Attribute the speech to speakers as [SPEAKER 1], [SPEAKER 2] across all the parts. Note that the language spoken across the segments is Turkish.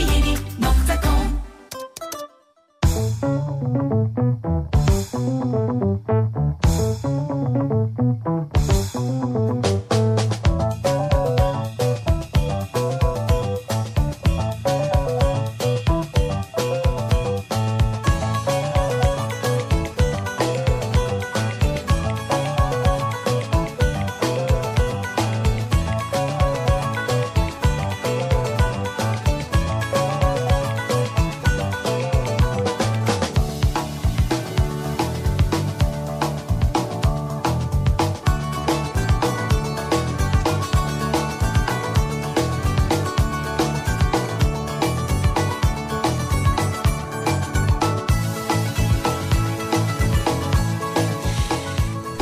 [SPEAKER 1] yeni nokta com.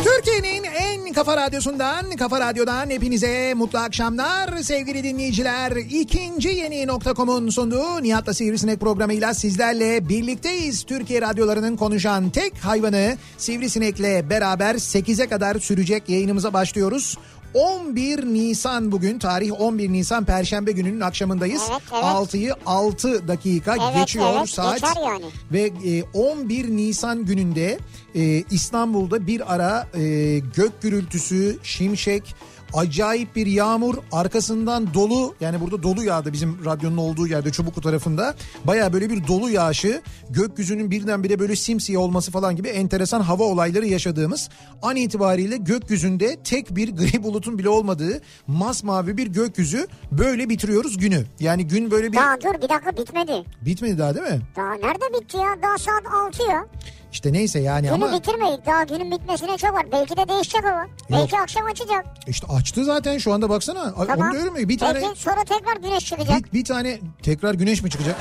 [SPEAKER 2] Türkiye'nin en kafa radyosundan, kafa radyodan hepinize mutlu akşamlar sevgili dinleyiciler. İkinci yeni nokta.com'un sunduğu Nihat'la Sivrisinek programıyla sizlerle birlikteyiz. Türkiye radyolarının konuşan tek hayvanı Sivrisinek'le beraber 8'e kadar sürecek yayınımıza başlıyoruz. 11 Nisan bugün tarih 11 Nisan Perşembe gününün akşamındayız.
[SPEAKER 3] Evet, evet.
[SPEAKER 2] 6'yı 6 dakika
[SPEAKER 3] Evet,
[SPEAKER 2] geçiyor
[SPEAKER 3] evet,
[SPEAKER 2] saat.
[SPEAKER 3] geçer yani.
[SPEAKER 2] Ve e, 11 Nisan gününde e, İstanbul'da bir ara e, gök gürültüsü, şimşek, acayip bir yağmur, arkasından dolu yani burada dolu yağdı bizim radyonun olduğu yerde Çubuklu tarafında. Baya böyle bir dolu yağışı, gökyüzünün birdenbire böyle simsiyah olması falan gibi enteresan hava olayları yaşadığımız an itibariyle gökyüzünde tek bir gri bulutun bile olmadığı masmavi bir gökyüzü böyle bitiriyoruz günü. Yani gün böyle bir
[SPEAKER 3] Daha dur bir dakika bitmedi.
[SPEAKER 2] bitmedi daha değil mi?
[SPEAKER 3] Daha nerede bitti ya? Daha saat 6 ya.
[SPEAKER 2] İşte neyse yani
[SPEAKER 3] Günü
[SPEAKER 2] ama
[SPEAKER 3] bitirmedik. Daha günün bitmesine çok var. Belki de değişecek hava. Belki akşam açacak.
[SPEAKER 2] işte açtı zaten şu anda baksana. Ay, Onu diyorum ya bir tane
[SPEAKER 3] Belki sonra tekrar güneş çıkacak.
[SPEAKER 2] bir, bir tane tekrar güneş mi çıkacak?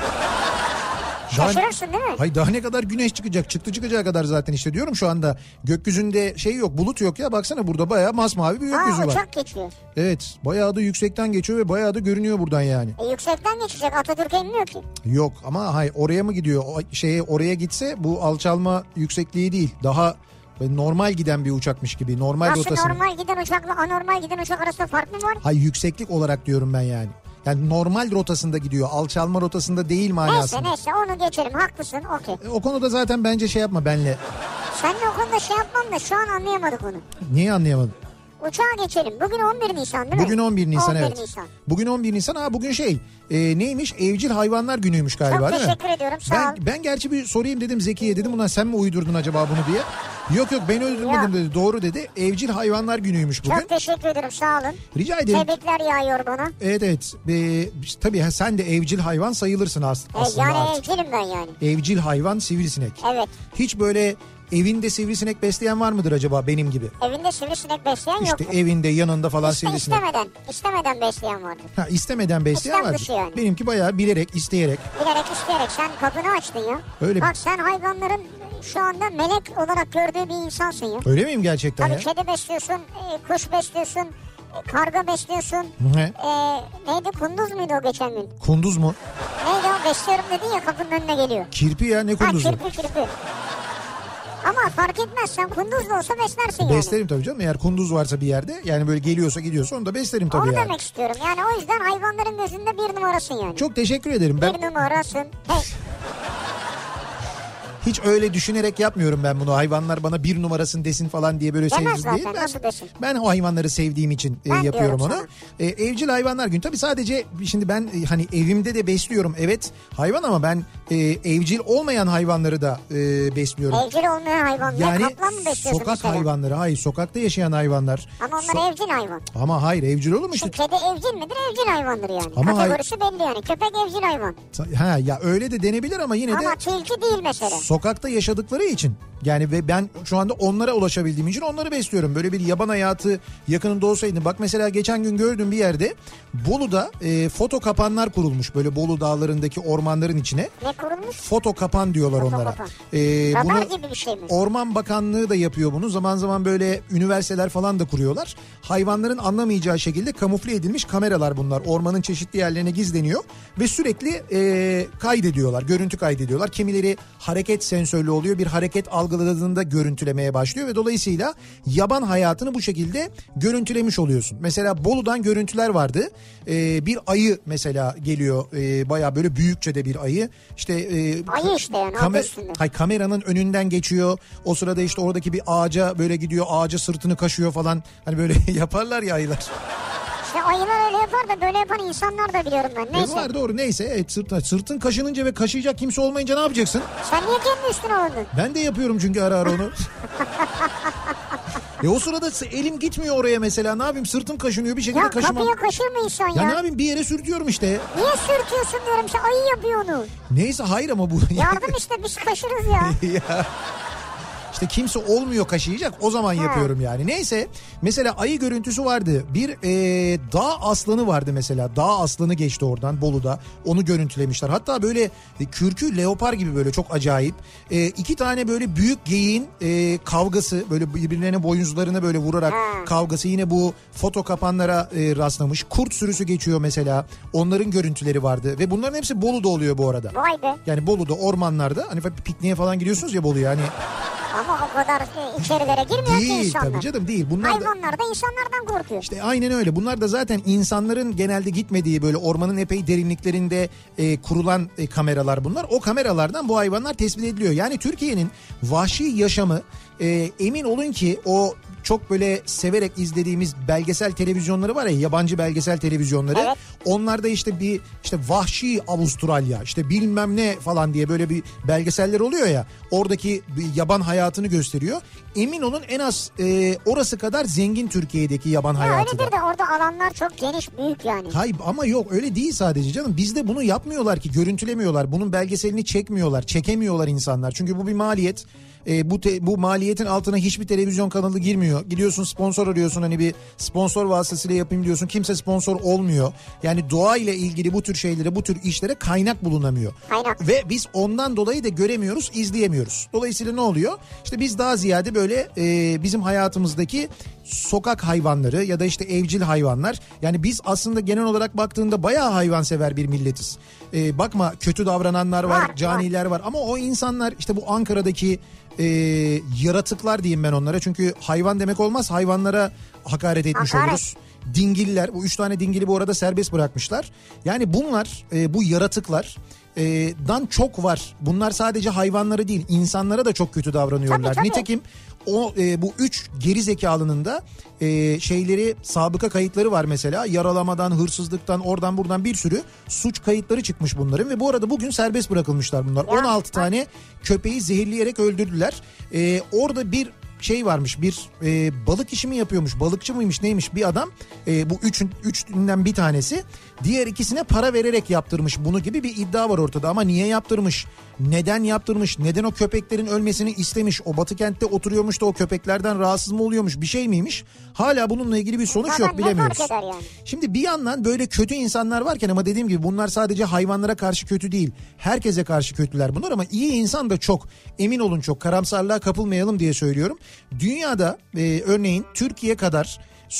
[SPEAKER 2] Daha-
[SPEAKER 3] Şaşırırsın değil mi?
[SPEAKER 2] Hayır daha ne kadar güneş çıkacak? Çıktı çıkacağı kadar zaten işte diyorum şu anda. Gökyüzünde şey yok bulut yok ya baksana burada bayağı masmavi bir gökyüzü
[SPEAKER 3] Aa
[SPEAKER 2] var.
[SPEAKER 3] uçak geçiyor.
[SPEAKER 2] Evet bayağı da yüksekten geçiyor ve bayağı da görünüyor buradan yani.
[SPEAKER 3] E, yüksekten geçecek. Atatürk'e inmiyor ki.
[SPEAKER 2] Yok ama hayır oraya mı gidiyor? O şeye oraya gitse bu alçalma yüksekliği değil. Daha böyle normal giden bir uçakmış gibi normal
[SPEAKER 3] Nasıl
[SPEAKER 2] rotasını.
[SPEAKER 3] normal giden uçakla anormal giden uçak arasında fark mı var?
[SPEAKER 2] Hayır yükseklik olarak diyorum ben yani. Yani normal rotasında gidiyor. Alçalma rotasında değil
[SPEAKER 3] Neyse
[SPEAKER 2] manasında.
[SPEAKER 3] neyse onu geçelim haklısın okey.
[SPEAKER 2] E, O konuda zaten bence şey yapma benle.
[SPEAKER 3] Seninle o konuda şey yapmam da şu an anlayamadık onu.
[SPEAKER 2] Niye anlayamadım?
[SPEAKER 3] Uçağa geçelim. Bugün 11 Nisan değil mi?
[SPEAKER 2] Bugün 11 Nisan
[SPEAKER 3] 11
[SPEAKER 2] evet.
[SPEAKER 3] Nisan.
[SPEAKER 2] Bugün 11 Nisan. Aa bugün şey e, neymiş? Evcil hayvanlar günüymüş galiba
[SPEAKER 3] Çok
[SPEAKER 2] değil mi?
[SPEAKER 3] teşekkür ediyorum sağ ol.
[SPEAKER 2] Ben, ben gerçi bir sorayım dedim Zeki'ye dedim ulan sen mi uydurdun acaba bunu diye. Yok yok ben uydurmadım
[SPEAKER 3] Yok.
[SPEAKER 2] dedi. Doğru dedi. Evcil hayvanlar günüymüş bugün.
[SPEAKER 3] Çok teşekkür ederim sağ olun.
[SPEAKER 2] Rica ederim.
[SPEAKER 3] Tebrikler yağıyor bana.
[SPEAKER 2] Evet evet. Ee, tabii ha, sen de evcil hayvan sayılırsın as-
[SPEAKER 3] E,
[SPEAKER 2] aslında
[SPEAKER 3] yani
[SPEAKER 2] artık.
[SPEAKER 3] evcilim ben yani.
[SPEAKER 2] Evcil hayvan sivrisinek.
[SPEAKER 3] Evet.
[SPEAKER 2] Hiç böyle evinde sivrisinek besleyen var mıdır acaba benim gibi?
[SPEAKER 3] Evinde sivrisinek besleyen
[SPEAKER 2] İşte
[SPEAKER 3] yoktur.
[SPEAKER 2] evinde yanında falan
[SPEAKER 3] İşte
[SPEAKER 2] sivrisinek.
[SPEAKER 3] istemeden, istemeden besleyen vardır.
[SPEAKER 2] Ha, istemeden besleyen
[SPEAKER 3] İstenmiş
[SPEAKER 2] vardır.
[SPEAKER 3] yani.
[SPEAKER 2] Benimki bayağı bilerek, isteyerek.
[SPEAKER 3] Bilerek isteyerek sen kapını açtın ya.
[SPEAKER 2] Öyle mi?
[SPEAKER 3] Bak sen hayvanların şu anda melek olarak gördüğü bir insansın ya.
[SPEAKER 2] Öyle miyim gerçekten
[SPEAKER 3] Tabii
[SPEAKER 2] ya?
[SPEAKER 3] Hani kedi besliyorsun, e, kuş besliyorsun, e, karga besliyorsun.
[SPEAKER 2] He.
[SPEAKER 3] E, neydi kunduz muydu o geçen gün?
[SPEAKER 2] Kunduz mu?
[SPEAKER 3] Neydi o besliyorum dedin ya kapının önüne geliyor.
[SPEAKER 2] Kirpi ya ne
[SPEAKER 3] Ha
[SPEAKER 2] kunduzu?
[SPEAKER 3] kirpi kirpi. Ama fark etmez sen kunduz da olsa beslersin yani.
[SPEAKER 2] Beslerim tabii canım. Eğer kunduz varsa bir yerde yani böyle geliyorsa gidiyorsa onu da beslerim tabii
[SPEAKER 3] Onu
[SPEAKER 2] yani.
[SPEAKER 3] demek istiyorum. Yani o yüzden hayvanların gözünde bir numarasın yani.
[SPEAKER 2] Çok teşekkür ederim. Ben
[SPEAKER 3] Bir numarasın. Hey,
[SPEAKER 2] Hiç öyle düşünerek yapmıyorum ben bunu. Hayvanlar bana bir numarasın desin falan diye böyle
[SPEAKER 3] Demez
[SPEAKER 2] sevdim diye.
[SPEAKER 3] zaten,
[SPEAKER 2] Ben-
[SPEAKER 3] nasıl desin?
[SPEAKER 2] Ben o hayvanları sevdiğim için e,
[SPEAKER 3] Ben
[SPEAKER 2] yapıyorum
[SPEAKER 3] diyorum
[SPEAKER 2] onu. E,
[SPEAKER 3] sana.
[SPEAKER 2] evcil hayvanlar günü. Tabii sadece şimdi ben e, hani evimde de besliyorum. Evet hayvan ama ben e, evcil olmayan hayvanları da e, besliyorum.
[SPEAKER 3] Evcil olmayan hayvanlar
[SPEAKER 2] yani
[SPEAKER 3] kaplan mı besliyorsun
[SPEAKER 2] sokak
[SPEAKER 3] mesela?
[SPEAKER 2] hayvanları. Hayır sokakta yaşayan hayvanlar.
[SPEAKER 3] Ama onlar
[SPEAKER 2] So-
[SPEAKER 3] evcil hayvan.
[SPEAKER 2] ama hayır evcil olur mu işte?
[SPEAKER 3] Şimdi kedi evcil midir? Evcil hayvandır yani.
[SPEAKER 2] Ama hay-
[SPEAKER 3] Kategorisi belli yani. Köpek evcil hayvan.
[SPEAKER 2] Ha ya öyle de denebilir ama yine de
[SPEAKER 3] Ama tilki değil mesela.
[SPEAKER 2] sokakta yaşadıkları için yani ve ben şu anda onlara ulaşabildiğim için onları besliyorum. Böyle bir yaban hayatı yakınında olsaydı bak mesela geçen gün gördüm bir yerde Bolu'da e, foto kapanlar kurulmuş böyle Bolu dağlarındaki ormanların içine.
[SPEAKER 3] Ne kurulmuş?
[SPEAKER 2] Foto kapan diyorlar
[SPEAKER 3] Foto
[SPEAKER 2] onlara.
[SPEAKER 3] kapan.
[SPEAKER 2] E,
[SPEAKER 3] Radar
[SPEAKER 2] bunu-
[SPEAKER 3] gibi bir şey mi?
[SPEAKER 2] Orman Bakanlığı da yapıyor bunu. Zaman zaman böyle üniversiteler falan da kuruyorlar. Hayvanların anlamayacağı şekilde kamufle edilmiş kameralar bunlar. Ormanın çeşitli yerlerine gizleniyor ve sürekli e, kaydediyorlar, görüntü kaydediyorlar. Kimileri hareket sensörlü oluyor. Bir hareket algıladığında görüntülemeye başlıyor ve dolayısıyla yaban hayatını bu şekilde görüntülemiş oluyorsun. Mesela Bolu'dan görüntüler vardı. E, bir ayı mesela geliyor. E, Baya böyle büyükçe de bir ayı. İşte e,
[SPEAKER 3] Ayı işte yani, adı üstünde.
[SPEAKER 2] Hay kameranın önünden geçiyor. O sırada işte oradaki bir ağaca böyle gidiyor. Ağaca sırtını kaşıyor falan. Hani böyle yaparlar ya ayılar.
[SPEAKER 3] İşte ayılar öyle yapar da böyle yapan insanlar da biliyorum ben.
[SPEAKER 2] E
[SPEAKER 3] Neyse.
[SPEAKER 2] var doğru neyse. Evet, sırtın, sırtın kaşınınca ve kaşıyacak kimse olmayınca ne yapacaksın?
[SPEAKER 3] Sen niye kendi üstüne alındın?
[SPEAKER 2] Ben de yapıyorum çünkü ara ara onu. e o sırada s- elim gitmiyor oraya mesela. Ne yapayım sırtım kaşınıyor bir şekilde
[SPEAKER 3] Ya
[SPEAKER 2] kaşımam.
[SPEAKER 3] kapıya kaşır mı insan ya?
[SPEAKER 2] Ya ne yapayım bir yere sürtüyorum işte.
[SPEAKER 3] Niye sürtüyorsun diyorum işte ayı yapıyor onu.
[SPEAKER 2] Neyse hayır ama bu.
[SPEAKER 3] Yardım işte biz kaşırız ya.
[SPEAKER 2] ya. İşte kimse olmuyor kaşıyacak o zaman yapıyorum yani. Neyse mesela ayı görüntüsü vardı. Bir e, dağ aslanı vardı mesela. Dağ aslanı geçti oradan Bolu'da. Onu görüntülemişler. Hatta böyle e, kürkü leopar gibi böyle çok acayip. E, iki tane böyle büyük geyiğin e, kavgası böyle birbirlerine boyunzularını böyle vurarak
[SPEAKER 3] Ha.
[SPEAKER 2] kavgası yine bu foto kapanlara e, rastlamış. Kurt sürüsü geçiyor mesela. Onların görüntüleri vardı ve bunların hepsi Bolu'da oluyor bu arada.
[SPEAKER 3] Vay be.
[SPEAKER 2] Yani Bolu'da ormanlarda hani pikniğe falan gidiyorsunuz ya Bolu'ya hani
[SPEAKER 3] Ama o kadar e, içerilere girmiyor ki
[SPEAKER 2] değil
[SPEAKER 3] insanlar.
[SPEAKER 2] tabii canım değil. Bunlar da
[SPEAKER 3] Hayvanlar da insanlardan korkuyor.
[SPEAKER 2] işte aynen öyle. Bunlar da zaten insanların genelde gitmediği böyle ormanın epey derinliklerinde e, kurulan e, kameralar bunlar. O kameralardan bu hayvanlar tespit ediliyor. Yani Türkiye'nin vahşi yaşamı e, emin olun ki o çok böyle severek izlediğimiz belgesel televizyonları var ya yabancı belgesel televizyonları.
[SPEAKER 3] Evet.
[SPEAKER 2] Onlarda işte bir işte vahşi Avustralya işte bilmem ne falan diye böyle bir belgeseller oluyor ya. Oradaki bir yaban hayatını gösteriyor. Emin olun en az e, orası kadar zengin Türkiye'deki yaban
[SPEAKER 3] Ya
[SPEAKER 2] hayatı da.
[SPEAKER 3] öyledir de orada alanlar çok geniş büyük yani.
[SPEAKER 2] Hayır ama yok öyle değil sadece canım. Bizde bunu yapmıyorlar ki görüntülemiyorlar. Bunun belgeselini çekmiyorlar. Çekemiyorlar insanlar. Çünkü bu bir maliyet. E, bu te- bu maliyetin altına hiçbir televizyon kanalı girmiyor. Gidiyorsun sponsor arıyorsun hani bir sponsor vasıtasıyla yapayım diyorsun. Kimse sponsor olmuyor. Yani doğa ile ilgili bu tür şeylere, bu tür işlere kaynak bulunamıyor.
[SPEAKER 3] Kaynak.
[SPEAKER 2] Ve biz ondan dolayı da göremiyoruz, izleyemiyoruz. Dolayısıyla ne oluyor? İşte biz daha ziyade böyle e, bizim hayatımızdaki sokak hayvanları ya da işte evcil hayvanlar. Yani biz aslında genel olarak baktığında bayağı hayvansever bir milletiz. E, bakma kötü davrananlar var,
[SPEAKER 3] Var, var.
[SPEAKER 2] caniler var. Ama o insanlar işte bu Ankara'daki e, yaratıklar diyeyim ben onlara. Çünkü hayvan demek olmaz hayvanlara hakaret etmiş
[SPEAKER 3] Hakaret.
[SPEAKER 2] oluruz. Dingiller bu üç tane dingili bu arada serbest bırakmışlar. Yani bunlar e, bu yaratıklar e, dan çok var. Bunlar sadece hayvanlara değil insanlara da çok kötü davranıyorlar.
[SPEAKER 3] Tabii, tabii.
[SPEAKER 2] Nitekim o e, bu üç geri zekalının da e, şeyleri sabıka kayıtları var mesela. Yaralamadan, hırsızlıktan, oradan buradan bir sürü suç kayıtları çıkmış bunların ve bu arada bugün serbest bırakılmışlar bunlar.
[SPEAKER 3] Ya.
[SPEAKER 2] 16 tane köpeği zehirleyerek öldürdüler. E, orada bir şey varmış bir e, balık işi mi yapıyormuş balıkçı mıymış neymiş bir adam e, bu üçün, üçünden bir tanesi diğer ikisine para vererek yaptırmış bunu gibi bir iddia var ortada ama niye yaptırmış neden yaptırmış neden o köpeklerin ölmesini istemiş o batı kentte oturuyormuş da o köpeklerden rahatsız mı oluyormuş bir şey miymiş hala bununla ilgili bir sonuç
[SPEAKER 3] Zaten
[SPEAKER 2] yok
[SPEAKER 3] ne
[SPEAKER 2] bilemiyoruz.
[SPEAKER 3] fark eder yani?
[SPEAKER 2] Şimdi bir yandan böyle kötü insanlar varken ama dediğim gibi bunlar sadece hayvanlara karşı kötü değil. Herkese karşı kötüler bunlar ama iyi insan da çok. Emin olun çok karamsarlığa kapılmayalım diye söylüyorum. Dünyada e, örneğin Türkiye kadar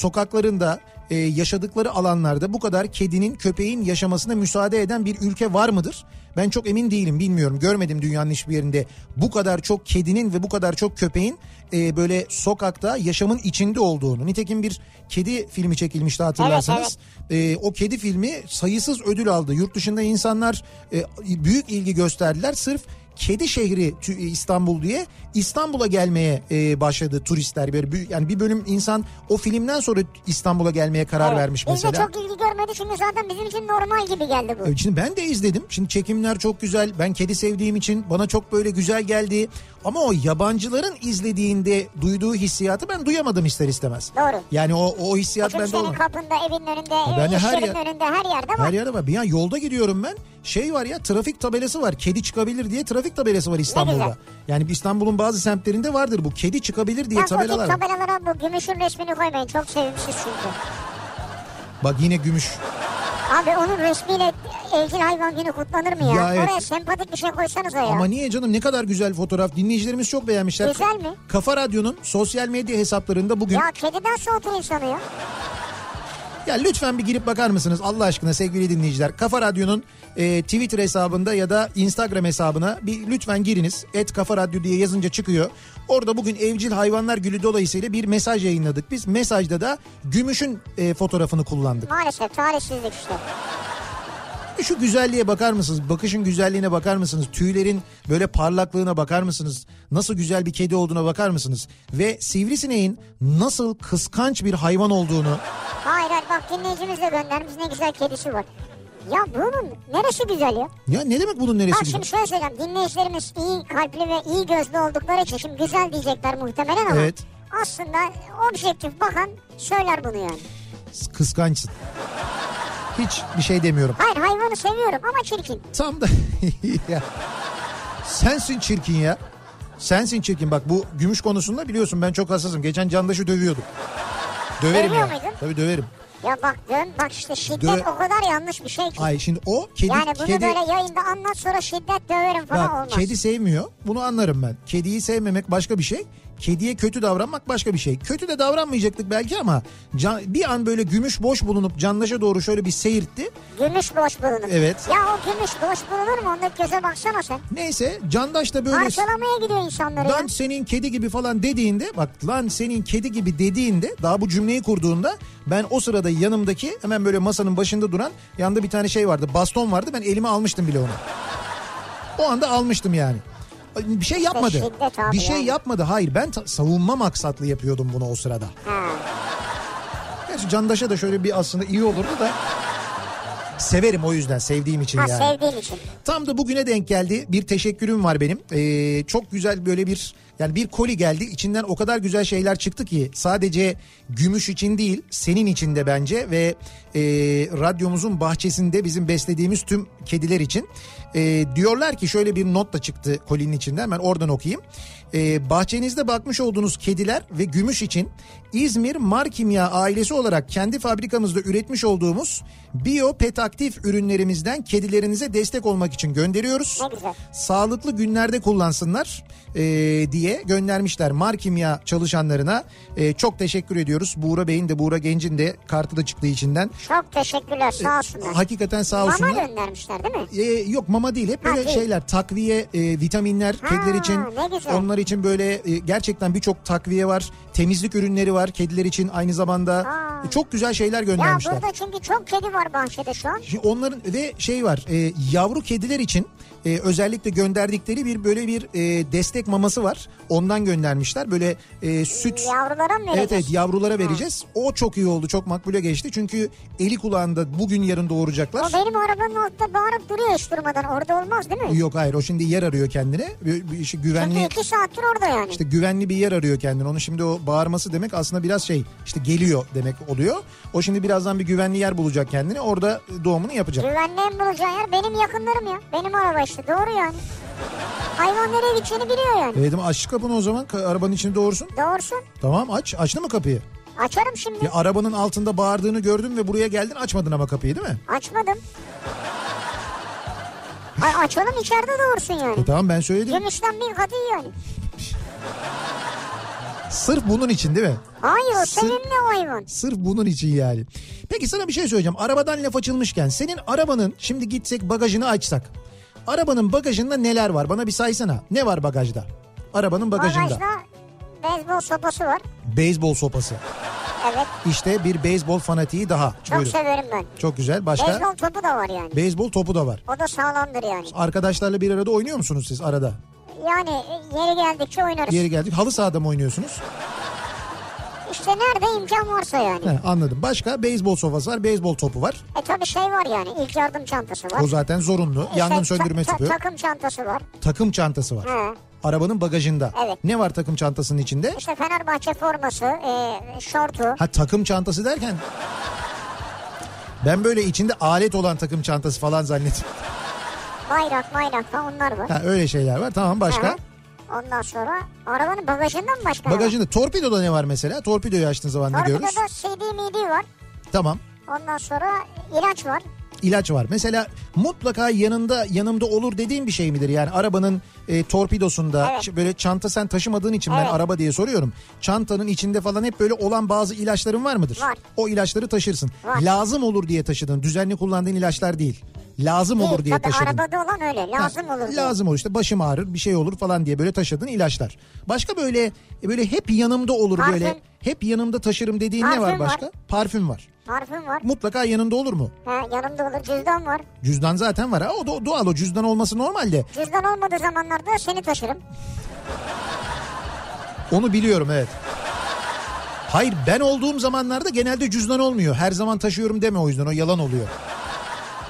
[SPEAKER 2] sokaklarında e, yaşadıkları alanlarda bu kadar kedinin köpeğin yaşamasına müsaade eden bir ülke var mıdır? Ben çok emin değilim bilmiyorum görmedim dünyanın hiçbir yerinde bu kadar çok kedinin ve bu kadar çok köpeğin e, böyle sokakta yaşamın içinde olduğunu. Nitekim bir kedi filmi çekilmişti hatırlarsanız. E,
[SPEAKER 3] evet.
[SPEAKER 2] o kedi filmi sayısız ödül aldı. Yurt dışında insanlar e, büyük ilgi gösterdiler. Sırf kedi şehri tü- İstanbul diye İstanbul'a gelmeye e, başladı turistler. Böyle bir- yani bir bölüm insan o filmden sonra İstanbul'a gelmeye karar vermiş
[SPEAKER 3] Bizde
[SPEAKER 2] mesela.
[SPEAKER 3] çok ilgi görmedi çünkü zaten bizim için normal gibi geldi bu.
[SPEAKER 2] E, Şimdi ben de izledim. Şimdi çekimler çok güzel. Ben kedi sevdiğim için bana çok böyle güzel geldi. Ama o yabancıların izlediğinde duyduğu hissiyatı ben duyamadım ister istemez.
[SPEAKER 3] Doğru.
[SPEAKER 2] Yani o, o hissiyat
[SPEAKER 3] Çünkü
[SPEAKER 2] bende
[SPEAKER 3] senin
[SPEAKER 2] olmadı.
[SPEAKER 3] kapında, evinin önünde,
[SPEAKER 2] ben de her
[SPEAKER 3] işlerin
[SPEAKER 2] yer-
[SPEAKER 3] önünde her yerde var.
[SPEAKER 2] Her yerde var. Bir an yolda gidiyorum ben. Şey var ya trafik tabelası var. Kedi çıkabilir diye trafik tabelası var
[SPEAKER 3] güzel.
[SPEAKER 2] İstanbul'da. Yani İstanbul'un bazı semtlerinde vardır bu. Kedi çıkabilir diye
[SPEAKER 3] Ya bu
[SPEAKER 2] tabelalar
[SPEAKER 3] tip
[SPEAKER 2] var.
[SPEAKER 3] tabelalara bu gümüşün resmini koymayın. Çok sevimsiz çünkü.
[SPEAKER 2] Bak yine gümüş.
[SPEAKER 3] Abi onun resmiyle evcil hayvan günü kutlanır mı ya?
[SPEAKER 2] Ya evet.
[SPEAKER 3] Oraya sempatik bir şey koysanız ya.
[SPEAKER 2] Ama niye canım ne kadar güzel fotoğraf. Dinleyicilerimiz çok beğenmişler.
[SPEAKER 3] Güzel mi?
[SPEAKER 2] Kafa Radyo'nun sosyal medya hesaplarında bugün
[SPEAKER 3] Ya kediden soğutur insanı ya.
[SPEAKER 2] Ya lütfen bir girip bakar mısınız Allah aşkına sevgili dinleyiciler? Kafa Radyo'nun e, Twitter hesabında ya da Instagram hesabına bir lütfen giriniz. Et Kafa Radyo diye yazınca çıkıyor. Orada bugün evcil hayvanlar günü dolayısıyla bir mesaj yayınladık. Biz mesajda da gümüşün e, fotoğrafını kullandık.
[SPEAKER 3] Maalesef talihsizlik işte.
[SPEAKER 2] Şu güzelliğe bakar mısınız? Bakışın güzelliğine bakar mısınız? Tüylerin böyle parlaklığına bakar mısınız? Nasıl güzel bir kedi olduğuna bakar mısınız? Ve sivrisineğin nasıl kıskanç bir hayvan olduğunu...
[SPEAKER 3] Hayır hayır bak dinleyicimiz de göndermiş ne güzel kedisi var. Ya bunun neresi güzel ya?
[SPEAKER 2] Ya ne demek bunun neresi
[SPEAKER 3] Bak
[SPEAKER 2] güzel?
[SPEAKER 3] şimdi şöyle söyleyeceğim. Dinleyicilerimiz iyi kalpli ve iyi gözlü oldukları için şimdi güzel diyecekler muhtemelen ama.
[SPEAKER 2] Evet.
[SPEAKER 3] Aslında objektif bakan söyler bunu yani.
[SPEAKER 2] kıskançsın. Hiç bir şey demiyorum.
[SPEAKER 3] Hayır hayvanı seviyorum ama çirkin.
[SPEAKER 2] Tam da ya. Sensin çirkin ya. Sensin çirkin. Bak bu gümüş konusunda biliyorsun ben çok hassasım. Geçen candaşı dövüyordum. Döverim
[SPEAKER 3] Dövüyor
[SPEAKER 2] ya.
[SPEAKER 3] muydun?
[SPEAKER 2] Tabii döverim.
[SPEAKER 3] Ya bak dön bak işte şiddet
[SPEAKER 2] Dö-
[SPEAKER 3] o kadar yanlış bir şey ki.
[SPEAKER 2] Ay şimdi o kedi
[SPEAKER 3] yani bunu
[SPEAKER 2] kedi
[SPEAKER 3] böyle yayında anlat sonra şiddet döverim falan
[SPEAKER 2] bak
[SPEAKER 3] olmaz.
[SPEAKER 2] kedi sevmiyor. Bunu anlarım ben. Kediyi sevmemek başka bir şey. Kediye kötü davranmak başka bir şey. Kötü de davranmayacaktık belki ama can- bir an böyle gümüş boş bulunup candaşa doğru şöyle bir seyirtti.
[SPEAKER 3] Gümüş boş bulunur.
[SPEAKER 2] Evet.
[SPEAKER 3] Ya o gümüş boş bulunur mu? Onda göze baksana sen.
[SPEAKER 2] Neyse candaş da böyle
[SPEAKER 3] Parçalamaya gidiyor insanları ya.
[SPEAKER 2] Lan senin kedi gibi falan dediğinde bak lan senin kedi gibi dediğinde daha bu cümleyi kurduğunda ben o sırada yanımdaki hemen böyle masanın başında duran yanında bir tane şey vardı baston vardı ben elime almıştım bile onu. O anda almıştım yani. Bir şey yapmadı.
[SPEAKER 3] şiddet abi
[SPEAKER 2] Bir şey
[SPEAKER 3] yani.
[SPEAKER 2] yapmadı. Hayır ben ta- savunma maksatlı yapıyordum bunu o sırada.
[SPEAKER 3] Ha.
[SPEAKER 2] Gerçi candaşa da şöyle bir aslında iyi olurdu da. Severim o yüzden sevdiğim için
[SPEAKER 3] Ha
[SPEAKER 2] yani.
[SPEAKER 3] sevdiğin için.
[SPEAKER 2] Tam da bugüne denk geldi. Bir teşekkürüm var benim. Ee, çok güzel böyle bir yani bir koli geldi. İçinden o kadar güzel şeyler çıktı ki sadece gümüş için değil senin için de bence ve e, radyomuzun bahçesinde bizim beslediğimiz tüm kediler için. E, diyorlar ki şöyle bir not da çıktı kolinin içinden ben oradan okuyayım. E, bahçenizde bakmış olduğunuz kediler ve gümüş için İzmir Markimya ailesi olarak kendi fabrikamızda üretmiş olduğumuz biyo petaktif ürünlerimizden kedilerinize destek olmak için gönderiyoruz.
[SPEAKER 3] Ne güzel.
[SPEAKER 2] Sağlıklı günlerde kullansınlar e, diye göndermişler Markimya çalışanlarına. E, çok teşekkür ediyoruz. Buğra Bey'in de Buğra Genc'in de kartı da çıktı içinden.
[SPEAKER 3] Çok teşekkürler sağ olsunlar.
[SPEAKER 2] Hakikaten sağ
[SPEAKER 3] Mama
[SPEAKER 2] olsunlar.
[SPEAKER 3] göndermişler değil mi?
[SPEAKER 2] E, yok mama değil hep
[SPEAKER 3] Ha,
[SPEAKER 2] böyle
[SPEAKER 3] değil.
[SPEAKER 2] şeyler takviye e, vitaminler
[SPEAKER 3] Ha,
[SPEAKER 2] kediler için
[SPEAKER 3] ne güzel.
[SPEAKER 2] onlar için böyle e, gerçekten birçok takviye var temizlik ürünleri var kediler için aynı zamanda
[SPEAKER 3] Aa.
[SPEAKER 2] E, çok güzel şeyler
[SPEAKER 3] Ya
[SPEAKER 2] göndermişler.
[SPEAKER 3] burada çünkü çok kedi var bahçede şu an.
[SPEAKER 2] Şimdi onların ve şey var e, yavru kediler için e, özellikle gönderdikleri bir böyle bir e, destek maması var ondan göndermişler böyle e, süt
[SPEAKER 3] Yavrulara mı
[SPEAKER 2] Evet
[SPEAKER 3] vereceğiz?
[SPEAKER 2] evet yavrulara vereceğiz. O çok iyi oldu. Çok makbule geçti. Çünkü eli kulağında bugün yarın doğuracaklar.
[SPEAKER 3] O benim arabanın altında bağırıp duruyor hiç durmadan. Orada olmaz değil mi?
[SPEAKER 2] Yok hayır o şimdi yer arıyor kendine. Bir, bir şey,
[SPEAKER 3] Çünkü
[SPEAKER 2] güvenli
[SPEAKER 3] iki saattir orada yani.
[SPEAKER 2] işte güvenli bir yer arıyor kendine. Onu şimdi o bağırması demek aslında biraz şey işte geliyor demek oluyor. O şimdi birazdan bir güvenli yer bulacak kendine. Orada doğumunu yapacak.
[SPEAKER 3] Güvenli en bulacağı yer benim yakınlarım ya. Benim araba işte doğru yani. Hayvan nereye gideceğini biliyor yani.
[SPEAKER 2] E dedim aç şu kapını o zaman ka- arabanın içini doğursun.
[SPEAKER 3] Doğrusu
[SPEAKER 2] Tamam aç. Açtı mı kapıyı?
[SPEAKER 3] açarım şimdi.
[SPEAKER 2] Ya arabanın altında bağırdığını gördün ve buraya geldin açmadın ama kapıyı değil mi?
[SPEAKER 3] Açmadım. Ay açalım içeride doğursun yani.
[SPEAKER 2] E tamam ben söyledim.
[SPEAKER 3] Gümüşten bir katı yani.
[SPEAKER 2] Sırf bunun için değil mi?
[SPEAKER 3] Hayır o
[SPEAKER 2] Sır-
[SPEAKER 3] sevimli o hayvan.
[SPEAKER 2] Sırf bunun için yani. Peki sana bir şey söyleyeceğim. Arabadan laf açılmışken senin arabanın şimdi gitsek bagajını açsak. Arabanın bagajında neler var? Bana bir saysana. Ne var bagajda? Arabanın bagajında.
[SPEAKER 3] Bagajda beyzbol sopası var.
[SPEAKER 2] Beyzbol sopası.
[SPEAKER 3] Evet.
[SPEAKER 2] İşte bir beyzbol fanatiği daha.
[SPEAKER 3] Çok
[SPEAKER 2] Buyurun.
[SPEAKER 3] severim ben.
[SPEAKER 2] Çok güzel. Başka?
[SPEAKER 3] Beyzbol topu da var yani.
[SPEAKER 2] Beyzbol topu da var.
[SPEAKER 3] O da sağlamdır yani.
[SPEAKER 2] Arkadaşlarla bir arada oynuyor musunuz siz arada?
[SPEAKER 3] Yani e, yeri geldikçe oynarız.
[SPEAKER 2] Yeri geldik. Halı sahada mı oynuyorsunuz?
[SPEAKER 3] İşte nerede imkan varsa yani.
[SPEAKER 2] He, anladım. Başka beyzbol sopası var, beyzbol topu var.
[SPEAKER 3] E tabii şey var yani ilk yardım çantası var.
[SPEAKER 2] O zaten zorunlu.
[SPEAKER 3] E,
[SPEAKER 2] Yangın
[SPEAKER 3] şey,
[SPEAKER 2] söndürme
[SPEAKER 3] ta- ta-
[SPEAKER 2] tüpü.
[SPEAKER 3] Takım çantası var.
[SPEAKER 2] Takım çantası var.
[SPEAKER 3] He.
[SPEAKER 2] Arabanın bagajında.
[SPEAKER 3] Evet.
[SPEAKER 2] Ne var takım çantasının içinde?
[SPEAKER 3] İşte Fenerbahçe forması, e, şortu.
[SPEAKER 2] Ha takım çantası derken ben böyle içinde alet olan takım çantası falan zannettim.
[SPEAKER 3] Bayrak bayrak da onlar var.
[SPEAKER 2] Ha öyle şeyler var. Tamam başka?
[SPEAKER 3] Aha. Ondan sonra arabanın bagajından mı başka?
[SPEAKER 2] Bagajında torpidoda ne var mesela? Torpidoyu açtığın zaman ne görürüz?
[SPEAKER 3] Torpidoda CD MD var.
[SPEAKER 2] Tamam.
[SPEAKER 3] Ondan sonra ilaç var.
[SPEAKER 2] İlaç var. Mesela mutlaka yanında yanımda olur dediğin bir şey midir? Yani arabanın e, torpidosunda
[SPEAKER 3] Evet.
[SPEAKER 2] ş- böyle çanta sen taşımadığın için ben
[SPEAKER 3] Evet.
[SPEAKER 2] araba diye soruyorum. Çantanın içinde falan hep böyle olan bazı ilaçların var mıdır?
[SPEAKER 3] Var.
[SPEAKER 2] O ilaçları taşırsın.
[SPEAKER 3] Var.
[SPEAKER 2] Lazım olur diye taşıdığın, düzenli kullandığın ilaçlar değil. Lazım olur
[SPEAKER 3] Değil,
[SPEAKER 2] diye
[SPEAKER 3] tabii
[SPEAKER 2] taşıdığın.
[SPEAKER 3] arabada olan öyle
[SPEAKER 2] Ha,
[SPEAKER 3] lazım olur. diye.
[SPEAKER 2] Lazım olur işte başım ağrır bir şey olur falan diye böyle taşıdığın ilaçlar. Başka böyle e, böyle hep yanımda olur
[SPEAKER 3] Parfüm.
[SPEAKER 2] böyle hep yanımda taşırım dediğin ne
[SPEAKER 3] Parfüm
[SPEAKER 2] var
[SPEAKER 3] var.
[SPEAKER 2] başka? Parfüm var.
[SPEAKER 3] Parfüm var.
[SPEAKER 2] Mutlaka yanında olur mu?
[SPEAKER 3] Ha, yanımda olur cüzdan var.
[SPEAKER 2] Cüzdan zaten var ha o do- doğal o cüzdan olması normalde.
[SPEAKER 3] Cüzdan olmadığı zamanlarda seni taşırım.
[SPEAKER 2] Onu biliyorum evet. Hayır ben olduğum zamanlarda genelde cüzdan olmuyor. Her zaman taşıyorum deme o yüzden o yalan oluyor.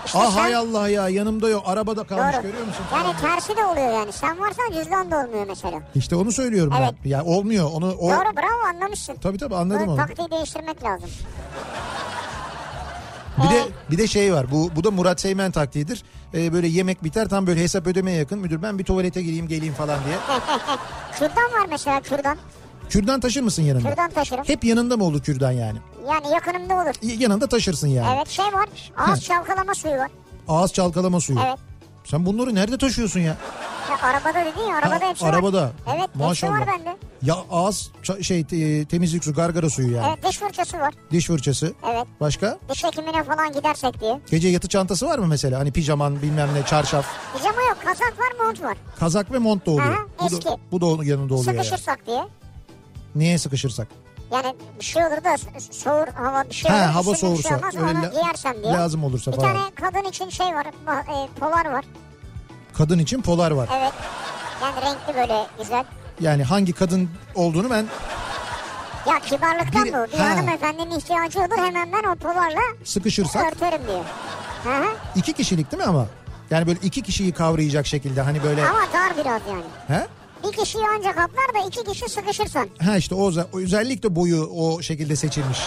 [SPEAKER 2] ah
[SPEAKER 3] sen-
[SPEAKER 2] hay Allah ya yanımda yok arabada kalmış
[SPEAKER 3] Doğru.
[SPEAKER 2] görüyor musun? falan
[SPEAKER 3] Yani
[SPEAKER 2] diye.
[SPEAKER 3] tersi de oluyor yani. Sen varsan cüzdan da olmuyor mesela.
[SPEAKER 2] İşte onu söylüyorum
[SPEAKER 3] Evet.
[SPEAKER 2] ben. Ya olmuyor onu o
[SPEAKER 3] Doğru bravo anlamışsın.
[SPEAKER 2] Tabii tabii
[SPEAKER 3] Bu
[SPEAKER 2] anladım onu.
[SPEAKER 3] taktiği değiştirmek lazım.
[SPEAKER 2] Bir de
[SPEAKER 3] Evet.
[SPEAKER 2] bir de şey var. Bu bu da Murat Seymen taktiğidir. Ee, böyle yemek biter tam böyle hesap ödemeye yakın. Müdür ben bir tuvalete gireyim geleyim falan diye.
[SPEAKER 3] Kürdan var mesela kürdan.
[SPEAKER 2] Kürdan taşır mısın yanında?
[SPEAKER 3] Kürdan taşırım.
[SPEAKER 2] Hep yanında mı olur kürdan yani?
[SPEAKER 3] Yani yakınımda olur.
[SPEAKER 2] Y- Yanında taşırsın yani.
[SPEAKER 3] Evet şey var. Ağız çalkalama suyu var.
[SPEAKER 2] Ağız çalkalama suyu.
[SPEAKER 3] Evet.
[SPEAKER 2] Sen bunları nerede taşıyorsun ya?
[SPEAKER 3] Ya arabada dedin ya arabada
[SPEAKER 2] Ha,
[SPEAKER 3] hepsi var.
[SPEAKER 2] arabada.
[SPEAKER 3] Evet
[SPEAKER 2] Maşallah.
[SPEAKER 3] hepsi var bende.
[SPEAKER 2] Ya ağız ça- şey te- temizlik su gargara suyu yani.
[SPEAKER 3] Evet diş fırçası var.
[SPEAKER 2] Diş fırçası.
[SPEAKER 3] Evet.
[SPEAKER 2] Başka?
[SPEAKER 3] Diş hekimine falan gidersek diye.
[SPEAKER 2] Gece yatı çantası var mı mesela? Hani pijaman bilmem ne çarşaf.
[SPEAKER 3] Pijama yok kazak var mont var.
[SPEAKER 2] Kazak ve mont da oluyor.
[SPEAKER 3] Aha,
[SPEAKER 2] bu,
[SPEAKER 3] eski.
[SPEAKER 2] da, bu da onun yanında oluyor. yani.
[SPEAKER 3] Sıkışırsak diye.
[SPEAKER 2] Niye sıkışırsak?
[SPEAKER 3] Yani bir şey olur da so- soğur hava bir şey olur.
[SPEAKER 2] Ha hava
[SPEAKER 3] ısınır, bir
[SPEAKER 2] soğursa.
[SPEAKER 3] Şey olmaz,
[SPEAKER 2] öyle
[SPEAKER 3] onu
[SPEAKER 2] la-
[SPEAKER 3] giyersem diye.
[SPEAKER 2] Lazım olursa
[SPEAKER 3] bir
[SPEAKER 2] falan.
[SPEAKER 3] tane kadın için şey var. ba- e, polar var.
[SPEAKER 2] Kadın için polar var.
[SPEAKER 3] Evet. Yani renkli böyle güzel.
[SPEAKER 2] Yani hangi kadın olduğunu ben
[SPEAKER 3] Ya kibarlıktan
[SPEAKER 2] Biri-
[SPEAKER 3] bu. Bir
[SPEAKER 2] Ha.
[SPEAKER 3] hanımefendinin ihtiyacı olur hemen ben o polarla
[SPEAKER 2] sıkışırsak
[SPEAKER 3] örterim diyor. Hı hı.
[SPEAKER 2] iki kişilik değil mi ama? Yani böyle iki kişiyi kavrayacak şekilde hani böyle
[SPEAKER 3] Ama dar biraz yani.
[SPEAKER 2] he?
[SPEAKER 3] Bir kişiyi ancak kaplar da iki kişi sıkışırsan.
[SPEAKER 2] Ha işte o, za- o özellikle boyu o şekilde seçilmiş.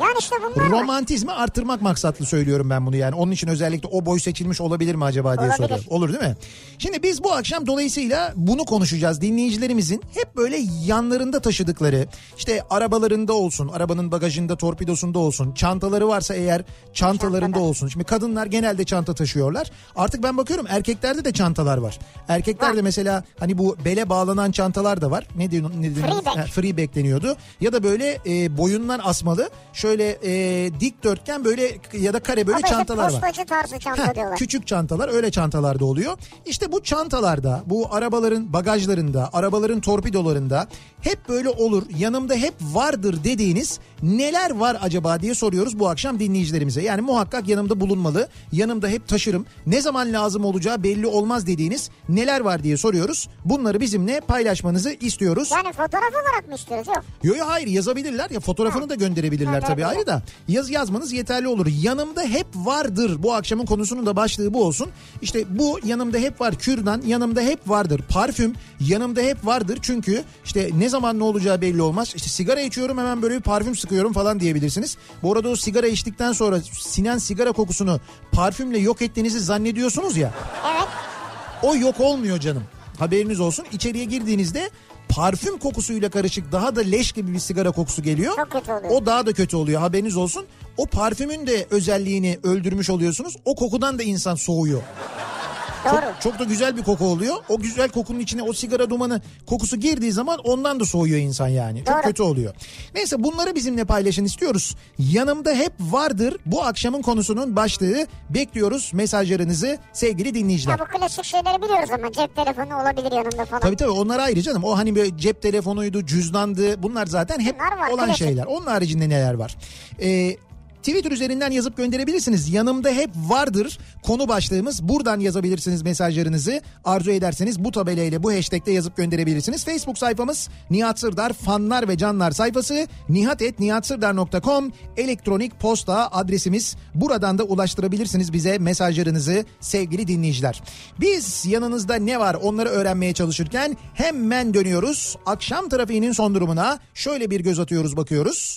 [SPEAKER 3] Yani işte bunlar var.
[SPEAKER 2] Romantizmi artırmak maksatlı söylüyorum ben bunu yani. Onun için özellikle o boy seçilmiş olabilir mi acaba diye
[SPEAKER 3] Olabilir.
[SPEAKER 2] soruyorum. Olur değil mi? Şimdi biz bu akşam dolayısıyla bunu konuşacağız. Dinleyicilerimizin hep böyle yanlarında taşıdıkları işte arabalarında olsun, arabanın bagajında, torpidosunda olsun, çantaları varsa eğer çantalarında
[SPEAKER 3] Çantada.
[SPEAKER 2] olsun. Şimdi kadınlar genelde çanta taşıyorlar. Artık ben bakıyorum erkeklerde de çantalar var. Erkeklerde mesela hani bu bele bağlanan çantalar da var. Ne diyor ne diyor?
[SPEAKER 3] Freeback.
[SPEAKER 2] Ha, freeback deniyordu. Ya da böyle e, boyundan asmalı şöyle e, dikdörtgen böyle ya da kare böyle
[SPEAKER 3] Ama işte
[SPEAKER 2] çantalar var.
[SPEAKER 3] postacı tarzı çanta
[SPEAKER 2] Ha,
[SPEAKER 3] diyorlar.
[SPEAKER 2] küçük çantalar öyle çantalarda oluyor. İşte bu çantalarda bu arabaların bagajlarında arabaların torpidolarında hep böyle olur yanımda hep vardır dediğiniz neler var acaba diye soruyoruz bu akşam dinleyicilerimize. Yani muhakkak yanımda bulunmalı yanımda hep taşırım ne zaman lazım olacağı belli olmaz dediğiniz neler var diye soruyoruz. Bunları bizimle paylaşmanızı istiyoruz.
[SPEAKER 3] Yani fotoğraf olarak mı istiyoruz? Yok.
[SPEAKER 2] Yo yo hayır yazabilirler ya fotoğrafını da gönderebilirler
[SPEAKER 3] Ha,
[SPEAKER 2] tabii
[SPEAKER 3] evet.
[SPEAKER 2] ayrı da yaz yazmanız yeterli olur. Yanımda hep vardır bu akşamın konusunun da başlığı bu olsun. İşte bu yanımda hep var kürdan yanımda hep vardır parfüm yanımda hep vardır çünkü işte ne zaman ne olacağı belli olmaz. İşte sigara içiyorum hemen böyle bir parfüm sıkıyorum falan diyebilirsiniz. Bu arada o sigara içtikten sonra sinen sigara kokusunu parfümle yok ettiğinizi zannediyorsunuz ya.
[SPEAKER 3] Evet.
[SPEAKER 2] O yok olmuyor canım. Haberiniz olsun. İçeriye girdiğinizde parfüm kokusuyla karışık daha da leş gibi bir sigara kokusu geliyor.
[SPEAKER 3] Çok kötü oluyor.
[SPEAKER 2] O daha da kötü oluyor. Haberiniz olsun. O parfümün de özelliğini öldürmüş oluyorsunuz. O kokudan da insan soğuyor.
[SPEAKER 3] Doğru.
[SPEAKER 2] Çok, çok da güzel bir koku oluyor. O güzel kokunun içine o sigara dumanı kokusu girdiği zaman ondan da soğuyor insan yani. Çok
[SPEAKER 3] Doğru.
[SPEAKER 2] kötü oluyor. Neyse bunları bizimle paylaşın istiyoruz. Yanımda hep vardır bu akşamın konusunun başlığı. Bekliyoruz mesajlarınızı sevgili dinleyiciler.
[SPEAKER 3] Ya bu klasik şeyleri biliyoruz ama cep telefonu olabilir yanında falan.
[SPEAKER 2] Tabii tabii onlar ayrı canım. O hani böyle cep telefonuydu, cüzdandı. Bunlar zaten hep
[SPEAKER 3] Bunlar var,
[SPEAKER 2] olan
[SPEAKER 3] klasik.
[SPEAKER 2] şeyler. Onun haricinde neler var? Ee, Twitter üzerinden yazıp gönderebilirsiniz. Yanımda hep vardır konu başlığımız. Buradan yazabilirsiniz mesajlarınızı. Arzu ederseniz bu tabelayla bu hashtag'te yazıp gönderebilirsiniz. Facebook sayfamız Nihat Sırdar fanlar ve canlar sayfası nihat.nihatsırdar.com elektronik posta adresimiz. Buradan da ulaştırabilirsiniz bize mesajlarınızı sevgili dinleyiciler. Biz yanınızda ne var onları öğrenmeye çalışırken hemen dönüyoruz. Akşam trafiğinin son durumuna şöyle bir göz atıyoruz bakıyoruz.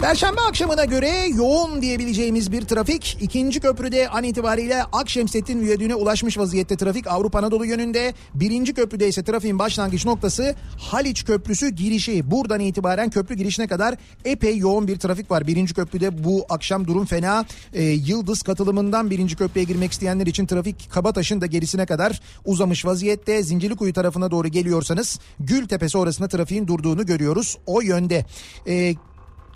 [SPEAKER 2] Perşembe akşamına göre yoğun diyebileceğimiz bir trafik. ikinci köprüde an itibariyle Akşemsettin Viyadüğü'ne ulaşmış vaziyette trafik Avrupa Anadolu yönünde. Birinci köprüde ise trafiğin başlangıç noktası Haliç Köprüsü girişi. Buradan itibaren köprü girişine kadar epey yoğun bir trafik var. Birinci köprüde bu akşam durum fena. Ee, Yıldız katılımından birinci köprüye girmek isteyenler için trafik Kabataş'ın da gerisine kadar uzamış vaziyette. Zincirlikuyu tarafına doğru geliyorsanız Gültepe sonrasında trafiğin durduğunu görüyoruz o yönde. Ee,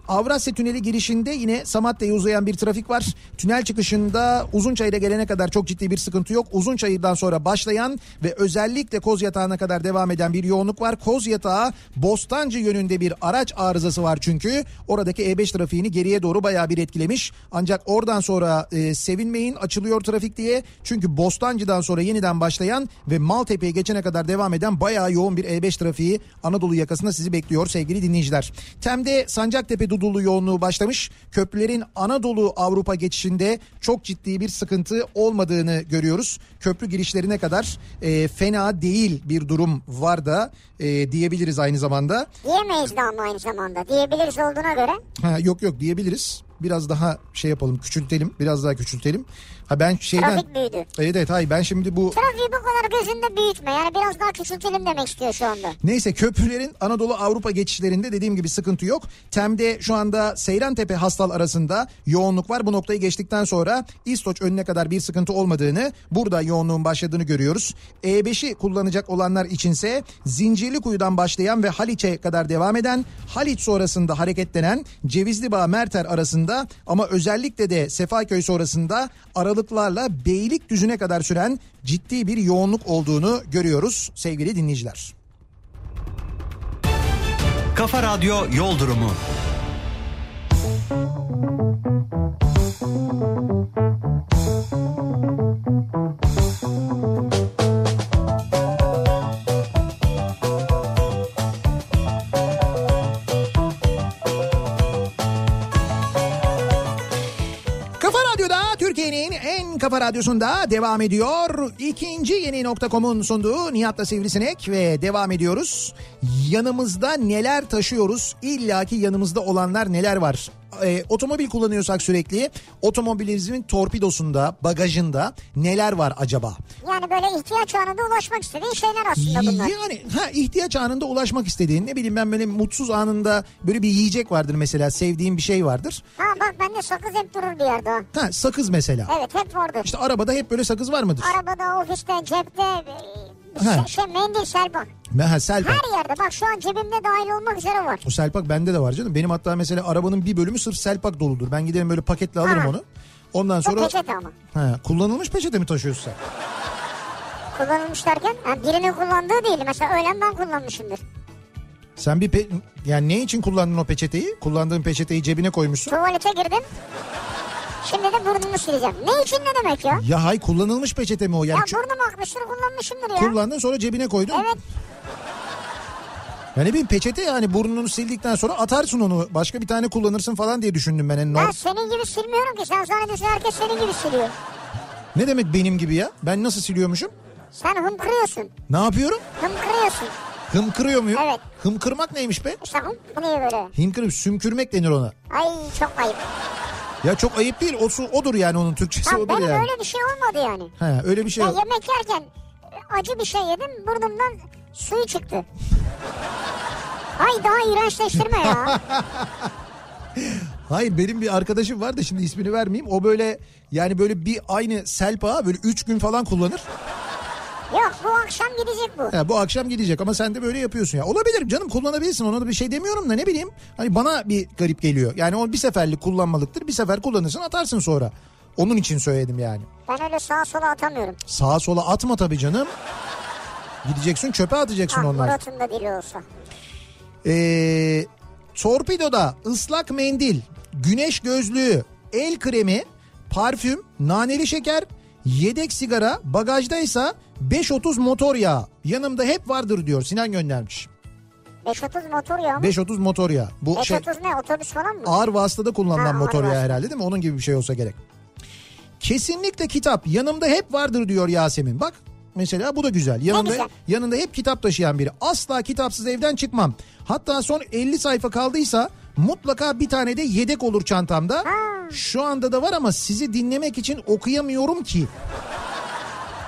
[SPEAKER 2] Avrasya Tüneli girişinde yine Samatya'ya uzayan bir trafik var. Tünel çıkışında Uzunçayır'a gelene kadar çok ciddi bir sıkıntı yok. Uzunçayır'dan sonra başlayan ve özellikle Koz Yatağı'na kadar devam eden bir yoğunluk var. Koz Yatağı Bostancı yönünde bir araç arızası var çünkü. Oradaki E5 trafiğini geriye doğru bayağı bir etkilemiş. Ancak oradan sonra e, sevinmeyin açılıyor trafik diye. Çünkü Bostancı'dan sonra yeniden başlayan ve Maltepe'ye geçene kadar devam eden bayağı yoğun bir E5 trafiği Anadolu yakasında sizi bekliyor sevgili dinleyiciler. Tem'de Sancaktepe Dudullu yoğunluğu başlamış. Köprülerin Anadolu Avrupa geçişinde çok ciddi bir sıkıntı olmadığını görüyoruz. Köprü girişlerine kadar e, fena değil bir durum var da e, diyebiliriz aynı zamanda.
[SPEAKER 3] Diyemeyiz de ama aynı zamanda. Diyebiliriz olduğuna göre.
[SPEAKER 2] Ha, yok yok diyebiliriz. Biraz daha şey yapalım küçültelim biraz daha küçültelim. Ha ben şeyden...
[SPEAKER 3] Trafik büyüdü.
[SPEAKER 2] Evet evet hayır ben şimdi bu
[SPEAKER 3] Trafiği bu kadar gözünde büyütme. Yani biraz daha küçültelim demek istiyor şu anda.
[SPEAKER 2] Neyse köprülerin Anadolu Avrupa geçişlerinde dediğim gibi sıkıntı yok. Tem'de şu anda Seyrantepe Hastal arasında yoğunluk var. Bu noktayı geçtikten sonra İstoç önüne kadar bir sıkıntı olmadığını, burada yoğunluğun başladığını görüyoruz. E5'i kullanacak olanlar içinse Zincirlikuyu'dan başlayan ve Haliç'e kadar devam eden, Haliç sonrasında hareketlenen Cevizli Merter arasında ama özellikle de Sefaköy sonrasında aralıklarla Beylikdüzü'ne kadar süren ciddi bir yoğunluk olduğunu görüyoruz sevgili dinleyiciler.
[SPEAKER 4] Kafa Radyo Yol Durumu.
[SPEAKER 2] Kafa Radyo'da Türkiye'nin en kafa radyosunda devam ediyor. İkinci yeni nokta.com'un sunduğu Nihat'la Sivrisinek ve devam ediyoruz. Yanımızda neler taşıyoruz? İlla ki yanımızda olanlar neler var? Ee, otomobil kullanıyorsak sürekli otomobilimizin torpidosunda, bagajında neler var acaba?
[SPEAKER 3] Yani böyle ihtiyaç anında ulaşmak istediğin şeyler aslında bunlar.
[SPEAKER 2] Yani ha ihtiyaç anında ulaşmak istediğin ne bileyim ben böyle mutsuz anında böyle bir yiyecek vardır mesela sevdiğin bir şey vardır.
[SPEAKER 3] Ha bak bende sakız hep durur bir yerde o.
[SPEAKER 2] Ha sakız mesela.
[SPEAKER 3] Evet hep vardır.
[SPEAKER 2] İşte arabada hep böyle sakız var mıdır?
[SPEAKER 3] Arabada, ofiste, cepte, e,
[SPEAKER 2] Ha.
[SPEAKER 3] şey, şey mendil, şerban.
[SPEAKER 2] Meha Selpak.
[SPEAKER 3] Her yerde bak şu an cebimde dahil olmak üzere var.
[SPEAKER 2] O selpak bende de var canım. Benim hatta mesela arabanın bir bölümü sırf selpak doludur. Ben giderim böyle paketle alırım
[SPEAKER 3] Ha.
[SPEAKER 2] onu. Ondan
[SPEAKER 3] Bu
[SPEAKER 2] sonra
[SPEAKER 3] peçete ama.
[SPEAKER 2] ha, kullanılmış peçete mi taşıyorsun sen?
[SPEAKER 3] Kullanılmış derken ha, birinin kullandığı değil. Mesela öğlen ben kullanmışımdır.
[SPEAKER 2] Sen bir pe- yani ne için kullandın o peçeteyi? Kullandığın peçeteyi cebine koymuşsun.
[SPEAKER 3] Tuvalete girdim. Şimdi de burnumu sileceğim. Ne için ne demek ya?
[SPEAKER 2] Ya hay kullanılmış peçete mi o?
[SPEAKER 3] Ya
[SPEAKER 2] Yani çö-
[SPEAKER 3] burnum akmıştır kullanmışımdır ya.
[SPEAKER 2] kullandın sonra cebine koydun.
[SPEAKER 3] Evet
[SPEAKER 2] Yani bir peçete yani burnunu sildikten sonra atarsın onu. Başka bir tane kullanırsın falan diye düşündüm ben. Yani
[SPEAKER 3] ben
[SPEAKER 2] nor-
[SPEAKER 3] senin gibi silmiyorum ki. Sen zannediyorsun herkes senin gibi siliyor.
[SPEAKER 2] Ne demek benim gibi ya? Ben nasıl siliyormuşum?
[SPEAKER 3] Sen hımkırıyorsun.
[SPEAKER 2] Ne yapıyorum?
[SPEAKER 3] Hımkırıyorsun.
[SPEAKER 2] Hımkırıyor muyum?
[SPEAKER 3] Evet.
[SPEAKER 2] Hımkırmak neymiş be?
[SPEAKER 3] İşte hımkırıyor böyle.
[SPEAKER 2] Hımkırıp sümkürmek denir ona.
[SPEAKER 3] Ay çok ayıp.
[SPEAKER 2] Ya çok ayıp değil. O su odur yani onun Türkçesi
[SPEAKER 3] Tamam
[SPEAKER 2] odur
[SPEAKER 3] benim
[SPEAKER 2] yani.
[SPEAKER 3] öyle bir şey olmadı yani.
[SPEAKER 2] He, öyle bir şey
[SPEAKER 3] Ya
[SPEAKER 2] yok.
[SPEAKER 3] yemek yerken acı bir şey yedim burnumdan suyu çıktı. Ay daha iğrençleştirme ya.
[SPEAKER 2] Hayır benim bir arkadaşım var da şimdi ismini vermeyeyim. O böyle yani böyle bir aynı selpa böyle 3 gün falan kullanır.
[SPEAKER 3] Yok bu akşam gidecek bu.
[SPEAKER 2] Ha, bu akşam gidecek ama sen de böyle yapıyorsun ya. Olabilir canım kullanabilirsin ona da bir şey demiyorum da ne bileyim. Hani bana bir garip geliyor. Yani o bir seferlik kullanmalıktır. Bir sefer kullanırsın atarsın sonra. Onun için söyledim yani.
[SPEAKER 3] Ben öyle sağa sola atamıyorum.
[SPEAKER 2] Sağa sola atma tabii canım. Gideceksin çöpe atacaksın
[SPEAKER 3] Ah
[SPEAKER 2] onları.
[SPEAKER 3] Murat'ın da dili olsa.
[SPEAKER 2] Ee, torpidoda ıslak mendil, güneş gözlüğü, el kremi, parfüm, naneli şeker, yedek sigara, bagajdaysa 530 motor yağı. Yanımda hep vardır diyor Sinan göndermiş.
[SPEAKER 3] 530 motor ya mı?
[SPEAKER 2] 530 motor yağı. Bu şey
[SPEAKER 3] 530 ne otobüs falan mı?
[SPEAKER 2] ağır vasıtada kullanılan
[SPEAKER 3] Ha,
[SPEAKER 2] motor
[SPEAKER 3] ağır
[SPEAKER 2] yağı
[SPEAKER 3] vasıta.
[SPEAKER 2] herhalde değil mi? Onun gibi bir şey olsa gerek. Kesinlikle kitap yanımda hep vardır diyor Yasemin. Bak mesela bu da güzel. Yanında
[SPEAKER 3] güzel.
[SPEAKER 2] yanında hep kitap taşıyan biri. Asla kitapsız evden çıkmam. Hatta son 50 sayfa kaldıysa mutlaka bir tane de yedek olur çantamda. Şu anda da var ama sizi dinlemek için okuyamıyorum ki.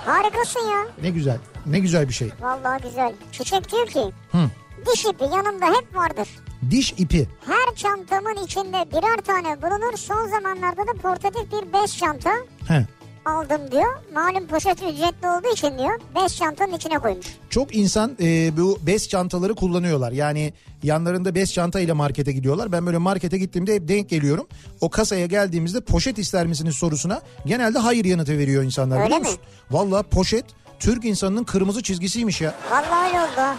[SPEAKER 3] Harikasın ya.
[SPEAKER 2] Ne güzel. Ne güzel bir şey.
[SPEAKER 3] Vallahi güzel. Çiçek diyor ki. Diş ipi yanımda hep vardır.
[SPEAKER 2] Diş ipi.
[SPEAKER 3] Her çantamın içinde birer tane bulunur. Son zamanlarda da portatif bir bez çanta
[SPEAKER 2] He.
[SPEAKER 3] aldım diyor. Malum poşet ücretli olduğu için diyor. Bez çantanın içine koymuş.
[SPEAKER 2] Çok insan e, bu bez çantaları kullanıyorlar. Yani yanlarında bez çanta ile markete gidiyorlar. Ben böyle markete gittiğimde hep denk geliyorum. O kasaya geldiğimizde poşet ister misiniz sorusuna genelde hayır yanıtı veriyor insanlar
[SPEAKER 3] Öyle
[SPEAKER 2] biliyor
[SPEAKER 3] mi?
[SPEAKER 2] musun? Valla poşet Türk insanının kırmızı çizgisiymiş ya.
[SPEAKER 3] Vallahi öyle oldu. ha.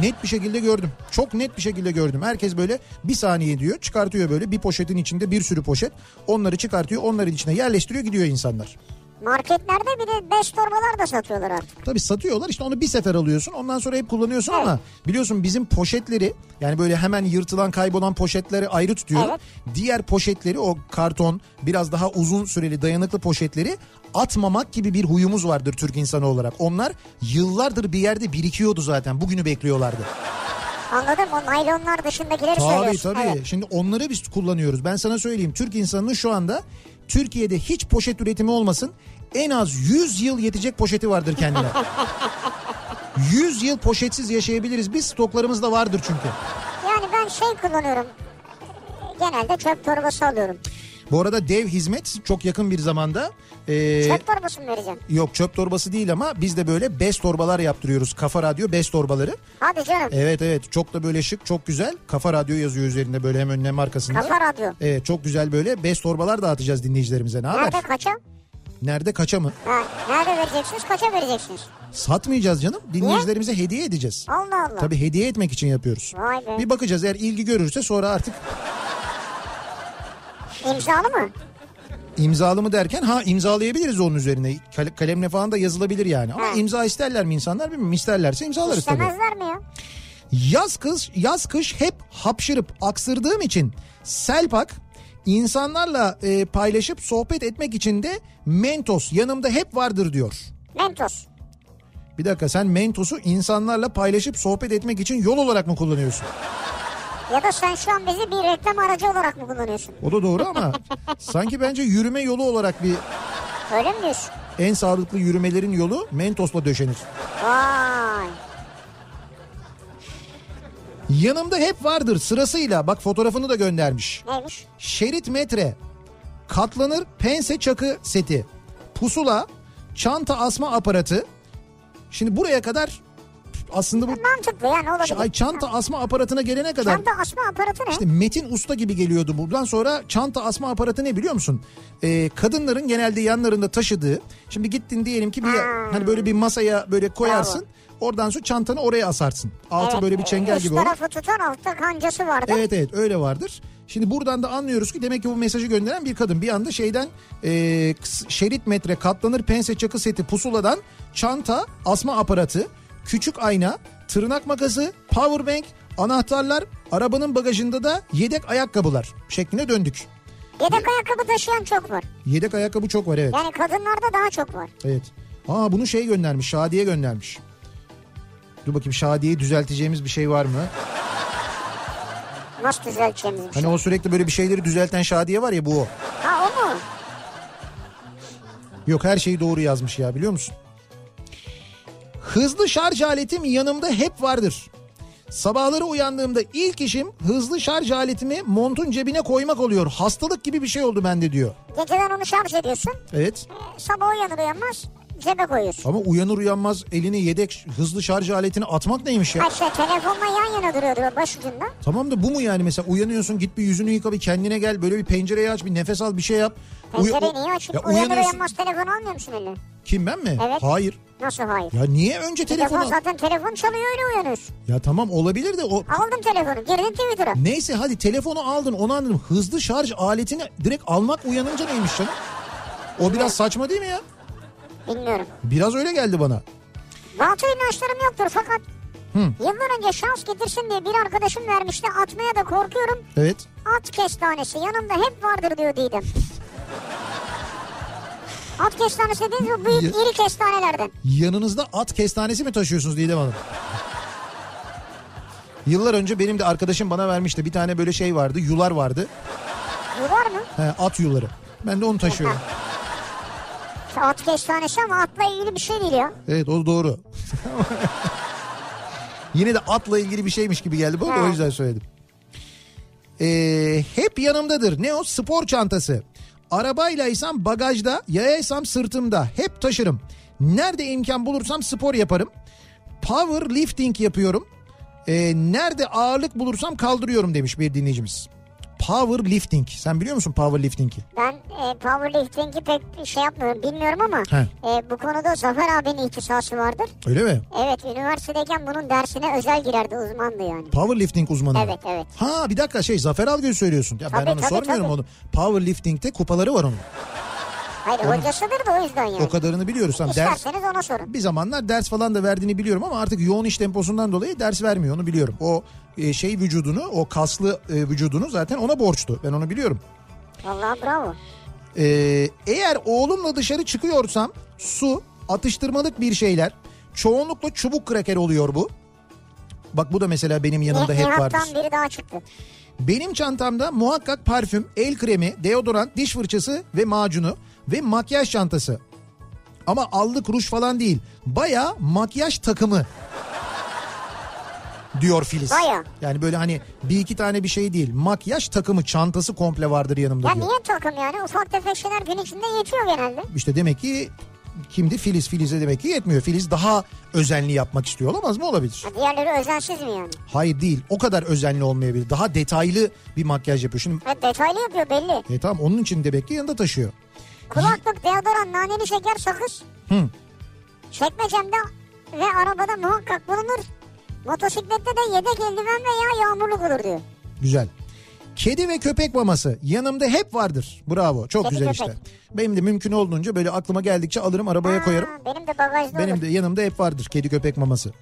[SPEAKER 2] Net bir şekilde gördüm. Çok net bir şekilde gördüm. Herkes böyle bir saniye diyor. Çıkartıyor böyle bir poşetin içinde bir sürü poşet. Onları çıkartıyor. Onların içine yerleştiriyor gidiyor insanlar.
[SPEAKER 3] Marketlerde bir de bez torbalar da satıyorlar artık.
[SPEAKER 2] Tabii satıyorlar işte onu bir sefer alıyorsun ondan sonra hep kullanıyorsun ama biliyorsun bizim poşetleri yani böyle hemen yırtılan kaybolan poşetleri ayrı tutuyor.
[SPEAKER 3] Evet.
[SPEAKER 2] Diğer poşetleri o karton biraz daha uzun süreli dayanıklı poşetleri atmamak gibi bir huyumuz vardır Türk insanı olarak. Onlar yıllardır bir yerde birikiyordu zaten bugünü bekliyorlardı.
[SPEAKER 3] Anladım o naylonlar dışındakileri
[SPEAKER 2] Tabii
[SPEAKER 3] söylüyorsun.
[SPEAKER 2] tabii
[SPEAKER 3] Evet.
[SPEAKER 2] şimdi onları biz kullanıyoruz ben sana söyleyeyim Türk insanının şu anda Türkiye'de hiç poşet üretimi olmasın en az 100 yıl yetecek poşeti vardır kendine. 100 yıl poşetsiz yaşayabiliriz. Biz stoklarımız da vardır çünkü.
[SPEAKER 3] Yani ben şey kullanıyorum. Genelde çöp torbası alıyorum.
[SPEAKER 2] Bu arada dev hizmet çok yakın bir zamanda e,
[SPEAKER 3] Çöp torbası mı vereceğim?
[SPEAKER 2] yok çöp torbası değil ama biz de böyle bez torbalar yaptırıyoruz. Kafa Radyo bez torbaları.
[SPEAKER 3] Hadi canım.
[SPEAKER 2] Evet evet çok da böyle şık çok güzel. Kafa Radyo yazıyor üzerinde böyle hem önüne hem arkasında.
[SPEAKER 3] Kafa radyo.
[SPEAKER 2] Evet çok güzel böyle bez torbalar dağıtacağız dinleyicilerimize. Ne haber?
[SPEAKER 3] Nerede kaça?
[SPEAKER 2] Nerede kaça mı?
[SPEAKER 3] Ha, nerede vereceksiniz? Kaça vereceksiniz?
[SPEAKER 2] Satmayacağız canım. Dinleyicilerimize hediye edeceğiz.
[SPEAKER 3] Allah Allah.
[SPEAKER 2] Tabii hediye etmek için yapıyoruz.
[SPEAKER 3] Vay be.
[SPEAKER 2] Bir bakacağız eğer ilgi görürse sonra artık
[SPEAKER 3] İmzalı mı?
[SPEAKER 2] İmzalı mı derken ha imzalayabiliriz onun üzerine. Kal- Kalemle falan da yazılabilir yani. Ama
[SPEAKER 3] Ha.
[SPEAKER 2] imza isterler mi insanlar bilmiyorum. İsterlerse imzalarız tabii.
[SPEAKER 3] İstemezler mi ya?
[SPEAKER 2] Yaz kış, yaz kış hep hapşırıp aksırdığım için selpak insanlarla e, paylaşıp sohbet etmek için de mentos yanımda hep vardır diyor.
[SPEAKER 3] Mentos.
[SPEAKER 2] Bir dakika sen mentosu insanlarla paylaşıp sohbet etmek için yol olarak mı kullanıyorsun?
[SPEAKER 3] Ya da sen şu an bizi bir reklam aracı olarak mı kullanıyorsun?
[SPEAKER 2] O da doğru ama sanki bence yürüme yolu olarak bir
[SPEAKER 3] Öyle mi diyorsun?
[SPEAKER 2] en sağlıklı yürümelerin yolu mentosla döşenir.
[SPEAKER 3] Vay.
[SPEAKER 2] Yanımda hep vardır sırasıyla bak fotoğrafını da göndermiş.
[SPEAKER 3] Neymiş?
[SPEAKER 2] Şerit metre, katlanır pense çakı seti, pusula, çanta asma aparatı. Şimdi buraya kadar aslında bu
[SPEAKER 3] Mantıklı ya ne olabilir?
[SPEAKER 2] ay çanta asma aparatına gelene kadar
[SPEAKER 3] Çanta asma aparatı ne?
[SPEAKER 2] işte Metin Usta gibi geliyordu buradan sonra çanta asma aparatı ne biliyor musun? Ee, kadınların genelde yanlarında taşıdığı şimdi gittin diyelim ki bir hani böyle bir masaya böyle koyarsın. Oradan sonra çantanı oraya asarsın. Altı
[SPEAKER 3] Evet,
[SPEAKER 2] böyle bir çengel
[SPEAKER 3] üst
[SPEAKER 2] gibi olur. Ee,
[SPEAKER 3] tarafı tutan altta kancası vardı.
[SPEAKER 2] Evet evet öyle vardır. Şimdi buradan da anlıyoruz ki demek ki bu mesajı gönderen bir kadın. Bir anda şeyden e, s- şerit metre katlanır pense çakı seti pusuladan çanta asma aparatı küçük ayna tırnak makası power bank anahtarlar arabanın bagajında da yedek ayakkabılar şekline döndük.
[SPEAKER 3] Yedek ayakkabı taşıyan çok var.
[SPEAKER 2] Yedek ayakkabı çok var evet.
[SPEAKER 3] Yani kadınlarda daha çok var.
[SPEAKER 2] Evet. Aa bunu şey göndermiş Şadiye göndermiş. Dur bakayım Şadiye'yi düzelteceğimiz bir şey var mı?
[SPEAKER 3] Nasıl düzelteceğimiz bir şey.
[SPEAKER 2] Hani o sürekli böyle bir şeyleri düzelten Şadiye var ya bu o. Hani-
[SPEAKER 3] Ha o mu?
[SPEAKER 2] Yok her şeyi doğru yazmış ya biliyor musun? Hızlı şarj aletim yanımda hep vardır. Sabahları uyandığımda ilk işim hızlı şarj aletimi montun cebine koymak oluyor. Hastalık gibi bir şey oldu bende diyor.
[SPEAKER 3] Geceden onu şarj ediyorsun. Ee,
[SPEAKER 2] Evet.
[SPEAKER 3] Sabah uyanır uyanmaz cebe koyuyorsun.
[SPEAKER 2] Ama uyanır uyanmaz eline yedek ş- hızlı şarj aletini atmak neymiş ya?
[SPEAKER 3] Ha şey telefonla yan yana duruyordur o başucunda.
[SPEAKER 2] Tamam da bu mu yani mesela uyanıyorsun git bir yüzünü yıka bir kendine gel böyle bir pencereyi aç bir nefes al bir şey yap. Uya-
[SPEAKER 3] Pencereyi niye açıp
[SPEAKER 2] Ya
[SPEAKER 3] uyanır
[SPEAKER 2] uyanıyorsun-
[SPEAKER 3] uyanmaz telefon almıyor musun eline?
[SPEAKER 2] Kim ben mi?
[SPEAKER 3] Evet.
[SPEAKER 2] Hayır.
[SPEAKER 3] Nasıl hayır?
[SPEAKER 2] Ya niye önce
[SPEAKER 3] Telefon
[SPEAKER 2] telefonu?
[SPEAKER 3] zaten telefon çalıyor öyle uyanıyorsun.
[SPEAKER 2] Ya tamam olabilir de o
[SPEAKER 3] Aldım telefonu girdin Twitter'a.
[SPEAKER 2] Neyse hadi telefonu aldın onu anladım. Hızlı şarj aletini direkt almak uyanınca neymiş canım? O biraz saçma değil mi ya?
[SPEAKER 3] Bilmiyorum.
[SPEAKER 2] Biraz öyle geldi bana.
[SPEAKER 3] Balta inançlarım yoktur fakat yıllar önce şans getirsin diye bir arkadaşım vermişti. Atmaya da korkuyorum.
[SPEAKER 2] Evet.
[SPEAKER 3] At kestanesi yanımda hep vardır diyor Didem. At kestanesi dediğiniz bu büyük
[SPEAKER 2] Ya-
[SPEAKER 3] iri kestanelerden.
[SPEAKER 2] Yanınızda at kestanesi mi taşıyorsunuz Didem Hanım? Yıllar önce benim de arkadaşım bana vermişti. Bir tane böyle şey vardı. Yular vardı.
[SPEAKER 3] Yuvar mı?
[SPEAKER 2] He, at yuları. Ben de onu taşıyorum.
[SPEAKER 3] İşte At kestanesi ama atla ilgili bir şey değil ya.
[SPEAKER 2] Evet o doğru. Yine de atla ilgili bir şeymiş gibi geldi bu arada, o
[SPEAKER 3] Ha.
[SPEAKER 2] yüzden söyledim. Ee, hep yanımdadır. Ne o? Spor çantası. Arabaylaysam bagajda, yayaysam sırtımda. Hep taşırım. Nerede imkan bulursam spor yaparım. Power lifting yapıyorum. Ee, nerede ağırlık bulursam kaldırıyorum demiş bir dinleyicimiz. Power lifting. Sen biliyor musun power lifting'i?
[SPEAKER 3] Ben e, powerlifting'i pek şey yapmıyorum bilmiyorum ama
[SPEAKER 2] He.
[SPEAKER 3] e, bu konuda Zafer abinin ihtisası vardır.
[SPEAKER 2] Öyle mi?
[SPEAKER 3] Evet üniversitedeyken bunun dersine özel girerdi uzmandı yani.
[SPEAKER 2] Powerlifting uzmanı. mı?
[SPEAKER 3] Evet evet.
[SPEAKER 2] Ha bir dakika şey Zafer Algöz söylüyorsun. Ya ben
[SPEAKER 3] Tabii,
[SPEAKER 2] onu
[SPEAKER 3] tabii,
[SPEAKER 2] sormuyorum
[SPEAKER 3] tabii.
[SPEAKER 2] onu. Powerlifting'te kupaları var onun.
[SPEAKER 3] Hayır hocasıdır da o yüzden yani.
[SPEAKER 2] O kadarını biliyoruz. Tamam, ders,
[SPEAKER 3] İsterseniz ona sorun.
[SPEAKER 2] bir zamanlar ders falan da verdiğini biliyorum ama artık yoğun iş temposundan dolayı ders vermiyor onu biliyorum. O e, şey vücudunu o kaslı e, vücudunu zaten ona borçlu ben onu biliyorum.
[SPEAKER 3] Vallahi bravo.
[SPEAKER 2] Ee, eğer oğlumla dışarı çıkıyorsam su, atıştırmalık bir şeyler, çoğunlukla çubuk kraker oluyor bu. Bak bu da mesela benim yanımda
[SPEAKER 3] Ni-
[SPEAKER 2] hep vardır.
[SPEAKER 3] Nihat'tan biri daha çıktı.
[SPEAKER 2] Benim çantamda muhakkak parfüm, el kremi, deodorant, diş fırçası ve macunu ve makyaj çantası. Ama allık ruj falan değil. Baya makyaj takımı diyor Filiz.
[SPEAKER 3] Baya.
[SPEAKER 2] Yani böyle hani bir iki tane bir şey değil. Makyaj takımı çantası komple vardır yanımda
[SPEAKER 3] Ya
[SPEAKER 2] diyor.
[SPEAKER 3] niye takım yani? Ufak tefek şeyler gün içinde yetiyor genelde.
[SPEAKER 2] İşte demek ki kimdi Filiz? Filiz'e demek ki yetmiyor. Filiz daha özenli yapmak istiyor olamaz mı? Olabilir.
[SPEAKER 3] Ha, diğerleri özensiz mi yani?
[SPEAKER 2] Hayır değil. O kadar özenli olmayabilir. Daha detaylı bir makyaj yapıyor. Şimdi
[SPEAKER 3] Evet detaylı yapıyor belli.
[SPEAKER 2] e, tamam onun için demek ki yanında taşıyor.
[SPEAKER 3] Kulaklık, deodorant, naneli şeker, sakız.
[SPEAKER 2] Hı.
[SPEAKER 3] Çekmecemde ve arabada muhakkak bulunur. Motosiklette de yedek eldiven veya yağmurluk olur diyor.
[SPEAKER 2] Güzel. Kedi ve köpek maması yanımda hep vardır. Bravo. Çok
[SPEAKER 3] Kedi,
[SPEAKER 2] güzel
[SPEAKER 3] köpek.
[SPEAKER 2] işte. Benim de mümkün olduğunca böyle aklıma geldikçe alırım arabaya koyarım.
[SPEAKER 3] Aa, benim de bagajda
[SPEAKER 2] Benim
[SPEAKER 3] olur.
[SPEAKER 2] de yanımda hep vardır kedi köpek maması.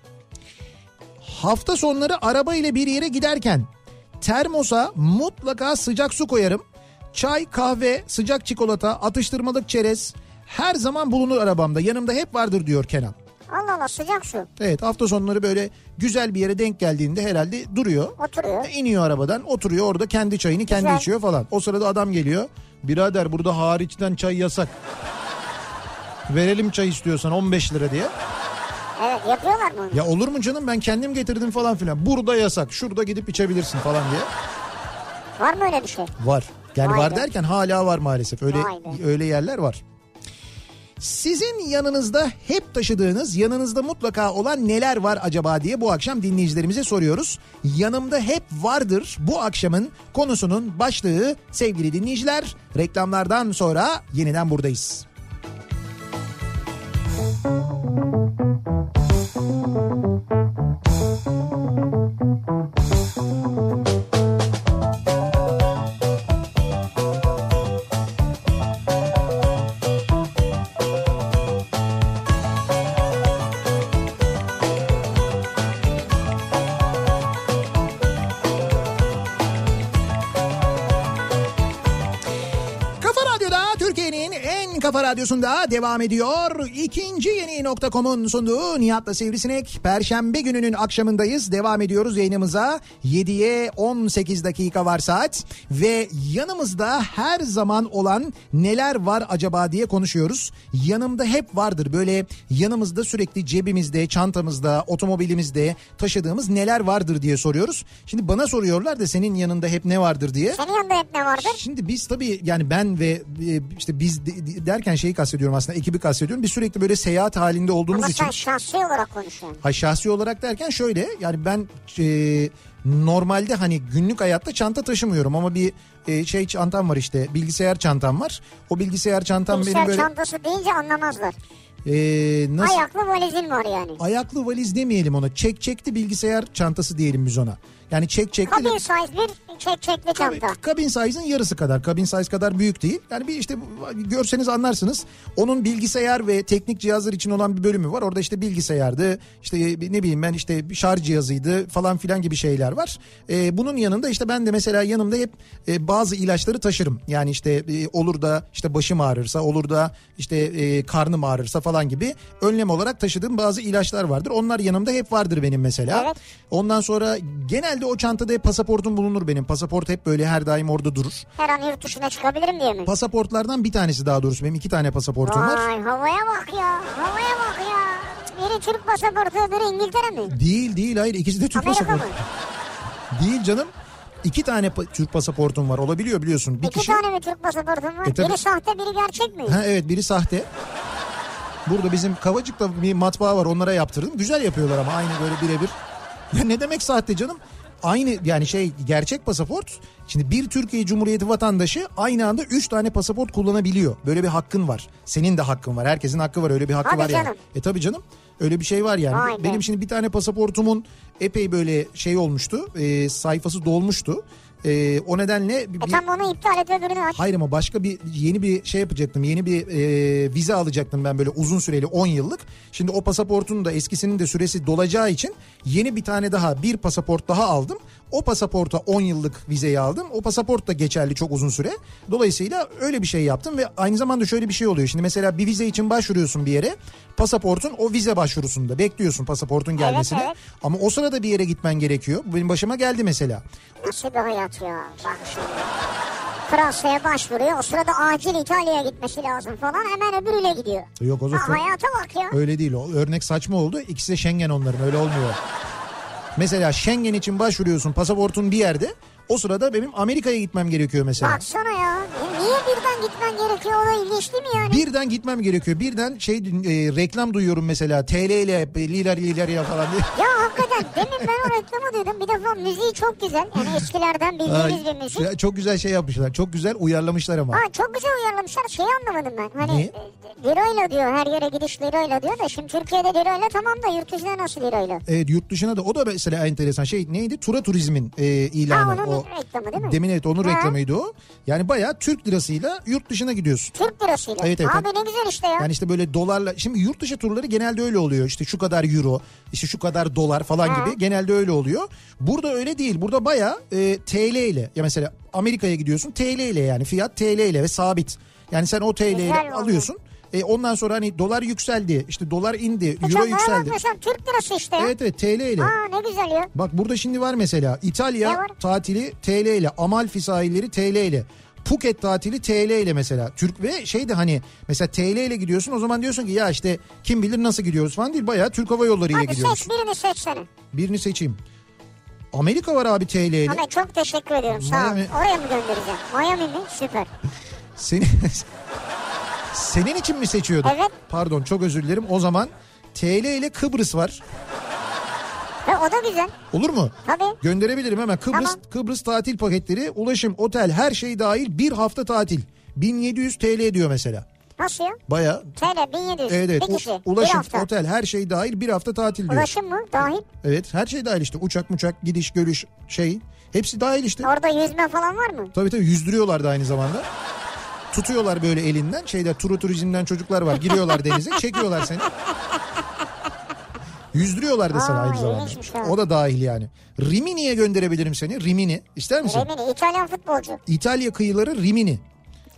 [SPEAKER 2] Hafta sonları araba ile bir yere giderken termosa mutlaka sıcak su koyarım. Çay, kahve, sıcak çikolata, atıştırmalık çerez her zaman bulunur arabamda. Yanımda hep vardır diyor Kenan.
[SPEAKER 3] Allah Allah sıcak su.
[SPEAKER 2] Evet hafta sonları böyle güzel bir yere denk geldiğinde herhalde duruyor.
[SPEAKER 3] Oturuyor.
[SPEAKER 2] İniyor arabadan oturuyor orada kendi çayını kendi
[SPEAKER 3] Güzel.
[SPEAKER 2] içiyor falan. O sırada adam geliyor. Birader burada hariçten çay yasak. Verelim çay istiyorsan 15 lira diye.
[SPEAKER 3] Evet yapıyorlar mı onu?
[SPEAKER 2] Ya olur mu canım ben kendim getirdim falan filan. Burada yasak şurada gidip içebilirsin falan diye.
[SPEAKER 3] Var mı öyle bir şey?
[SPEAKER 2] Var. Yani
[SPEAKER 3] Vay
[SPEAKER 2] var
[SPEAKER 3] be.
[SPEAKER 2] derken hala var maalesef. Öyle
[SPEAKER 3] Vay be.
[SPEAKER 2] öyle yerler var. Sizin yanınızda hep taşıdığınız, yanınızda mutlaka olan neler var acaba diye bu akşam dinleyicilerimize soruyoruz. Yanımda hep vardır bu akşamın konusunun başlığı sevgili dinleyiciler. Reklamlardan sonra yeniden buradayız. Kafa Radyo'da Türkiye'nin en Kafa Radyosu'nda devam ediyor. İkinci yeni nokta.com'un sunduğu Nihat'la Sivrisinek. Perşembe gününün akşamındayız. Devam ediyoruz yayınımıza. 7'ye 18 dakika var saat. Ve yanımızda her zaman olan neler var acaba diye konuşuyoruz. Yanımda hep vardır böyle yanımızda sürekli cebimizde, çantamızda, otomobilimizde taşıdığımız neler vardır diye soruyoruz. Şimdi bana soruyorlar da senin yanında hep ne vardır diye.
[SPEAKER 3] Senin yanında hep ne vardır?
[SPEAKER 2] Şimdi biz tabii yani ben ve e, işte biz de- de- derken şeyi kastediyorum aslında ekibi kastediyorum. Biz sürekli böyle seyahat halinde olduğumuz
[SPEAKER 3] Ama
[SPEAKER 2] için.
[SPEAKER 3] sen şahsi olarak konuşuyorsun.
[SPEAKER 2] Ha şahsi olarak derken şöyle yani ben e, normalde hani günlük hayatta çanta taşımıyorum ama bir e, şey çantam var işte bilgisayar çantam var. O bilgisayar çantam benim
[SPEAKER 3] Bilgisayar
[SPEAKER 2] böyle
[SPEAKER 3] çantası deyince anlamazlar.
[SPEAKER 2] e, nasıl
[SPEAKER 3] Ayaklı valizin var yani.
[SPEAKER 2] ayaklı valiz demeyelim ona. Çek çekli bilgisayar çantası diyelim biz ona. Yani çek çekli de-
[SPEAKER 3] Kabin size bir çek çekli çanta.
[SPEAKER 2] Kabin size'ın yarısı kadar. Kabin size kadar büyük değil. Yani bir işte görseniz anlarsınız. Onun bilgisayar ve teknik cihazlar için olan bir bölümü var. Orada işte bilgisayardı. işte bir- ne bileyim ben işte bir şarj cihazıydı falan filan gibi şeyler var. Ee, bunun yanında işte ben de mesela yanımda hep e, bazı ilaçları taşırım. Yani işte e, olur da işte başım ağrırsa olur da işte e, karnım ağrırsa falan gibi önlem olarak taşıdığım bazı ilaçlar vardır. Onlar yanımda hep vardır benim mesela.
[SPEAKER 3] Evet.
[SPEAKER 2] Ondan sonra genelde o çantada hep pasaportum bulunur benim. Pasaport hep böyle her daim orada durur.
[SPEAKER 3] Her an yurt dışına çıkabilirim diye mi?
[SPEAKER 2] Pasaportlardan bir tanesi daha doğrusu benim iki tane pasaportum var.
[SPEAKER 3] Vay havaya bak ya. Havaya bak ya. Biri Türk pasaportu öbürü İngiltere mi?
[SPEAKER 2] Değil değil hayır ikisi de Türk
[SPEAKER 3] Amerika
[SPEAKER 2] pasaport.
[SPEAKER 3] mı?
[SPEAKER 2] Değil canım. İki tane pa- Türk pasaportum var olabiliyor biliyorsun. Bir
[SPEAKER 3] İki
[SPEAKER 2] kişi...
[SPEAKER 3] tane mi Türk pasaportun var?
[SPEAKER 2] E, tabii.
[SPEAKER 3] biri sahte biri gerçek mi?
[SPEAKER 2] Ha, evet biri sahte. Burada bizim Kavacık'ta bir matbaa var onlara yaptırdım. Güzel yapıyorlar ama aynı böyle birebir. Ya ne demek sahte canım? Aynı yani şey gerçek pasaport. Şimdi bir Türkiye Cumhuriyeti vatandaşı aynı anda 3 tane pasaport kullanabiliyor. Böyle bir hakkın var. Senin de hakkın var. Herkesin hakkı var. Öyle bir hakkı
[SPEAKER 3] Hadi
[SPEAKER 2] var yani.
[SPEAKER 3] canım.
[SPEAKER 2] E tabii canım. Öyle bir şey var yani.
[SPEAKER 3] Vay be.
[SPEAKER 2] Benim şimdi bir tane pasaportumun epey böyle şey olmuştu. E, sayfası dolmuştu. E, o nedenle bir-
[SPEAKER 3] E tam onu iptal et öbürünü aç.
[SPEAKER 2] Hayır ama başka bir yeni bir şey yapacaktım. Yeni bir e, vize alacaktım ben böyle uzun süreli 10 yıllık. Şimdi o pasaportun da eskisinin de süresi dolacağı için yeni bir tane daha bir pasaport daha aldım. O pasaporta 10 yıllık vizeyi aldım. O pasaport da geçerli çok uzun süre. Dolayısıyla öyle bir şey yaptım ve aynı zamanda şöyle bir şey oluyor. Şimdi mesela bir vize için başvuruyorsun bir yere. Pasaportun o vize başvurusunda bekliyorsun pasaportun gelmesini.
[SPEAKER 3] evet.
[SPEAKER 2] Ama o sırada bir yere gitmen gerekiyor. Bu Benim başıma geldi mesela.
[SPEAKER 3] Nasıl bir hayat ya. Bak şimdi. Fransa'ya başvuruyor. O sırada acil İtalya'ya gitmesi lazım falan. Hemen öbürüyle gidiyor.
[SPEAKER 2] E, Yok o
[SPEAKER 3] Ha,
[SPEAKER 2] zaman.
[SPEAKER 3] hayata bak ya.
[SPEAKER 2] Öyle değil o. Örnek saçma oldu. İkisi de Schengen onların öyle olmuyor. Mesela Schengen için başvuruyorsun pasaportun bir yerde. O sırada benim Amerika'ya gitmem gerekiyor mesela.
[SPEAKER 3] Baksana ya. E, Niye birden gitmen gerekiyor? O da ilginç değil mi yani?
[SPEAKER 2] Birden gitmem gerekiyor. Birden şey e, reklam duyuyorum mesela TL ile e, liler liler ya falan diye.
[SPEAKER 3] Ya hakikaten demin ben o reklamı duydum. Bir defa müziği çok güzel. Yani eskilerden bildiğimiz bir müzik.
[SPEAKER 2] Ya çok güzel şey yapmışlar. Çok güzel uyarlamışlar ama.
[SPEAKER 3] Ha, çok güzel uyarlamışlar. Şeyi anlamadım ben. Hani
[SPEAKER 2] Niye?
[SPEAKER 3] e, lirayla diyor her yere gidiş lirayla diyor da şimdi Türkiye'de lirayla tamam da yurt dışına nasıl lirayla?
[SPEAKER 2] Evet yurt dışına da o da mesela enteresan şey neydi? Tura turizmin e,
[SPEAKER 3] Ha
[SPEAKER 2] ilanı.
[SPEAKER 3] onun
[SPEAKER 2] o.
[SPEAKER 3] reklamı değil mi?
[SPEAKER 2] Demin evet onun
[SPEAKER 3] Ha.
[SPEAKER 2] reklamıydı o. Yani bayağı Türk lirasıyla yurt dışına gidiyorsun.
[SPEAKER 3] Türk lirasıyla.
[SPEAKER 2] Evet, evet.
[SPEAKER 3] Abi ne güzel işte ya.
[SPEAKER 2] Yani işte böyle dolarla şimdi yurt dışı turları genelde öyle oluyor. İşte şu kadar euro, işte şu kadar dolar falan gibi genelde öyle oluyor. Burada öyle değil. Burada baya TL ile ya mesela Amerika'ya gidiyorsun TL ile yani fiyat TL ile ve sabit. Yani sen o TL
[SPEAKER 3] Güzel
[SPEAKER 2] ile
[SPEAKER 3] oldu.
[SPEAKER 2] alıyorsun. E ondan sonra hani dolar yükseldi, işte dolar indi,
[SPEAKER 3] Uçaklara
[SPEAKER 2] euro yükseldi.
[SPEAKER 3] bakmasan Türk lirası işte ya.
[SPEAKER 2] Evet evet TL ile.
[SPEAKER 3] şey Aa ne güzel ya.
[SPEAKER 2] Bak burada şimdi var mesela
[SPEAKER 3] Ne
[SPEAKER 2] İtalya
[SPEAKER 3] var?
[SPEAKER 2] tatili TL ile, Amalfi sahilleri TL ile, Phuket tatili TL ile mesela. Türk ve şey de hani mesela TL ile gidiyorsun o zaman diyorsun ki ya işte kim bilir nasıl gidiyoruz falan değil bayağı Türk Hava Yolları ile
[SPEAKER 3] Hadi seç
[SPEAKER 2] gidiyoruz.
[SPEAKER 3] birini seçsene.
[SPEAKER 2] Birini seçeyim. Amerika var abi TL ile.
[SPEAKER 3] Ama çok teşekkür ediyorum sağ ol.
[SPEAKER 2] Miami-
[SPEAKER 3] Oraya mı göndereceğim? Miami mi? Süper.
[SPEAKER 2] Senin, senin için mi seçiyorduk?
[SPEAKER 3] Evet.
[SPEAKER 2] Pardon çok özür dilerim. O zaman TL ile Kıbrıs var.
[SPEAKER 3] Ve o da güzel.
[SPEAKER 2] Olur mu?
[SPEAKER 3] Tabii.
[SPEAKER 2] Gönderebilirim hemen. Kıbrıs
[SPEAKER 3] Tamam.
[SPEAKER 2] Kıbrıs tatil paketleri, ulaşım, otel her şey dahil bir hafta tatil. 1700 TL diyor mesela.
[SPEAKER 3] Nasıl ya?
[SPEAKER 2] Baya
[SPEAKER 3] TL 1700.
[SPEAKER 2] evet evet.
[SPEAKER 3] Bir kişi.
[SPEAKER 2] U-
[SPEAKER 3] bir
[SPEAKER 2] ulaşım,
[SPEAKER 3] hafta.
[SPEAKER 2] otel her şey dahil bir hafta tatil diyor.
[SPEAKER 3] Ulaşım mı? Dahil.
[SPEAKER 2] Evet her şey dahil işte uçak muçak gidiş görüş şey hepsi dahil işte.
[SPEAKER 3] Orada yüzme falan var mı?
[SPEAKER 2] Tabii tabii yüzdürüyorlar da aynı zamanda. Tutuyorlar böyle elinden şeyde turu turizmden çocuklar var giriyorlar denize çekiyorlar seni. Yüzdürüyorlar da sana
[SPEAKER 3] Aa,
[SPEAKER 2] aynı zamanda.
[SPEAKER 3] ilginçmiş ya.
[SPEAKER 2] O da dahil yani. Rimini'ye gönderebilirim seni. Rimini. ister misin?
[SPEAKER 3] Remini İtalyan futbolcu.
[SPEAKER 2] İtalya kıyıları Rimini.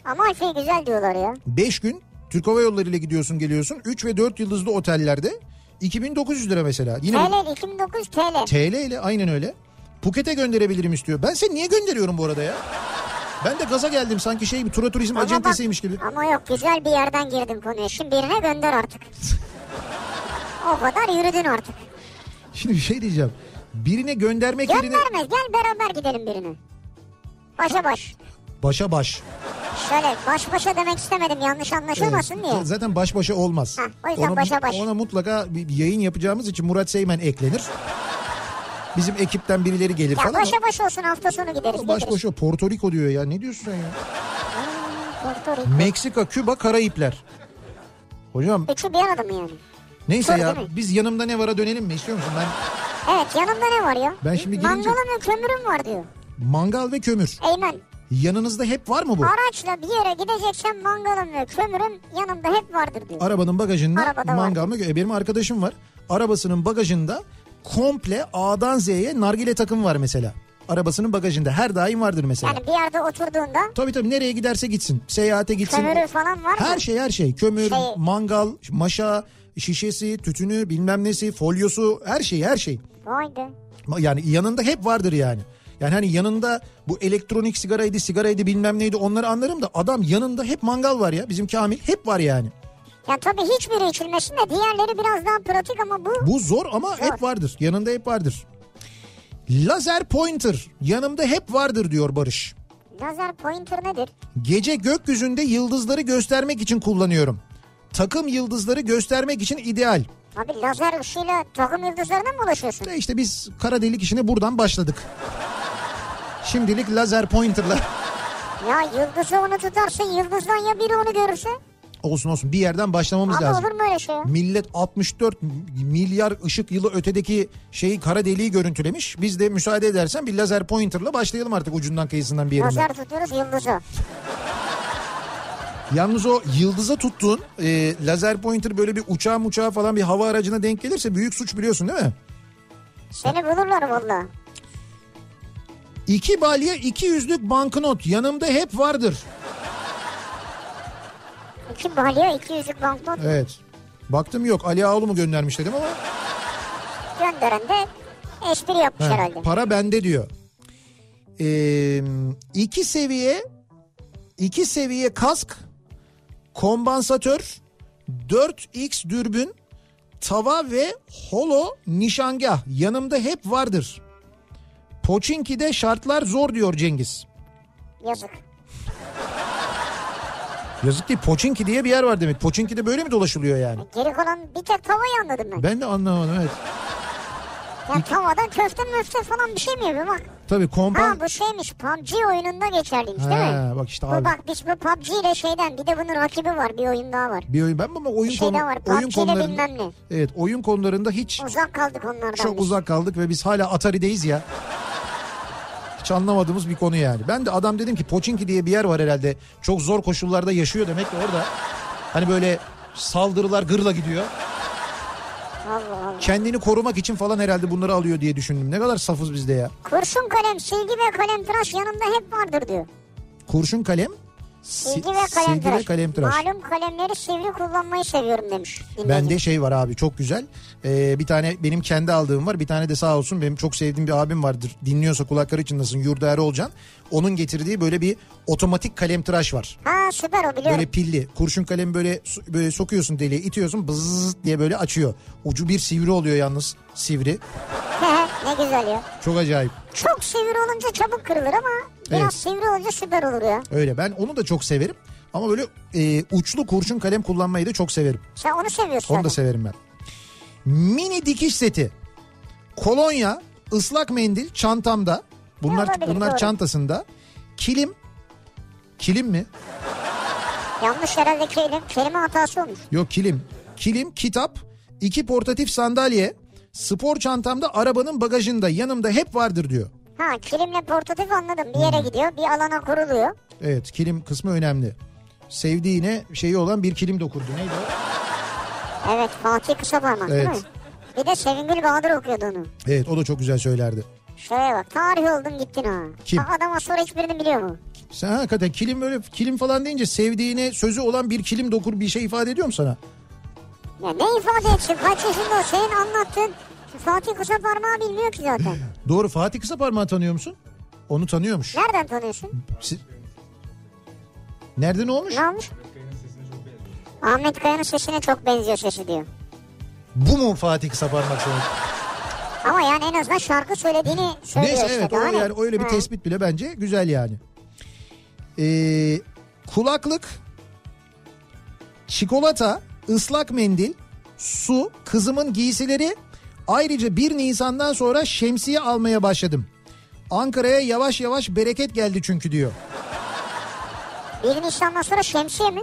[SPEAKER 3] Ama şey güzel diyorlar ya.
[SPEAKER 2] 5 gün Türk Hava Yolları ile gidiyorsun geliyorsun. 3 ve 4 yıldızlı otellerde 2900 lira mesela. Yine bu-
[SPEAKER 3] TL 2009 TL.
[SPEAKER 2] TL ile aynen öyle. Phuket'e gönderebilirim istiyor. Ben seni niye gönderiyorum bu arada ya? Ben de gaza geldim sanki şey bir tura turizm
[SPEAKER 3] Ama bak-
[SPEAKER 2] acentesiymiş gibi.
[SPEAKER 3] Ama yok güzel bir yerden girdim konuya. Şimdi birine gönder artık. o kadar yürüdün artık.
[SPEAKER 2] Şimdi bir şey diyeceğim. Birine göndermek yerine
[SPEAKER 3] Gönderme gel beraber gidelim birine. Başa baş.
[SPEAKER 2] başa baş.
[SPEAKER 3] Şöyle baş başa demek istemedim yanlış anlaşılmasın diye.
[SPEAKER 2] Evet, Zaten baş başa olmaz.
[SPEAKER 3] Ha, o yüzden başa baş.
[SPEAKER 2] Ona mutlaka bir bir yayın yapacağımız için Murat Seymen eklenir. Bizim ekipten birileri gelir
[SPEAKER 3] Ya
[SPEAKER 2] falan.
[SPEAKER 3] başa baş olsun hafta sonu gideriz.
[SPEAKER 2] Baş
[SPEAKER 3] gideriz.
[SPEAKER 2] başa Porto Rico diyor ya. Ne diyorsun sen ya?
[SPEAKER 3] Porto Rico.
[SPEAKER 2] Meksika, Küba, Karayipler. Hocam
[SPEAKER 3] Üçü bir arada mı yani?
[SPEAKER 2] neyse
[SPEAKER 3] Tabii,
[SPEAKER 2] ya
[SPEAKER 3] tabii.
[SPEAKER 2] biz yanımda ne vara dönelim mi istiyor musun? Ben
[SPEAKER 3] Evet yanımda ne var ya?
[SPEAKER 2] Ben şimdi gelince-
[SPEAKER 3] Mangalım ve kömürüm var diyor.
[SPEAKER 2] mangal ve kömür.
[SPEAKER 3] Eymen
[SPEAKER 2] Yanınızda hep var mı bu?
[SPEAKER 3] araçla bir yere gideceksen mangalım ve kömürüm yanımda hep vardır diyor.
[SPEAKER 2] Arabanın bagajında
[SPEAKER 3] Arabada var.
[SPEAKER 2] mangal mı? E, Benim arkadaşım var. Arabasının bagajında komple A'dan Z'ye nargile takım var mesela. Arabasının bagajında her daim vardır mesela.
[SPEAKER 3] yani bir yerde oturduğunda
[SPEAKER 2] Tabii tabii nereye giderse gitsin. Seyahate gitsin.
[SPEAKER 3] kömürü falan var mı?
[SPEAKER 2] Her şey her şey. Kömür,
[SPEAKER 3] Şey-
[SPEAKER 2] mangal, maşa, şişesi, tütünü, bilmem nesi, folyosu, her şey her şey.
[SPEAKER 3] Vay be.
[SPEAKER 2] Ma- Yani yanında hep vardır yani. Yani hani yanında bu elektronik sigaraydı, sigaraydı bilmem neydi onları anlarım da adam yanında hep mangal var ya. Bizim Kamil hep var yani.
[SPEAKER 3] Ya tabii hiçbiri içilmesin de diğerleri biraz daha pratik ama bu...
[SPEAKER 2] Bu zor ama hep vardır. Yanında hep vardır. Lazer pointer yanımda hep vardır diyor Barış.
[SPEAKER 3] lazer pointer nedir?
[SPEAKER 2] Gece gökyüzünde yıldızları göstermek için kullanıyorum. Takım yıldızları göstermek için ideal.
[SPEAKER 3] Abi lazer ışığıyla takım yıldızlarına mı ulaşıyorsun?
[SPEAKER 2] E işte biz kara delik işine buradan başladık. Şimdilik lazer pointerla
[SPEAKER 3] Ya yıldızı onu tutarsın yıldızdan ya biri onu görürse?
[SPEAKER 2] olsun olsun bir yerden başlamamız
[SPEAKER 3] Abi
[SPEAKER 2] lazım.
[SPEAKER 3] olur mu öyle şey ya?
[SPEAKER 2] Millet 64 milyar ışık yılı ötedeki şeyi kara deliği görüntülemiş. Biz de müsaade edersen bir lazer pointerla başlayalım artık ucundan kıyısından bir yerinden.
[SPEAKER 3] Lazer tutuyoruz yıldızı.
[SPEAKER 2] Yalnız o yıldıza tuttuğun e, lazer pointer böyle bir uçağa uçağa falan bir hava aracına denk gelirse büyük suç biliyorsun değil mi?
[SPEAKER 3] Seni bulurlar valla.
[SPEAKER 2] İki balya iki yüzlük banknot yanımda hep vardır.
[SPEAKER 3] İki balya iki yüzük banknot
[SPEAKER 2] Evet. Baktım yok Ali Ağaoğlu mu göndermiş dedim ama
[SPEAKER 3] gönderen de espri yapmış
[SPEAKER 2] Ha,
[SPEAKER 3] herhalde.
[SPEAKER 2] para bende diyor. Ee, iki seviye iki seviye kask kombansatör 4x dürbün tava ve holo nişangah yanımda hep vardır. Poçinki'de şartlar zor diyor Cengiz.
[SPEAKER 3] Yazık.
[SPEAKER 2] Yazık değil Poçinki diye bir yer var demek. Poçinki'de böyle mi dolaşılıyor yani?
[SPEAKER 3] E, Geri kalan bir tek tavayı anladım ben.
[SPEAKER 2] Ben de anlamadım evet.
[SPEAKER 3] Ya tavadan köfte möfte falan bir şey mi yapıyor bak.
[SPEAKER 2] Tabii komban...
[SPEAKER 3] Ha bu şeymiş PUBG oyununda geçerliymiş değil mi?
[SPEAKER 2] Ha, bak işte
[SPEAKER 3] Bu
[SPEAKER 2] abi.
[SPEAKER 3] bak biz bu PUBG ile şeyden bir de bunun rakibi var bir oyun daha var.
[SPEAKER 2] Bir oyun ben ama oyun,
[SPEAKER 3] şey de
[SPEAKER 2] konu-
[SPEAKER 3] var,
[SPEAKER 2] oyun
[SPEAKER 3] PUBG de
[SPEAKER 2] konularında
[SPEAKER 3] bilmem ne.
[SPEAKER 2] Evet, oyun konularında hiç
[SPEAKER 3] Uzak kaldık onlardan.
[SPEAKER 2] Çok
[SPEAKER 3] biz.
[SPEAKER 2] uzak kaldık ve biz hala Atari'deyiz ya. Hiç anlamadığımız bir konu yani. Ben de adam dedim ki Poçinki diye bir yer var herhalde. Çok zor koşullarda yaşıyor demek ki orada. Hani böyle saldırılar gırla gidiyor.
[SPEAKER 3] Allah Allah.
[SPEAKER 2] Kendini korumak için falan herhalde bunları alıyor diye düşündüm. Ne kadar safız bizde ya.
[SPEAKER 3] Kurşun kalem, silgi ve kalem tıraş yanımda hep vardır diyor.
[SPEAKER 2] Kurşun kalem. si-
[SPEAKER 3] Silgi ve kalem
[SPEAKER 2] silgi
[SPEAKER 3] tıraş.
[SPEAKER 2] ve kalem tıraş.
[SPEAKER 3] Malum kalemleri sivri kullanmayı seviyorum demiş. dinleyici.
[SPEAKER 2] Bende şey var abi çok güzel. Ee, bir tane benim kendi aldığım var. Bir tane de sağ olsun benim çok sevdiğim bir abim vardır. Dinliyorsa kulakları çınlasın Yurda Erolcan. Onun getirdiği böyle bir otomatik kalem tıraş var.
[SPEAKER 3] Ha süper o biliyorum.
[SPEAKER 2] Böyle pilli. Kurşun kalemi böyle, su- böyle sokuyorsun deliğe itiyorsun bızz diye böyle açıyor. Ucu bir sivri oluyor yalnız sivri.
[SPEAKER 3] ne güzel ya.
[SPEAKER 2] Çok acayip.
[SPEAKER 3] Çok sivri olunca çabuk kırılır ama biraz
[SPEAKER 2] Evet.
[SPEAKER 3] sivri olunca süper olur ya.
[SPEAKER 2] Öyle ben onu da çok severim. Ama böyle e, uçlu kurşun kalem kullanmayı da çok severim.
[SPEAKER 3] Sen onu seviyorsun.
[SPEAKER 2] Onu da
[SPEAKER 3] zaten.
[SPEAKER 2] severim ben. Mini dikiş seti. Kolonya, ıslak mendil çantamda. Bunlar
[SPEAKER 3] Ne olabilir,
[SPEAKER 2] bunlar
[SPEAKER 3] doğru.
[SPEAKER 2] çantasında. Kilim. Kilim mi?
[SPEAKER 3] Yanlış herhalde kelim, kelime hatası olmuş.
[SPEAKER 2] Yok kilim. Kilim, kitap, iki portatif sandalye, spor çantamda arabanın bagajında yanımda hep vardır diyor.
[SPEAKER 3] Ha kilimle portatif anladım. Bir
[SPEAKER 2] Hmm.
[SPEAKER 3] yere gidiyor bir alana kuruluyor.
[SPEAKER 2] Evet kilim kısmı önemli. Sevdiğine şeyi olan bir kilim dokurdu. Neydi o?
[SPEAKER 3] Evet Fatih Kısaparmak değil
[SPEAKER 2] Evet.
[SPEAKER 3] mi? Bir de Sevingül Bahadır okuyordu onu.
[SPEAKER 2] Evet o da çok güzel söylerdi.
[SPEAKER 3] Şeye bak tarih oldun gittin ha.
[SPEAKER 2] Kim?
[SPEAKER 3] Bak adama sor hiçbirini biliyor mu?
[SPEAKER 2] Sen hakikaten kilim böyle kilim falan deyince sevdiğine sözü olan bir kilim dokur bir şey ifade ediyor mu sana?
[SPEAKER 3] Ya ne ifade etsin kaç yaşında o senin anlattığın Fatih Kusa parmağı bilmiyor ki zaten.
[SPEAKER 2] Doğru Fatih Kısaparmağı tanıyor musun? Onu tanıyormuş.
[SPEAKER 3] Nereden tanıyorsun?
[SPEAKER 2] Si- Nerede ne olmuş?
[SPEAKER 3] Ne olmuş? Ahmet Kaya'nın sesine çok benziyor sesi diyor.
[SPEAKER 2] Bu mu Fatih Kısaparmak sonucu?
[SPEAKER 3] Ama yani en azından şarkı söylediğini söylüyor
[SPEAKER 2] Neyse
[SPEAKER 3] işte.
[SPEAKER 2] evet o
[SPEAKER 3] daha ne?
[SPEAKER 2] yani öyle bir
[SPEAKER 3] Ha.
[SPEAKER 2] tespit bile bence güzel yani. Ee, kulaklık, çikolata, ıslak mendil, su, kızımın giysileri. Ayrıca 1 Nisan'dan sonra şemsiye almaya başladım. Ankara'ya yavaş yavaş bereket geldi çünkü diyor.
[SPEAKER 3] Bir Nisan'dan sonra şemsiye mi?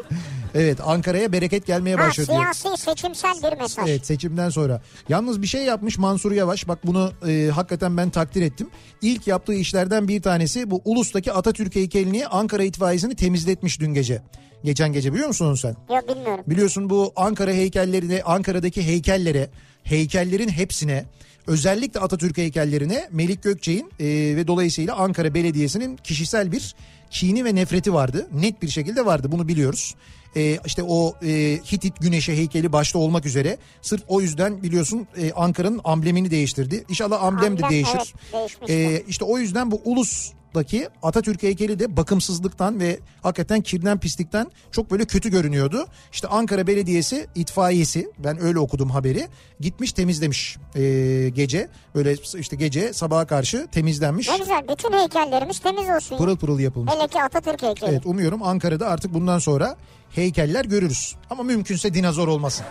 [SPEAKER 2] Evet Ankara'ya bereket gelmeye
[SPEAKER 3] Ha
[SPEAKER 2] başladı diyor.
[SPEAKER 3] siyasi seçimsel bir mesaj.
[SPEAKER 2] Evet seçimden sonra. Yalnız bir şey yapmış Mansur Yavaş. Bak bunu e, hakikaten ben takdir ettim. İlk yaptığı işlerden bir tanesi bu ulustaki Atatürk heykelini Ankara itfaiyesini temizletmiş dün gece. Geçen gece biliyor musun onu sen?
[SPEAKER 3] Yok bilmiyorum.
[SPEAKER 2] Biliyorsun bu Ankara heykellerine, Ankara'daki heykellere, heykellerin hepsine özellikle Atatürk heykellerine Melik Gökçek'in e, ve dolayısıyla Ankara Belediyesi'nin kişisel bir kini ve nefreti vardı. Net bir şekilde vardı bunu biliyoruz. E, işte o e, Hitit Güneş'e heykeli başta olmak üzere sırf o yüzden biliyorsun e, Ankara'nın amblemini değiştirdi. İnşallah amblem, de
[SPEAKER 3] Amblem,
[SPEAKER 2] değişir.
[SPEAKER 3] evet, değişmişti.
[SPEAKER 2] E, işte o yüzden bu ulustaki Atatürk heykeli de bakımsızlıktan ve hakikaten kirden pislikten çok böyle kötü görünüyordu. İşte Ankara Belediyesi itfaiyesi ben öyle okudum haberi gitmiş temizlemiş e, gece böyle işte gece sabaha karşı temizlenmiş
[SPEAKER 3] Ne güzel bütün heykellerimiz temiz olsun.
[SPEAKER 2] pırıl pırıl yapılmış.
[SPEAKER 3] Hele ki Atatürk heykeli.
[SPEAKER 2] Evet umuyorum Ankara'da artık bundan sonra heykeller görürüz. Ama mümkünse dinozor olmasın.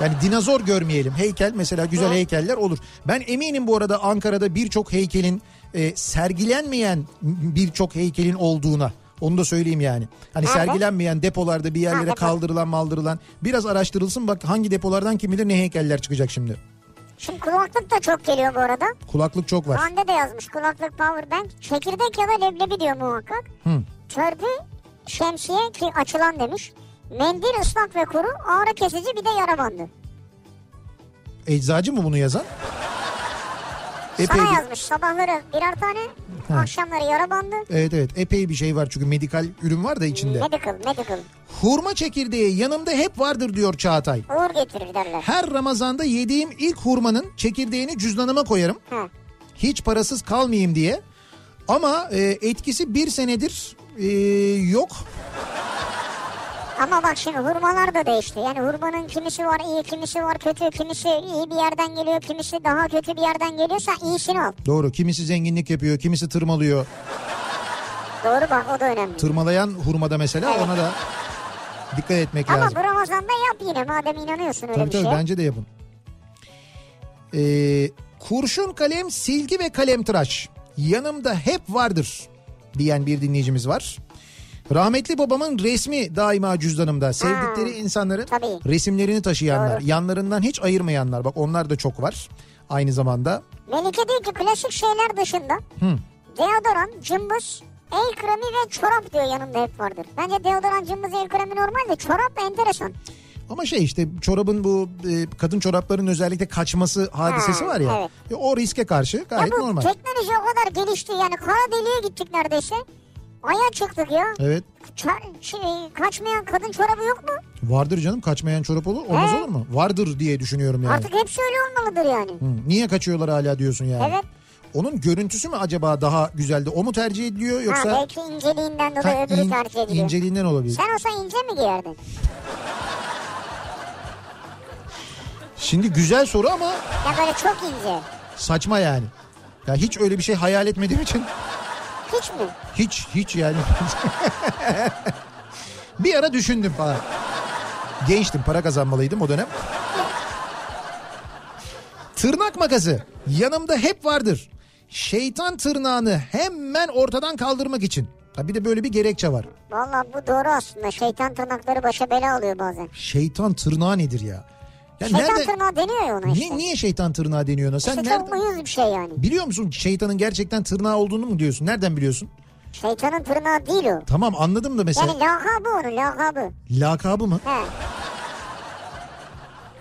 [SPEAKER 2] Yani dinozor görmeyelim. Heykel mesela güzel heykeller olur. Ben eminim bu arada Ankara'da birçok heykelin e, sergilenmeyen birçok heykelin olduğuna. Onu da söyleyeyim yani. Hani
[SPEAKER 3] Nerede?
[SPEAKER 2] sergilenmeyen depolarda bir yerlere
[SPEAKER 3] depo.
[SPEAKER 2] kaldırılan maldırılan. Biraz araştırılsın bak hangi depolardan kim bilir ne heykeller çıkacak şimdi.
[SPEAKER 3] Şimdi kulaklık da çok geliyor bu arada.
[SPEAKER 2] Kulaklık çok var.
[SPEAKER 3] Hande de yazmış kulaklık power bank. Çekirdek ya da leblebi diyor muhakkak.
[SPEAKER 2] Hı.
[SPEAKER 3] Törpü şemsiye ki açılan demiş. Mendil ıslak ve kuru ağrı kesici bir de yara bandı.
[SPEAKER 2] Eczacı mı bunu yazan? Epey
[SPEAKER 3] Sana
[SPEAKER 2] bir-
[SPEAKER 3] yazmış sabahları birer tane akşamları yara bandı.
[SPEAKER 2] Evet evet epey bir şey var çünkü medikal ürün var da içinde.
[SPEAKER 3] Medical medical.
[SPEAKER 2] Hurma çekirdeği yanımda hep vardır diyor Çağatay.
[SPEAKER 3] Uğur getirir derler.
[SPEAKER 2] Her Ramazan'da yediğim ilk hurmanın çekirdeğini cüzdanıma koyarım.
[SPEAKER 3] Hı.
[SPEAKER 2] Hiç parasız kalmayayım diye. Ama e, etkisi bir senedir e, yok.
[SPEAKER 3] Ama bak şimdi hurmalar da değişti. Yani hurmanın kimisi var iyi, kimisi var kötü, kimisi iyi bir yerden geliyor, kimisi daha kötü bir yerden geliyorsa iyisini al.
[SPEAKER 2] Doğru kimisi zenginlik yapıyor kimisi tırmalıyor.
[SPEAKER 3] Doğru bak o da önemli.
[SPEAKER 2] Tırmalayan hurmada mesela ona da dikkat etmek
[SPEAKER 3] Ama
[SPEAKER 2] lazım.
[SPEAKER 3] bu Ramazan'da yap yine madem inanıyorsun öyle
[SPEAKER 2] Tabii
[SPEAKER 3] bir
[SPEAKER 2] tabii
[SPEAKER 3] şeye.
[SPEAKER 2] bence de yapın. Ee, kurşun kalem, silgi ve kalem tıraş. Yanımda hep vardır diyen bir dinleyicimiz var. Rahmetli babamın resmi daima cüzdanımda. Sevdikleri insanların
[SPEAKER 3] tabii.
[SPEAKER 2] resimlerini taşıyanlar. Yanlarından hiç ayırmayanlar. Bak onlar da çok var. Aynı zamanda
[SPEAKER 3] Melike diyor ki klasik şeyler dışında deodorant, cımbız, el kremi ve çorap diyor yanımda hep vardır. Bence deodorant, cımbız, el kremi normal de çorap da enteresan.
[SPEAKER 2] Ama şey işte çorabın bu e, kadın çorapların özellikle kaçması hadisesi
[SPEAKER 3] Ha,
[SPEAKER 2] var ya.
[SPEAKER 3] evet.
[SPEAKER 2] E, O riske karşı
[SPEAKER 3] Ya
[SPEAKER 2] gayet
[SPEAKER 3] bu
[SPEAKER 2] normal.
[SPEAKER 3] teknoloji o kadar gelişti yani kara deliğe gittik neredeyse. Ay'a çıktık ya.
[SPEAKER 2] Evet.
[SPEAKER 3] Ça- şey, kaçmayan kadın çorabı yok mu?
[SPEAKER 2] Vardır canım kaçmayan çorap olur. Olmaz
[SPEAKER 3] He.
[SPEAKER 2] olur mu? Vardır diye düşünüyorum yani.
[SPEAKER 3] Artık hepsi öyle olmalıdır yani.
[SPEAKER 2] Hı, Niye kaçıyorlar hala diyorsun yani?
[SPEAKER 3] Evet.
[SPEAKER 2] Onun görüntüsü mü acaba daha güzeldi? O mu tercih ediliyor yoksa
[SPEAKER 3] Ha, belki inceliğinden dolayı
[SPEAKER 2] Ha,
[SPEAKER 3] öbürü
[SPEAKER 2] in-
[SPEAKER 3] tercih ediliyor.
[SPEAKER 2] inceliğinden olabilir?
[SPEAKER 3] Sen olsan ince mi giyerdin?
[SPEAKER 2] Şimdi güzel soru ama
[SPEAKER 3] Ya böyle çok ince.
[SPEAKER 2] saçma yani. Ya hiç öyle bir şey hayal etmediğim için
[SPEAKER 3] Hiç mi?
[SPEAKER 2] hiç hiç yani. bir ara düşündüm falan. Gençtim para kazanmalıydım o dönem. Tırnak makası yanımda hep vardır. Şeytan tırnağını hemen ortadan kaldırmak için. Ha bir de böyle bir gerekçe var.
[SPEAKER 3] Valla bu doğru aslında. Şeytan tırnakları başa bela alıyor bazen.
[SPEAKER 2] Şeytan tırnağı nedir ya? Ya
[SPEAKER 3] Şeytan
[SPEAKER 2] nerede
[SPEAKER 3] tırnağı deniyor ya ona işte.
[SPEAKER 2] niye, niye şeytan tırnağı deniyor ona? Sen
[SPEAKER 3] İşte
[SPEAKER 2] nereden
[SPEAKER 3] çok uyuz bir şey yani.
[SPEAKER 2] biliyor musun şeytanın gerçekten tırnağı olduğunu mu diyorsun? Nereden biliyorsun?
[SPEAKER 3] Şeytanın tırnağı değil o.
[SPEAKER 2] Tamam anladım da mesela
[SPEAKER 3] Yani lakabı onun lakabı.
[SPEAKER 2] lakabı mı?
[SPEAKER 3] He.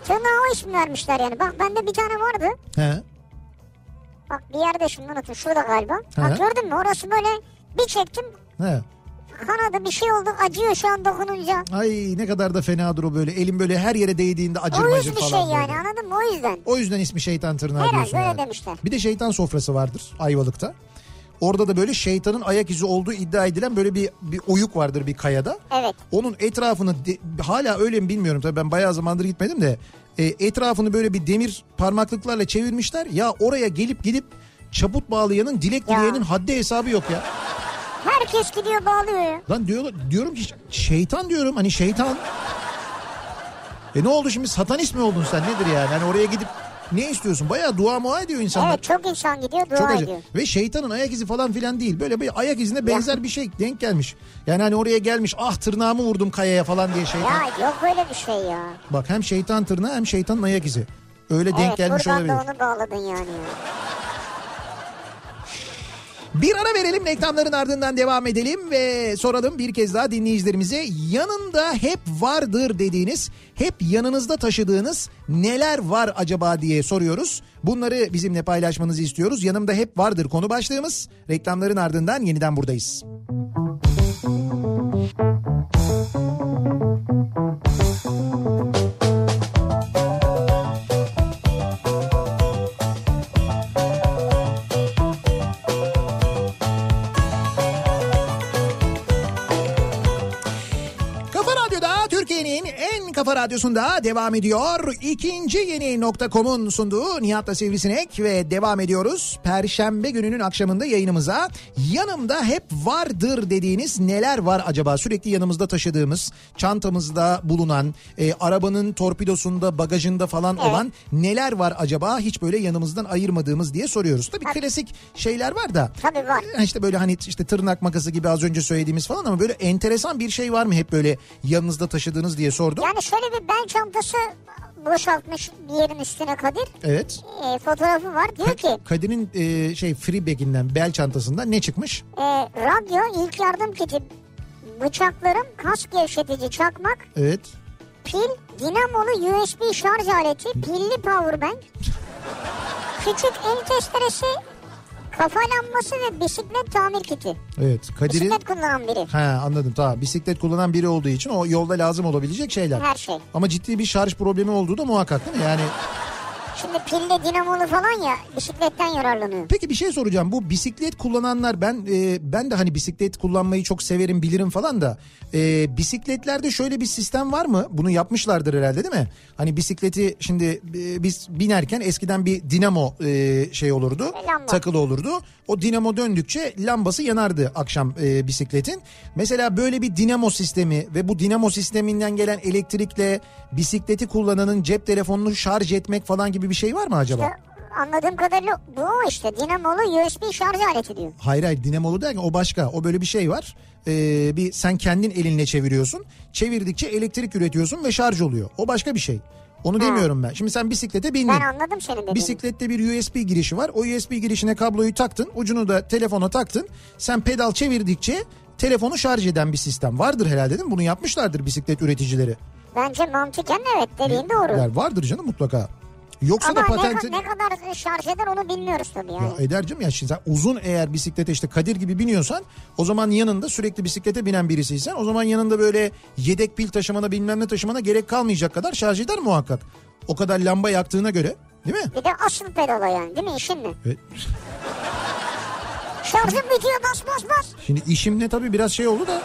[SPEAKER 3] Tırnağa o ismi vermişler yani. Bak bende bir tane vardı.
[SPEAKER 2] He.
[SPEAKER 3] Bak bir yerde şimdi unuttum şurada galiba.
[SPEAKER 2] Hı.
[SPEAKER 3] Bak gördün mü orası böyle bir çektim
[SPEAKER 2] He.
[SPEAKER 3] kanadı bir şey oldu acıyor şu an dokununca.
[SPEAKER 2] Ay ne kadar da fenadır o böyle. Elim böyle her yere değdiğinde acır
[SPEAKER 3] o
[SPEAKER 2] macır
[SPEAKER 3] yüz bir
[SPEAKER 2] falan.
[SPEAKER 3] şey
[SPEAKER 2] böyle.
[SPEAKER 3] yani anladın mı o yüzden.
[SPEAKER 2] O yüzden ismi şeytan tırnağı
[SPEAKER 3] Herhalde
[SPEAKER 2] diyorsun
[SPEAKER 3] öyle
[SPEAKER 2] yani.
[SPEAKER 3] demişler.
[SPEAKER 2] Bir de şeytan sofrası vardır Ayvalık'ta. Orada da böyle şeytanın ayak izi olduğu iddia edilen böyle bir, bir oyuk vardır bir kayada.
[SPEAKER 3] Evet.
[SPEAKER 2] Onun etrafını de- hala öyle mi bilmiyorum tabii ben bayağı zamandır gitmedim de e, etrafını böyle bir demir parmaklıklarla çevirmişler. Ya oraya gelip gidip çaput bağlayanın dilek
[SPEAKER 3] Ya.
[SPEAKER 2] dileyenin haddi hesabı yok ya.
[SPEAKER 3] Herkes gidiyor bağlıyor ya.
[SPEAKER 2] Lan diyor, diyorum ki şeytan diyorum hani şeytan. E ne oldu şimdi satanist mi oldun sen nedir yani? Hani oraya gidip ne istiyorsun? Bayağı dua mua ediyor insanlar.
[SPEAKER 3] Evet çok insan gidiyor dua
[SPEAKER 2] Çok acı.
[SPEAKER 3] ediyor.
[SPEAKER 2] Ve şeytanın ayak izi falan filan değil. Böyle bir ayak izine benzer bir şey denk gelmiş. Yani hani oraya gelmiş ah tırnağımı vurdum kayaya falan diye şeytan.
[SPEAKER 3] Ya yok öyle bir şey ya.
[SPEAKER 2] Bak hem şeytan tırnağı hem şeytanın ayak izi. Öyle denk
[SPEAKER 3] Evet
[SPEAKER 2] gelmiş
[SPEAKER 3] buradan
[SPEAKER 2] olabilir.
[SPEAKER 3] da onu bağladın yani. ya.
[SPEAKER 2] Bir ara verelim reklamların ardından devam edelim ve soralım bir kez daha dinleyicilerimize yanında hep vardır dediğiniz hep yanınızda taşıdığınız neler var acaba diye soruyoruz. Bunları bizimle paylaşmanızı istiyoruz. Yanımda hep vardır konu başlığımız. Reklamların ardından yeniden buradayız. Kafa Radyo'da Türkiye'nin en kafa radyosunda devam ediyor. İkinci yeni nokta.com'un sunduğu Nihat'la Sivrisinek ve devam ediyoruz. Perşembe gününün akşamında yayınımıza yanımda hep vardır dediğiniz neler var acaba? Sürekli yanımızda taşıdığımız, çantamızda bulunan, e, arabanın torpidosunda, bagajında falan olan neler var acaba? Hiç böyle yanımızdan ayırmadığımız diye soruyoruz. Tabii klasik şeyler var da.
[SPEAKER 3] Tabii var.
[SPEAKER 2] Yani işte böyle hani işte tırnak makası gibi az önce söylediğimiz falan ama böyle enteresan bir şey var mı hep böyle yanınızda taşıdığınız diye sordum.
[SPEAKER 3] Yani şöyle bir bel çantası boşaltmış bir yerin üstüne Kadir.
[SPEAKER 2] Evet.
[SPEAKER 3] E, fotoğrafı var. Diyor ki
[SPEAKER 2] Kadir'in e, şey free bag'inden bel çantasından ne çıkmış?
[SPEAKER 3] e, radyo, ilk yardım kiti, bıçaklarım, kas gevşetici çakmak,
[SPEAKER 2] Evet.
[SPEAKER 3] pil, dinamolu USB şarj aleti, pilli powerbank, küçük el testeresi, kafa lambası ve bisiklet tamir kiti.
[SPEAKER 2] Evet. Kadir'in
[SPEAKER 3] Bisiklet kullanan biri.
[SPEAKER 2] Ha anladım tamam. Bisiklet kullanan biri olduğu için o yolda lazım olabilecek şeyler.
[SPEAKER 3] Her şey.
[SPEAKER 2] Ama ciddi bir şarj problemi olduğu da muhakkak değil mi? Yani
[SPEAKER 3] Şimdi pilli dinamolu falan ya bisikletten yararlanıyor.
[SPEAKER 2] Peki bir şey soracağım. Bu bisiklet kullananlar ben e, ben de hani bisiklet kullanmayı çok severim bilirim falan da e, bisikletlerde şöyle bir sistem var mı? Bunu yapmışlardır herhalde değil mi? Hani bisikleti şimdi e, biz binerken eskiden bir dinamo e, şey olurdu.
[SPEAKER 3] Lamba.
[SPEAKER 2] Takılı olurdu. O dinamo döndükçe lambası yanardı akşam e, bisikletin. Mesela böyle bir dinamo sistemi ve bu dinamo sisteminden gelen elektrikle bisikleti kullananın cep telefonunu şarj etmek falan gibi bir şey var mı acaba?
[SPEAKER 3] Anladığım kadarıyla bu o işte dinamolu USB şarj aleti diyor.
[SPEAKER 2] Hayır hayır dinamolu derken o başka. O böyle bir şey var. Ee, bir sen kendin elinle çeviriyorsun. Çevirdikçe elektrik üretiyorsun ve şarj oluyor. O başka bir şey. Onu demiyorum ben. Şimdi sen bisiklete bindin.
[SPEAKER 3] Ben anladım senin dediğini.
[SPEAKER 2] Bisiklette bir USB girişi var. O USB girişine kabloyu taktın. Ucunu da telefona taktın. Sen pedal çevirdikçe telefonu şarj eden bir sistem vardır herhalde değil mi? Bunu yapmışlardır bisiklet üreticileri.
[SPEAKER 3] Bence mantıken evet dediğin doğru.
[SPEAKER 2] Yani vardır canım mutlaka. Yoksa
[SPEAKER 3] Ama
[SPEAKER 2] da
[SPEAKER 3] ne,
[SPEAKER 2] patenti...
[SPEAKER 3] ne kadar şarj eder onu bilmiyoruz tabii yani.
[SPEAKER 2] Ya e- Edercim ya şimdi sen uzun eğer bisiklete işte Kadir gibi biniyorsan o zaman yanında sürekli bisiklete binen birisiysen o zaman yanında böyle yedek pil taşımana bilmem ne taşımana gerek kalmayacak kadar şarj eder muhakkak. O kadar lamba yaktığına göre değil mi?
[SPEAKER 3] Bir de asıl pedala yani değil mi işin mi?
[SPEAKER 2] Evet.
[SPEAKER 3] Şarjım bitiyor bas bas bas.
[SPEAKER 2] Şimdi işimle tabii biraz şey oldu da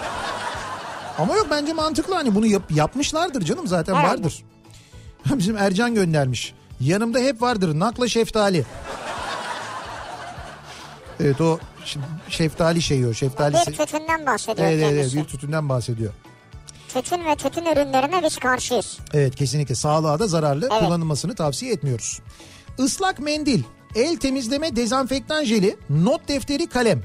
[SPEAKER 2] ama yok bence mantıklı hani bunu yap, yapmışlardır canım zaten
[SPEAKER 3] Herhalde.
[SPEAKER 2] vardır. Bizim Ercan göndermiş. Yanımda hep vardır nakla şeftali. Evet o ş- şeftali şeyi o şeftalisi.
[SPEAKER 3] Bir tütünden bahsediyor
[SPEAKER 2] Evet evet, evet
[SPEAKER 3] kendisi.
[SPEAKER 2] bir tütünden bahsediyor.
[SPEAKER 3] Tütün ve tütün ürünlerine biz karşıyız.
[SPEAKER 2] Evet kesinlikle sağlığa da zararlı
[SPEAKER 3] Evet.
[SPEAKER 2] kullanılmasını tavsiye etmiyoruz. Islak mendil, el temizleme dezenfektan jeli, not defteri, kalem.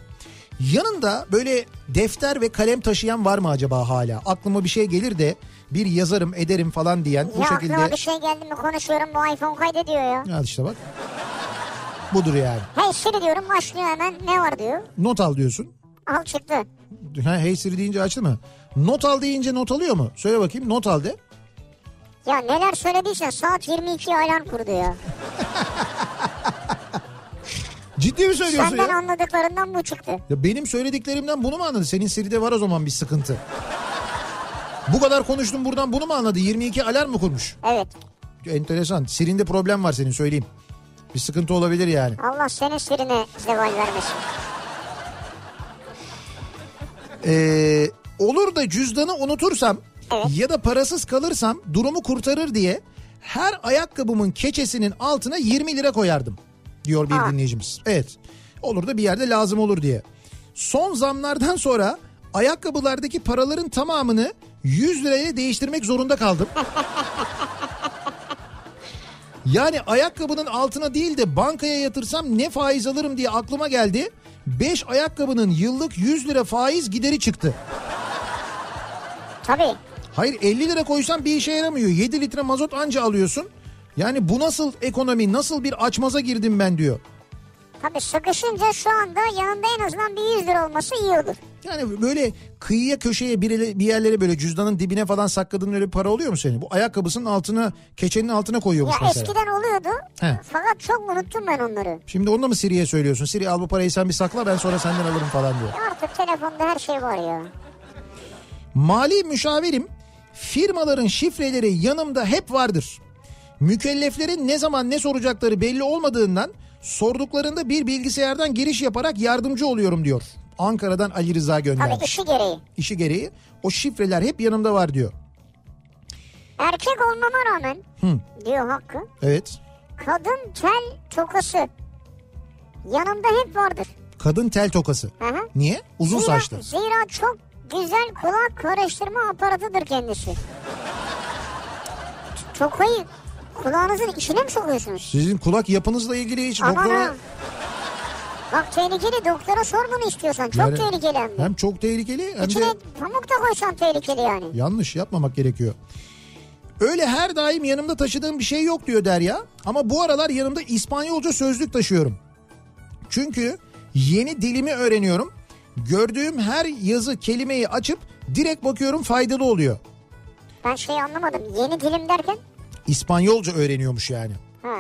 [SPEAKER 2] Yanında böyle defter ve kalem taşıyan var mı acaba hala? Aklıma bir şey gelir de bir yazarım ederim falan diyen bu
[SPEAKER 3] ya aklıma
[SPEAKER 2] şekilde.
[SPEAKER 3] bir şey geldi mi konuşuyorum bu iPhone kaydediyor ya.
[SPEAKER 2] Al işte bak. Budur yani.
[SPEAKER 3] Hey Siri diyorum başlıyor hemen ne var diyor.
[SPEAKER 2] Not al diyorsun.
[SPEAKER 3] Al çıktı.
[SPEAKER 2] Ha, hey Siri deyince açtı mı? Not al deyince not alıyor mu? Söyle bakayım not al de.
[SPEAKER 3] Ya neler söylediyse saat 22 alarm kurdu ya.
[SPEAKER 2] Ciddi mi söylüyorsun
[SPEAKER 3] Senden
[SPEAKER 2] ya?
[SPEAKER 3] anladıklarından bu çıktı.
[SPEAKER 2] Ya benim söylediklerimden bunu mu anladın? Senin seride var o zaman bir sıkıntı. Bu kadar konuştum buradan bunu mu anladı? 22 alarm mı kurmuş?
[SPEAKER 3] Evet.
[SPEAKER 2] Enteresan. Sirinde problem var senin söyleyeyim. Bir sıkıntı olabilir yani.
[SPEAKER 3] Allah senin sirine zeval vermesin.
[SPEAKER 2] Ee, olur da cüzdanı unutursam
[SPEAKER 3] Evet.
[SPEAKER 2] ya da parasız kalırsam durumu kurtarır diye her ayakkabımın keçesinin altına 20 lira koyardım diyor bir
[SPEAKER 3] Aa.
[SPEAKER 2] dinleyicimiz. Evet. Olur da bir yerde lazım olur diye. Son zamlardan sonra ayakkabılardaki paraların tamamını 100 liraya değiştirmek zorunda kaldım. Yani ayakkabının altına değil de bankaya yatırsam ne faiz alırım diye aklıma geldi. 5 ayakkabının yıllık 100 lira faiz gideri çıktı.
[SPEAKER 3] Tabii.
[SPEAKER 2] Hayır 50 lira koysan bir işe yaramıyor. 7 litre mazot anca alıyorsun. Yani bu nasıl ekonomi nasıl bir açmaza girdim ben diyor.
[SPEAKER 3] Tabii sıkışınca şu anda yanında en azından bir 100 lira olması iyi olur.
[SPEAKER 2] Yani böyle kıyıya köşeye bir, bir yerlere böyle cüzdanın dibine falan sakladığın öyle bir para oluyor mu senin? Bu ayakkabısının altına keçenin altına
[SPEAKER 3] Ya
[SPEAKER 2] koyuyormuş mesela.
[SPEAKER 3] eskiden oluyordu.
[SPEAKER 2] He.
[SPEAKER 3] Fakat çok unuttum ben onları.
[SPEAKER 2] Şimdi onu da mı Siri'ye söylüyorsun? Siri al bu parayı sen bir sakla ben sonra senden alırım falan diyor.
[SPEAKER 3] Ya Artık telefonda her şey var ya.
[SPEAKER 2] Mali müşavirim firmaların şifreleri yanımda hep vardır. Mükelleflerin ne zaman ne soracakları belli olmadığından sorduklarında bir bilgisayardan giriş yaparak yardımcı oluyorum diyor. Ankara'dan Ali Rıza
[SPEAKER 3] Tabii
[SPEAKER 2] göndermiş.
[SPEAKER 3] işi gereği.
[SPEAKER 2] İşi gereği o şifreler hep yanımda var diyor.
[SPEAKER 3] Erkek olmama rağmen diyor Hakkı.
[SPEAKER 2] Evet.
[SPEAKER 3] Kadın tel tokası. Yanımda hep vardır.
[SPEAKER 2] Kadın tel tokası.
[SPEAKER 3] Hı hı.
[SPEAKER 2] Niye? Uzun
[SPEAKER 3] Zira-
[SPEAKER 2] saçlı.
[SPEAKER 3] Zira çok güzel kulak karıştırma aparatıdır kendisi. Ç- Tokayı kulağınızın içine mi sokuyorsunuz?
[SPEAKER 2] Sizin kulak yapınızla ilgili hiç
[SPEAKER 3] Aman
[SPEAKER 2] doktora-
[SPEAKER 3] ha. Bak tehlikeli doktora sor bunu istiyorsan. Çok
[SPEAKER 2] Yani-
[SPEAKER 3] tehlikeli hem de.
[SPEAKER 2] Hem çok tehlikeli hem
[SPEAKER 3] İçine
[SPEAKER 2] de
[SPEAKER 3] pamuk da koysan tehlikeli yani.
[SPEAKER 2] Yanlış yapmamak gerekiyor. Öyle her daim yanımda taşıdığım bir şey yok diyor Derya. Ama bu aralar yanımda İspanyolca sözlük taşıyorum. Çünkü yeni dilimi öğreniyorum. Gördüğüm her yazı kelimeyi açıp direkt bakıyorum faydalı oluyor.
[SPEAKER 3] Ben şeyi anlamadım. Yeni dilim derken?
[SPEAKER 2] İspanyolca öğreniyormuş yani.
[SPEAKER 3] Ha.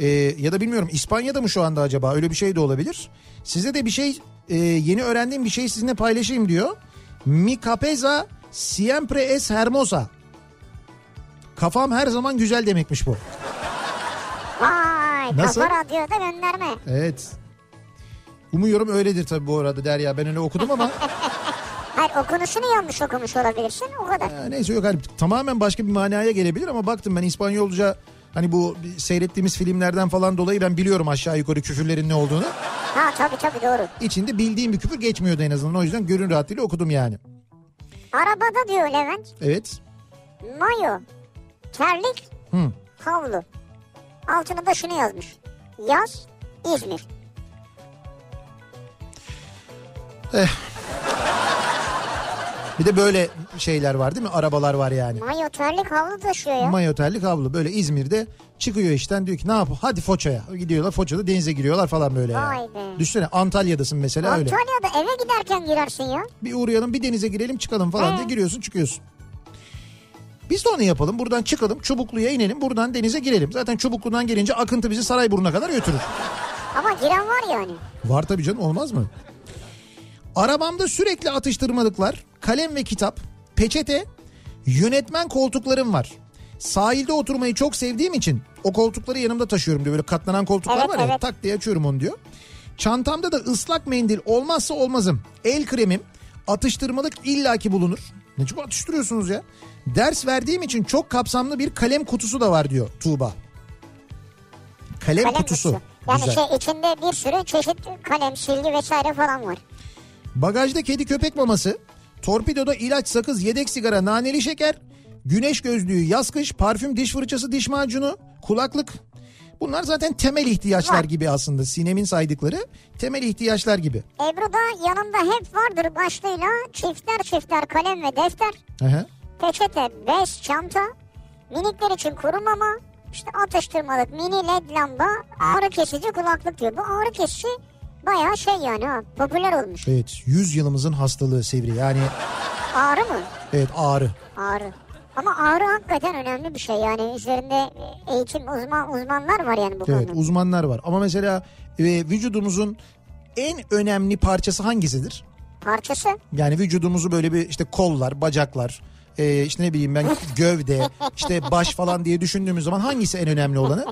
[SPEAKER 2] Ee, ya da bilmiyorum İspanya'da mı şu anda acaba öyle bir şey de olabilir. Size de bir şey e, yeni öğrendiğim bir şey sizinle paylaşayım diyor. Mi capeza siempre es hermosa. Kafam her zaman güzel demekmiş bu.
[SPEAKER 3] Vay
[SPEAKER 2] Nasıl?
[SPEAKER 3] kafa radyoda gönderme.
[SPEAKER 2] Evet. Umuyorum öyledir tabii bu arada Derya ben öyle okudum ama
[SPEAKER 3] Hayır okunuşunu yanlış okumuş olabilirsin o kadar.
[SPEAKER 2] e, neyse yok hani tamamen başka bir manaya gelebilir ama baktım ben İspanyolca hani bu seyrettiğimiz filmlerden falan dolayı ben biliyorum aşağı yukarı küfürlerin ne olduğunu.
[SPEAKER 3] Ha tabii tabii doğru.
[SPEAKER 2] İçinde bildiğim bir küfür geçmiyordu en azından o yüzden gönül rahatlığıyla okudum yani.
[SPEAKER 3] Arabada diyor Levent
[SPEAKER 2] Evet.
[SPEAKER 3] mayo, terlik,
[SPEAKER 2] Hı.
[SPEAKER 3] havlu. Altına da şunu yazmış. Yaz İzmir.
[SPEAKER 2] Bir de böyle şeyler var değil mi? Arabalar var yani.
[SPEAKER 3] Mayo terlik havlu taşıyor ya.
[SPEAKER 2] Mayo terlik havlu böyle İzmir'de çıkıyor işten diyor ki ne yap hadi Foça'ya gidiyorlar Foça'da denize giriyorlar falan böyle yani.
[SPEAKER 3] Vay be.
[SPEAKER 2] Düşünsene Antalya'dasın mesela öyle.
[SPEAKER 3] Antalya'da eve giderken girersin ya.
[SPEAKER 2] Bir uğrayalım bir denize girelim çıkalım falan diye giriyorsun çıkıyorsun. Biz de onu yapalım buradan çıkalım Çubuklu'ya inelim buradan denize girelim. Zaten Çubuklu'dan gelince akıntı bizi Sarayburnu'na kadar götürür.
[SPEAKER 3] Ama giren var hani. yani.
[SPEAKER 2] Var tabii canım olmaz mı? Arabamda sürekli atıştırmalıklar, kalem ve kitap, peçete, yönetmen koltuklarım var. Sahilde oturmayı çok sevdiğim için o koltukları yanımda taşıyorum diyor. Böyle katlanan koltuklar
[SPEAKER 3] Evet,
[SPEAKER 2] var ya
[SPEAKER 3] evet.
[SPEAKER 2] tak diye açıyorum onu diyor. Çantamda da ıslak mendil olmazsa olmazım. El kremim, atıştırmalık illaki bulunur. Ne çok atıştırıyorsunuz ya. Ders verdiğim için çok kapsamlı bir kalem kutusu da var diyor Tuğba. Kalem,
[SPEAKER 3] Kalem
[SPEAKER 2] kutusu.
[SPEAKER 3] Yani
[SPEAKER 2] Güzel.
[SPEAKER 3] şey içinde bir sürü çeşit kalem, silgi vesaire falan var.
[SPEAKER 2] Bagajda kedi köpek maması, torpidoda ilaç, sakız, yedek sigara, naneli şeker, güneş gözlüğü, yaz kış, parfüm, diş fırçası, diş macunu, kulaklık. Bunlar zaten temel ihtiyaçlar
[SPEAKER 3] Var.
[SPEAKER 2] gibi aslında. Sinem'in saydıkları temel ihtiyaçlar gibi.
[SPEAKER 3] Ebru da yanımda hep vardır başlığıyla çiftler çiftler kalem ve defter,
[SPEAKER 2] Aha.
[SPEAKER 3] peçete, bez, çanta, minikler için kuru mama, işte atıştırmalık, mini led lamba, ağrı kesici kulaklık diyor. Bu ağrı kesici bayağı şey yani ha, popüler olmuş.
[SPEAKER 2] Evet, 100 yılımızın hastalığı Sevri. Yani
[SPEAKER 3] Ağrı mı?
[SPEAKER 2] evet ağrı.
[SPEAKER 3] Ağrı. Ama ağrı hakikaten önemli bir şey yani üzerinde e, eğitim uzman uzmanlar var yani bu
[SPEAKER 2] Evet
[SPEAKER 3] konuda.
[SPEAKER 2] uzmanlar var. Ama mesela e, vücudumuzun en önemli parçası hangisidir?
[SPEAKER 3] Parçası
[SPEAKER 2] Yani vücudumuzu böyle bir işte kollar, bacaklar, e, işte ne bileyim ben gövde, işte baş falan diye düşündüğümüz zaman hangisi en önemli olanı?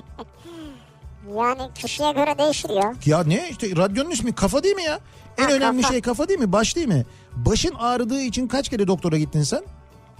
[SPEAKER 3] yani kişiye göre değişir ya.
[SPEAKER 2] Ya ne işte radyonun ismi kafa değil mi ya? En
[SPEAKER 3] Ha,
[SPEAKER 2] önemli
[SPEAKER 3] kafa.
[SPEAKER 2] şey kafa değil mi? Baş değil mi? Başın ağrıdığı için kaç kere doktora gittin sen?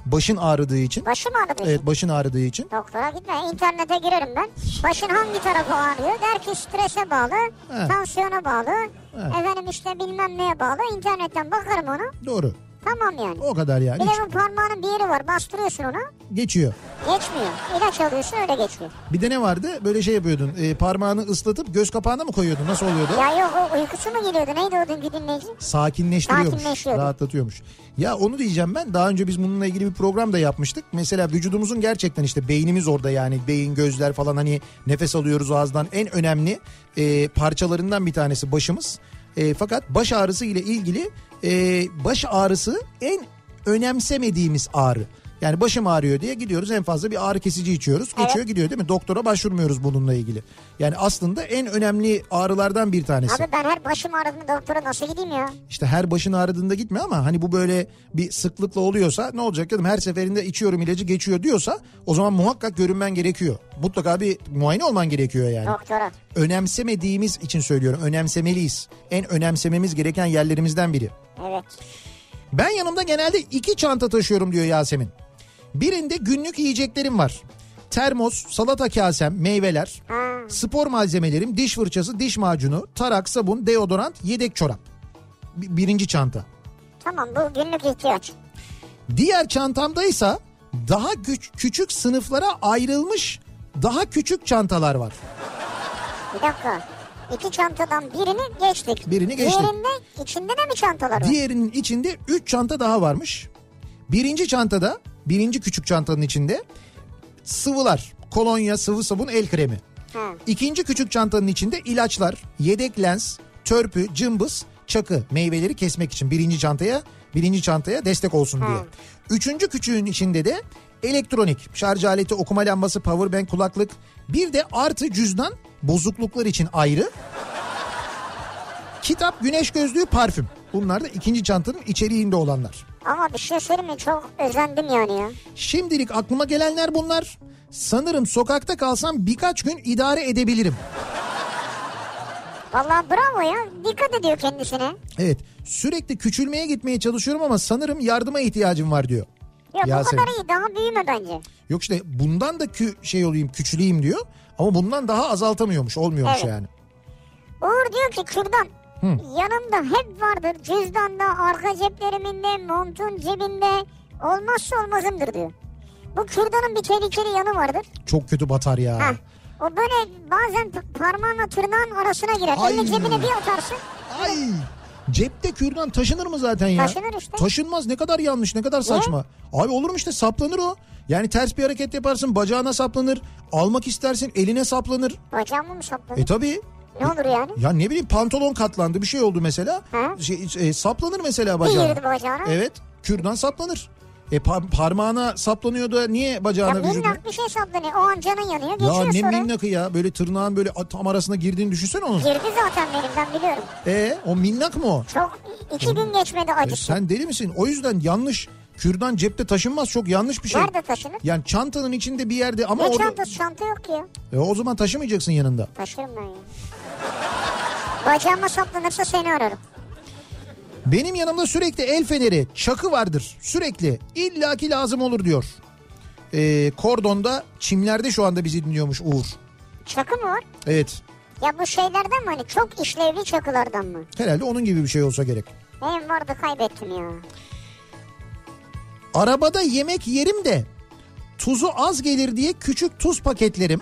[SPEAKER 2] Başın ağrıdığı için.
[SPEAKER 3] Başım ağrıdı.
[SPEAKER 2] Evet başın ağrıdığı için.
[SPEAKER 3] Doktora gitme internete girerim ben. Başın hangi tarafı ağrıyor? Der ki strese bağlı,
[SPEAKER 2] He.
[SPEAKER 3] tansiyona bağlı,
[SPEAKER 2] He.
[SPEAKER 3] efendim işte bilmem neye bağlı. İnternetten bakarım ona.
[SPEAKER 2] Doğru.
[SPEAKER 3] Tamam yani.
[SPEAKER 2] O kadar yani.
[SPEAKER 3] Bir de
[SPEAKER 2] Hiç
[SPEAKER 3] bu parmağının bir yeri var. Bastırıyorsun onu.
[SPEAKER 2] geçiyor.
[SPEAKER 3] Geçmiyor. İlaç alıyorsun öyle geçiyor.
[SPEAKER 2] Bir de ne vardı? Böyle şey yapıyordun. e, parmağını ıslatıp göz kapağına mı koyuyordun? Nasıl oluyordu?
[SPEAKER 3] Ya yok o uykusu mu geliyordu? Neydi o dünkü dinleyici?
[SPEAKER 2] Sakinleştiriyormuş.
[SPEAKER 3] Sakinleşiyordu.
[SPEAKER 2] Rahatlatıyormuş. Ya onu diyeceğim ben. Daha önce biz bununla ilgili bir program da yapmıştık. Mesela vücudumuzun gerçekten işte beynimiz orada yani beyin, gözler falan hani nefes alıyoruz ağızdan en önemli e, parçalarından bir tanesi başımız. E, fakat baş ağrısı ile ilgili e, baş ağrısı en önemsemediğimiz ağrı. Yani başım ağrıyor diye gidiyoruz en fazla bir ağrı kesici içiyoruz. Geçiyor gidiyor değil mi? Doktora başvurmuyoruz bununla ilgili. Yani aslında en önemli ağrılardan bir tanesi.
[SPEAKER 3] Abi ben her başım ağrıdığında doktora nasıl gideyim ya?
[SPEAKER 2] İşte her başın ağrıdığında gitme ama hani bu böyle bir sıklıkla oluyorsa ne olacak dedim her seferinde içiyorum ilacı geçiyor diyorsa o zaman muhakkak görünmen gerekiyor. Mutlaka bir muayene olman gerekiyor yani.
[SPEAKER 3] Doktora.
[SPEAKER 2] Önemsemediğimiz için söylüyorum önemsemeliyiz. En önemsememiz gereken yerlerimizden biri.
[SPEAKER 3] Evet.
[SPEAKER 2] Ben yanımda genelde iki çanta taşıyorum diyor Yasemin. Birinde günlük yiyeceklerim var. Termos, salata kasem, meyveler,
[SPEAKER 3] Ha.
[SPEAKER 2] spor malzemelerim, diş fırçası, diş macunu, tarak, sabun, deodorant, yedek çorap. Bi- Birinci çanta.
[SPEAKER 3] Tamam bu günlük ihtiyaç.
[SPEAKER 2] Diğer çantamdaysa daha güç, küçük sınıflara ayrılmış daha küçük çantalar var.
[SPEAKER 3] Bir dakika. İki çantadan birini geçtik.
[SPEAKER 2] Birini geçtik.
[SPEAKER 3] Diğerinde içinde de mi çantalar var?
[SPEAKER 2] Diğerinin içinde 3 çanta daha varmış. Birinci çantada, birinci küçük çantanın içinde sıvılar, kolonya, sıvı sabun, el kremi.
[SPEAKER 3] Ha.
[SPEAKER 2] İkinci küçük çantanın içinde ilaçlar, yedek lens, törpü, cımbız, çakı meyveleri kesmek için birinci çantaya birinci çantaya destek olsun diye. Üçüncü küçüğün içinde de elektronik, şarj aleti, okuma lambası, powerbank, kulaklık bir de artı cüzdan bozukluklar için ayrı. Kitap, güneş gözlüğü, parfüm. Bunlar da ikinci çantanın içeriğinde olanlar.
[SPEAKER 3] Ama bir şey söyleyeyim mi? Çok özendim yani ya.
[SPEAKER 2] Şimdilik aklıma gelenler bunlar. Sanırım sokakta kalsam birkaç gün idare edebilirim.
[SPEAKER 3] Vallahi bravo ya. Dikkat ediyor kendisine.
[SPEAKER 2] Evet sürekli küçülmeye gitmeye çalışıyorum ama sanırım yardıma ihtiyacım var diyor.
[SPEAKER 3] Ya bu
[SPEAKER 2] Yasemin.
[SPEAKER 3] kadar iyi. Daha büyüme bence.
[SPEAKER 2] Yok işte bundan da kü- şey olayım küçüleyim diyor ama bundan daha azaltamıyormuş olmuyormuş
[SPEAKER 3] Evet.
[SPEAKER 2] yani.
[SPEAKER 3] Uğur diyor ki kürdan. Yanımda hep vardır. Cüzdanda, arka ceplerimin de, montun cebinde. Olmazsa olmazımdır diyor. Bu kürdanın bir tehlikeli yanı vardır.
[SPEAKER 2] Çok kötü batar ya.
[SPEAKER 3] Heh. O böyle bazen p- parmağınla tırnağın arasına girer.
[SPEAKER 2] Ay.
[SPEAKER 3] Elini cebine bir atarsın.
[SPEAKER 2] Ay cepte kürdan taşınır mı zaten ya?
[SPEAKER 3] Taşınır işte.
[SPEAKER 2] Taşınmaz ne kadar yanlış ne kadar saçma. Abi olur mu işte saplanır o. Yani ters bir hareket yaparsın bacağına saplanır. Almak istersin eline saplanır.
[SPEAKER 3] Bacağımı mı sapladın?
[SPEAKER 2] E tabii.
[SPEAKER 3] ne olur yani?
[SPEAKER 2] Ya ne bileyim pantolon katlandı bir şey oldu mesela.
[SPEAKER 3] Hı.
[SPEAKER 2] Şey, e, saplanır mesela
[SPEAKER 3] Bir
[SPEAKER 2] bacağına.
[SPEAKER 3] girdi bacağına.
[SPEAKER 2] Evet kürdan saplanır. E par- parmağına saplanıyor da niye
[SPEAKER 3] Ya
[SPEAKER 2] bacağına vücuduna?
[SPEAKER 3] minnak bir şey saplanıyor. O an canın yanıyor.
[SPEAKER 2] Ya
[SPEAKER 3] Geçiyor
[SPEAKER 2] ne
[SPEAKER 3] sonra.
[SPEAKER 2] minnakı ya böyle tırnağın böyle tam arasına girdiğini düşünsene onun.
[SPEAKER 3] Girdi zaten benim ben biliyorum.
[SPEAKER 2] E o minnak mı o?
[SPEAKER 3] Çok iki gün geçmedi
[SPEAKER 2] E,
[SPEAKER 3] acısı.
[SPEAKER 2] sen deli misin? O yüzden yanlış. Kürdan cepte taşınmaz çok yanlış bir şey.
[SPEAKER 3] Nerede taşınır?
[SPEAKER 2] Yani çantanın içinde bir yerde ama
[SPEAKER 3] Ne
[SPEAKER 2] orada-
[SPEAKER 3] çantası çanta yok ki ya.
[SPEAKER 2] E, o zaman taşımayacaksın yanında.
[SPEAKER 3] Taşırım ben ya. Bacağıma saplanırsa seni ararım.
[SPEAKER 2] Benim yanımda sürekli el feneri, çakı vardır. Sürekli. illaki lazım olur diyor. E, kordonda, çimlerde şu anda bizi dinliyormuş Uğur.
[SPEAKER 3] Çakı mı var?
[SPEAKER 2] Evet.
[SPEAKER 3] Ya bu şeylerden mi hani çok işlevli çakılardan mı?
[SPEAKER 2] Herhalde onun gibi bir şey olsa gerek.
[SPEAKER 3] Benim vardı kaybettim ya.
[SPEAKER 2] Arabada yemek yerim de tuzu az gelir diye küçük tuz paketlerim.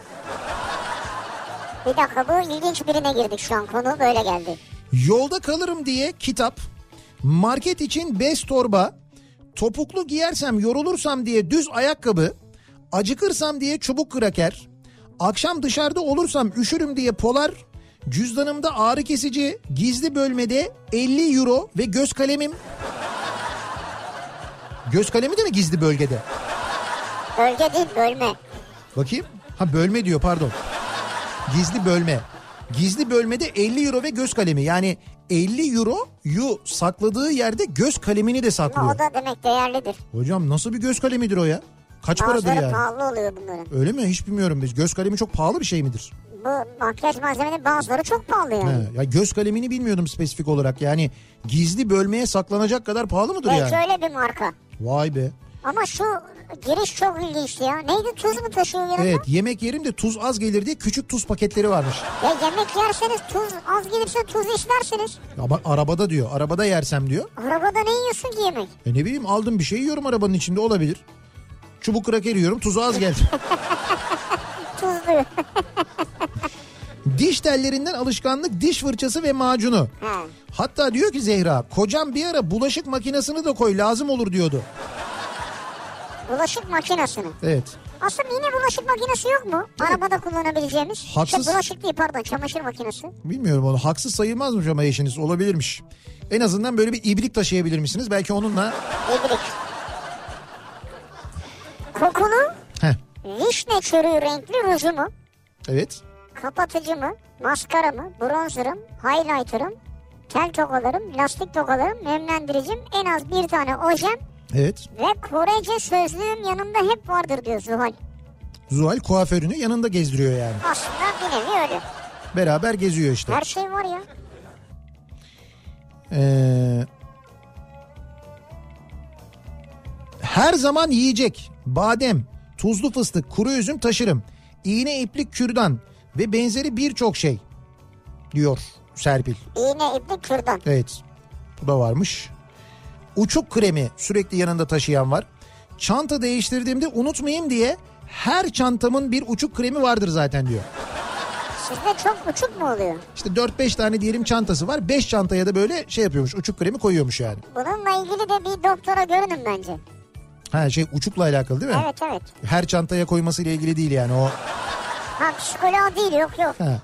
[SPEAKER 3] Bir dakika bu ilginç birine girdik şu an konu böyle geldi.
[SPEAKER 2] Yolda kalırım diye kitap. Market için bez torba. Topuklu giyersem yorulursam diye düz ayakkabı. Acıkırsam diye çubuk kraker. Akşam dışarıda olursam üşürüm diye polar. Cüzdanımda ağrı kesici, gizli bölmede 50 euro ve göz kalemim. Göz kalemi de mi gizli bölgede?
[SPEAKER 3] Bölge değil bölme.
[SPEAKER 2] Bakayım. Ha bölme diyor pardon. Gizli bölme. Gizli bölmede 50 euro ve göz kalemi. Yani 50 euro yu sakladığı yerde göz kalemini de
[SPEAKER 3] Ama
[SPEAKER 2] saklıyor.
[SPEAKER 3] o da demek değerlidir.
[SPEAKER 2] Hocam nasıl bir göz kalemidir o ya? Kaç paradır
[SPEAKER 3] Bazıları
[SPEAKER 2] yani?
[SPEAKER 3] pahalı oluyor bunların.
[SPEAKER 2] Öyle mi? Hiç bilmiyorum biz. Göz kalemi çok pahalı bir şey midir?
[SPEAKER 3] Bu makyaj malzemenin bazıları çok pahalı yani.
[SPEAKER 2] He, ya göz kalemini bilmiyordum spesifik olarak. Yani gizli bölmeye saklanacak kadar pahalı mıdır
[SPEAKER 3] Belki
[SPEAKER 2] yani?
[SPEAKER 3] öyle bir marka.
[SPEAKER 2] Vay be.
[SPEAKER 3] Ama şu giriş çok ilginçti ya. Neydi tuz mu taşıyor yanında?
[SPEAKER 2] Evet yemek yerim de tuz az gelir diye küçük tuz paketleri varmış.
[SPEAKER 3] Ya yemek yerseniz tuz az gelirse tuz işlersiniz.
[SPEAKER 2] Ya bak arabada diyor. Arabada yersem diyor.
[SPEAKER 3] Arabada ne yiyorsun ki yemek?
[SPEAKER 2] E ne bileyim aldım bir şey yiyorum arabanın içinde olabilir. Çubuk kraker yiyorum tuzu az geldi.
[SPEAKER 3] Tuzlu.
[SPEAKER 2] diş tellerinden alışkanlık diş fırçası ve macunu.
[SPEAKER 3] Ha.
[SPEAKER 2] Hatta diyor ki Zehra kocam bir ara bulaşık makinesini de koy lazım olur diyordu.
[SPEAKER 3] Bulaşık makinesini.
[SPEAKER 2] Evet.
[SPEAKER 3] Aslında yine bulaşık makinesi yok mu? Arabada kullanabileceğimiz.
[SPEAKER 2] Haksız.
[SPEAKER 3] İşte bulaşık değil pardon çamaşır makinesi.
[SPEAKER 2] Bilmiyorum onu haksız sayılmazmış ama eşiniz olabilirmiş. En azından böyle bir ibrik taşıyabilir misiniz? Belki onunla...
[SPEAKER 3] İbrik. Kokulu
[SPEAKER 2] Heh,
[SPEAKER 3] vişne çürüğü renkli ruju mu?
[SPEAKER 2] evet.
[SPEAKER 3] Kapatıcı mı? Maskara mı? Bronzerım? Highlighterım? Tel tokalarım? Lastik tokalarım? Nemlendiricim? En az bir tane ojem
[SPEAKER 2] Evet.
[SPEAKER 3] ve Korece sözlüğüm yanımda hep vardır diyor Zuhal.
[SPEAKER 2] Zuhal kuaförünü yanında gezdiriyor yani.
[SPEAKER 3] Aslında bir nevi öyle.
[SPEAKER 2] Beraber geziyor işte.
[SPEAKER 3] Her şey var ya.
[SPEAKER 2] Ee, her zaman yiyecek badem, tuzlu fıstık, kuru üzüm taşırım. İğne iplik kürdan ve benzeri birçok şey diyor Serpil.
[SPEAKER 3] İğne, iplik, kürdan.
[SPEAKER 2] Evet bu da varmış. Uçuk kremi sürekli yanında taşıyan var. Çanta değiştirdiğimde unutmayayım diye her çantamın bir uçuk kremi vardır zaten diyor.
[SPEAKER 3] Sizde çok uçuk mu oluyor?
[SPEAKER 2] İşte 4-5 tane diyelim çantası var. 5 çantaya da böyle şey yapıyormuş uçuk kremi koyuyormuş yani.
[SPEAKER 3] Bununla ilgili de bir doktora görünün bence.
[SPEAKER 2] Ha şey uçukla alakalı değil mi?
[SPEAKER 3] Evet evet.
[SPEAKER 2] her çantaya koyması ile ilgili değil yani o.
[SPEAKER 3] Ha psikoloğa değil yok yok.
[SPEAKER 2] Ha.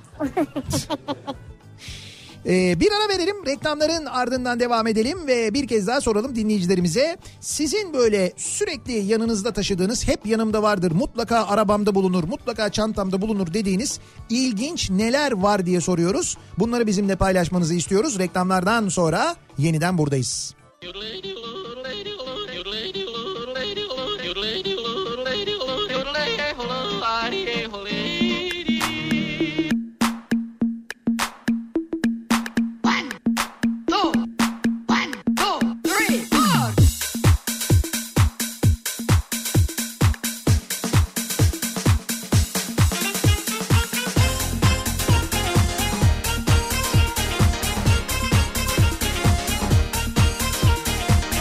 [SPEAKER 2] Ee, bir ara verelim reklamların ardından devam edelim ve bir kez daha soralım dinleyicilerimize. Sizin böyle sürekli yanınızda taşıdığınız hep yanımda vardır mutlaka arabamda bulunur mutlaka çantamda bulunur dediğiniz ilginç neler var diye soruyoruz. Bunları bizimle paylaşmanızı istiyoruz reklamlardan sonra yeniden buradayız.
[SPEAKER 5] Your lady love, lady love, your lady love, lady love, your lady love, lady love, your lady love, lady lady.
[SPEAKER 1] Thank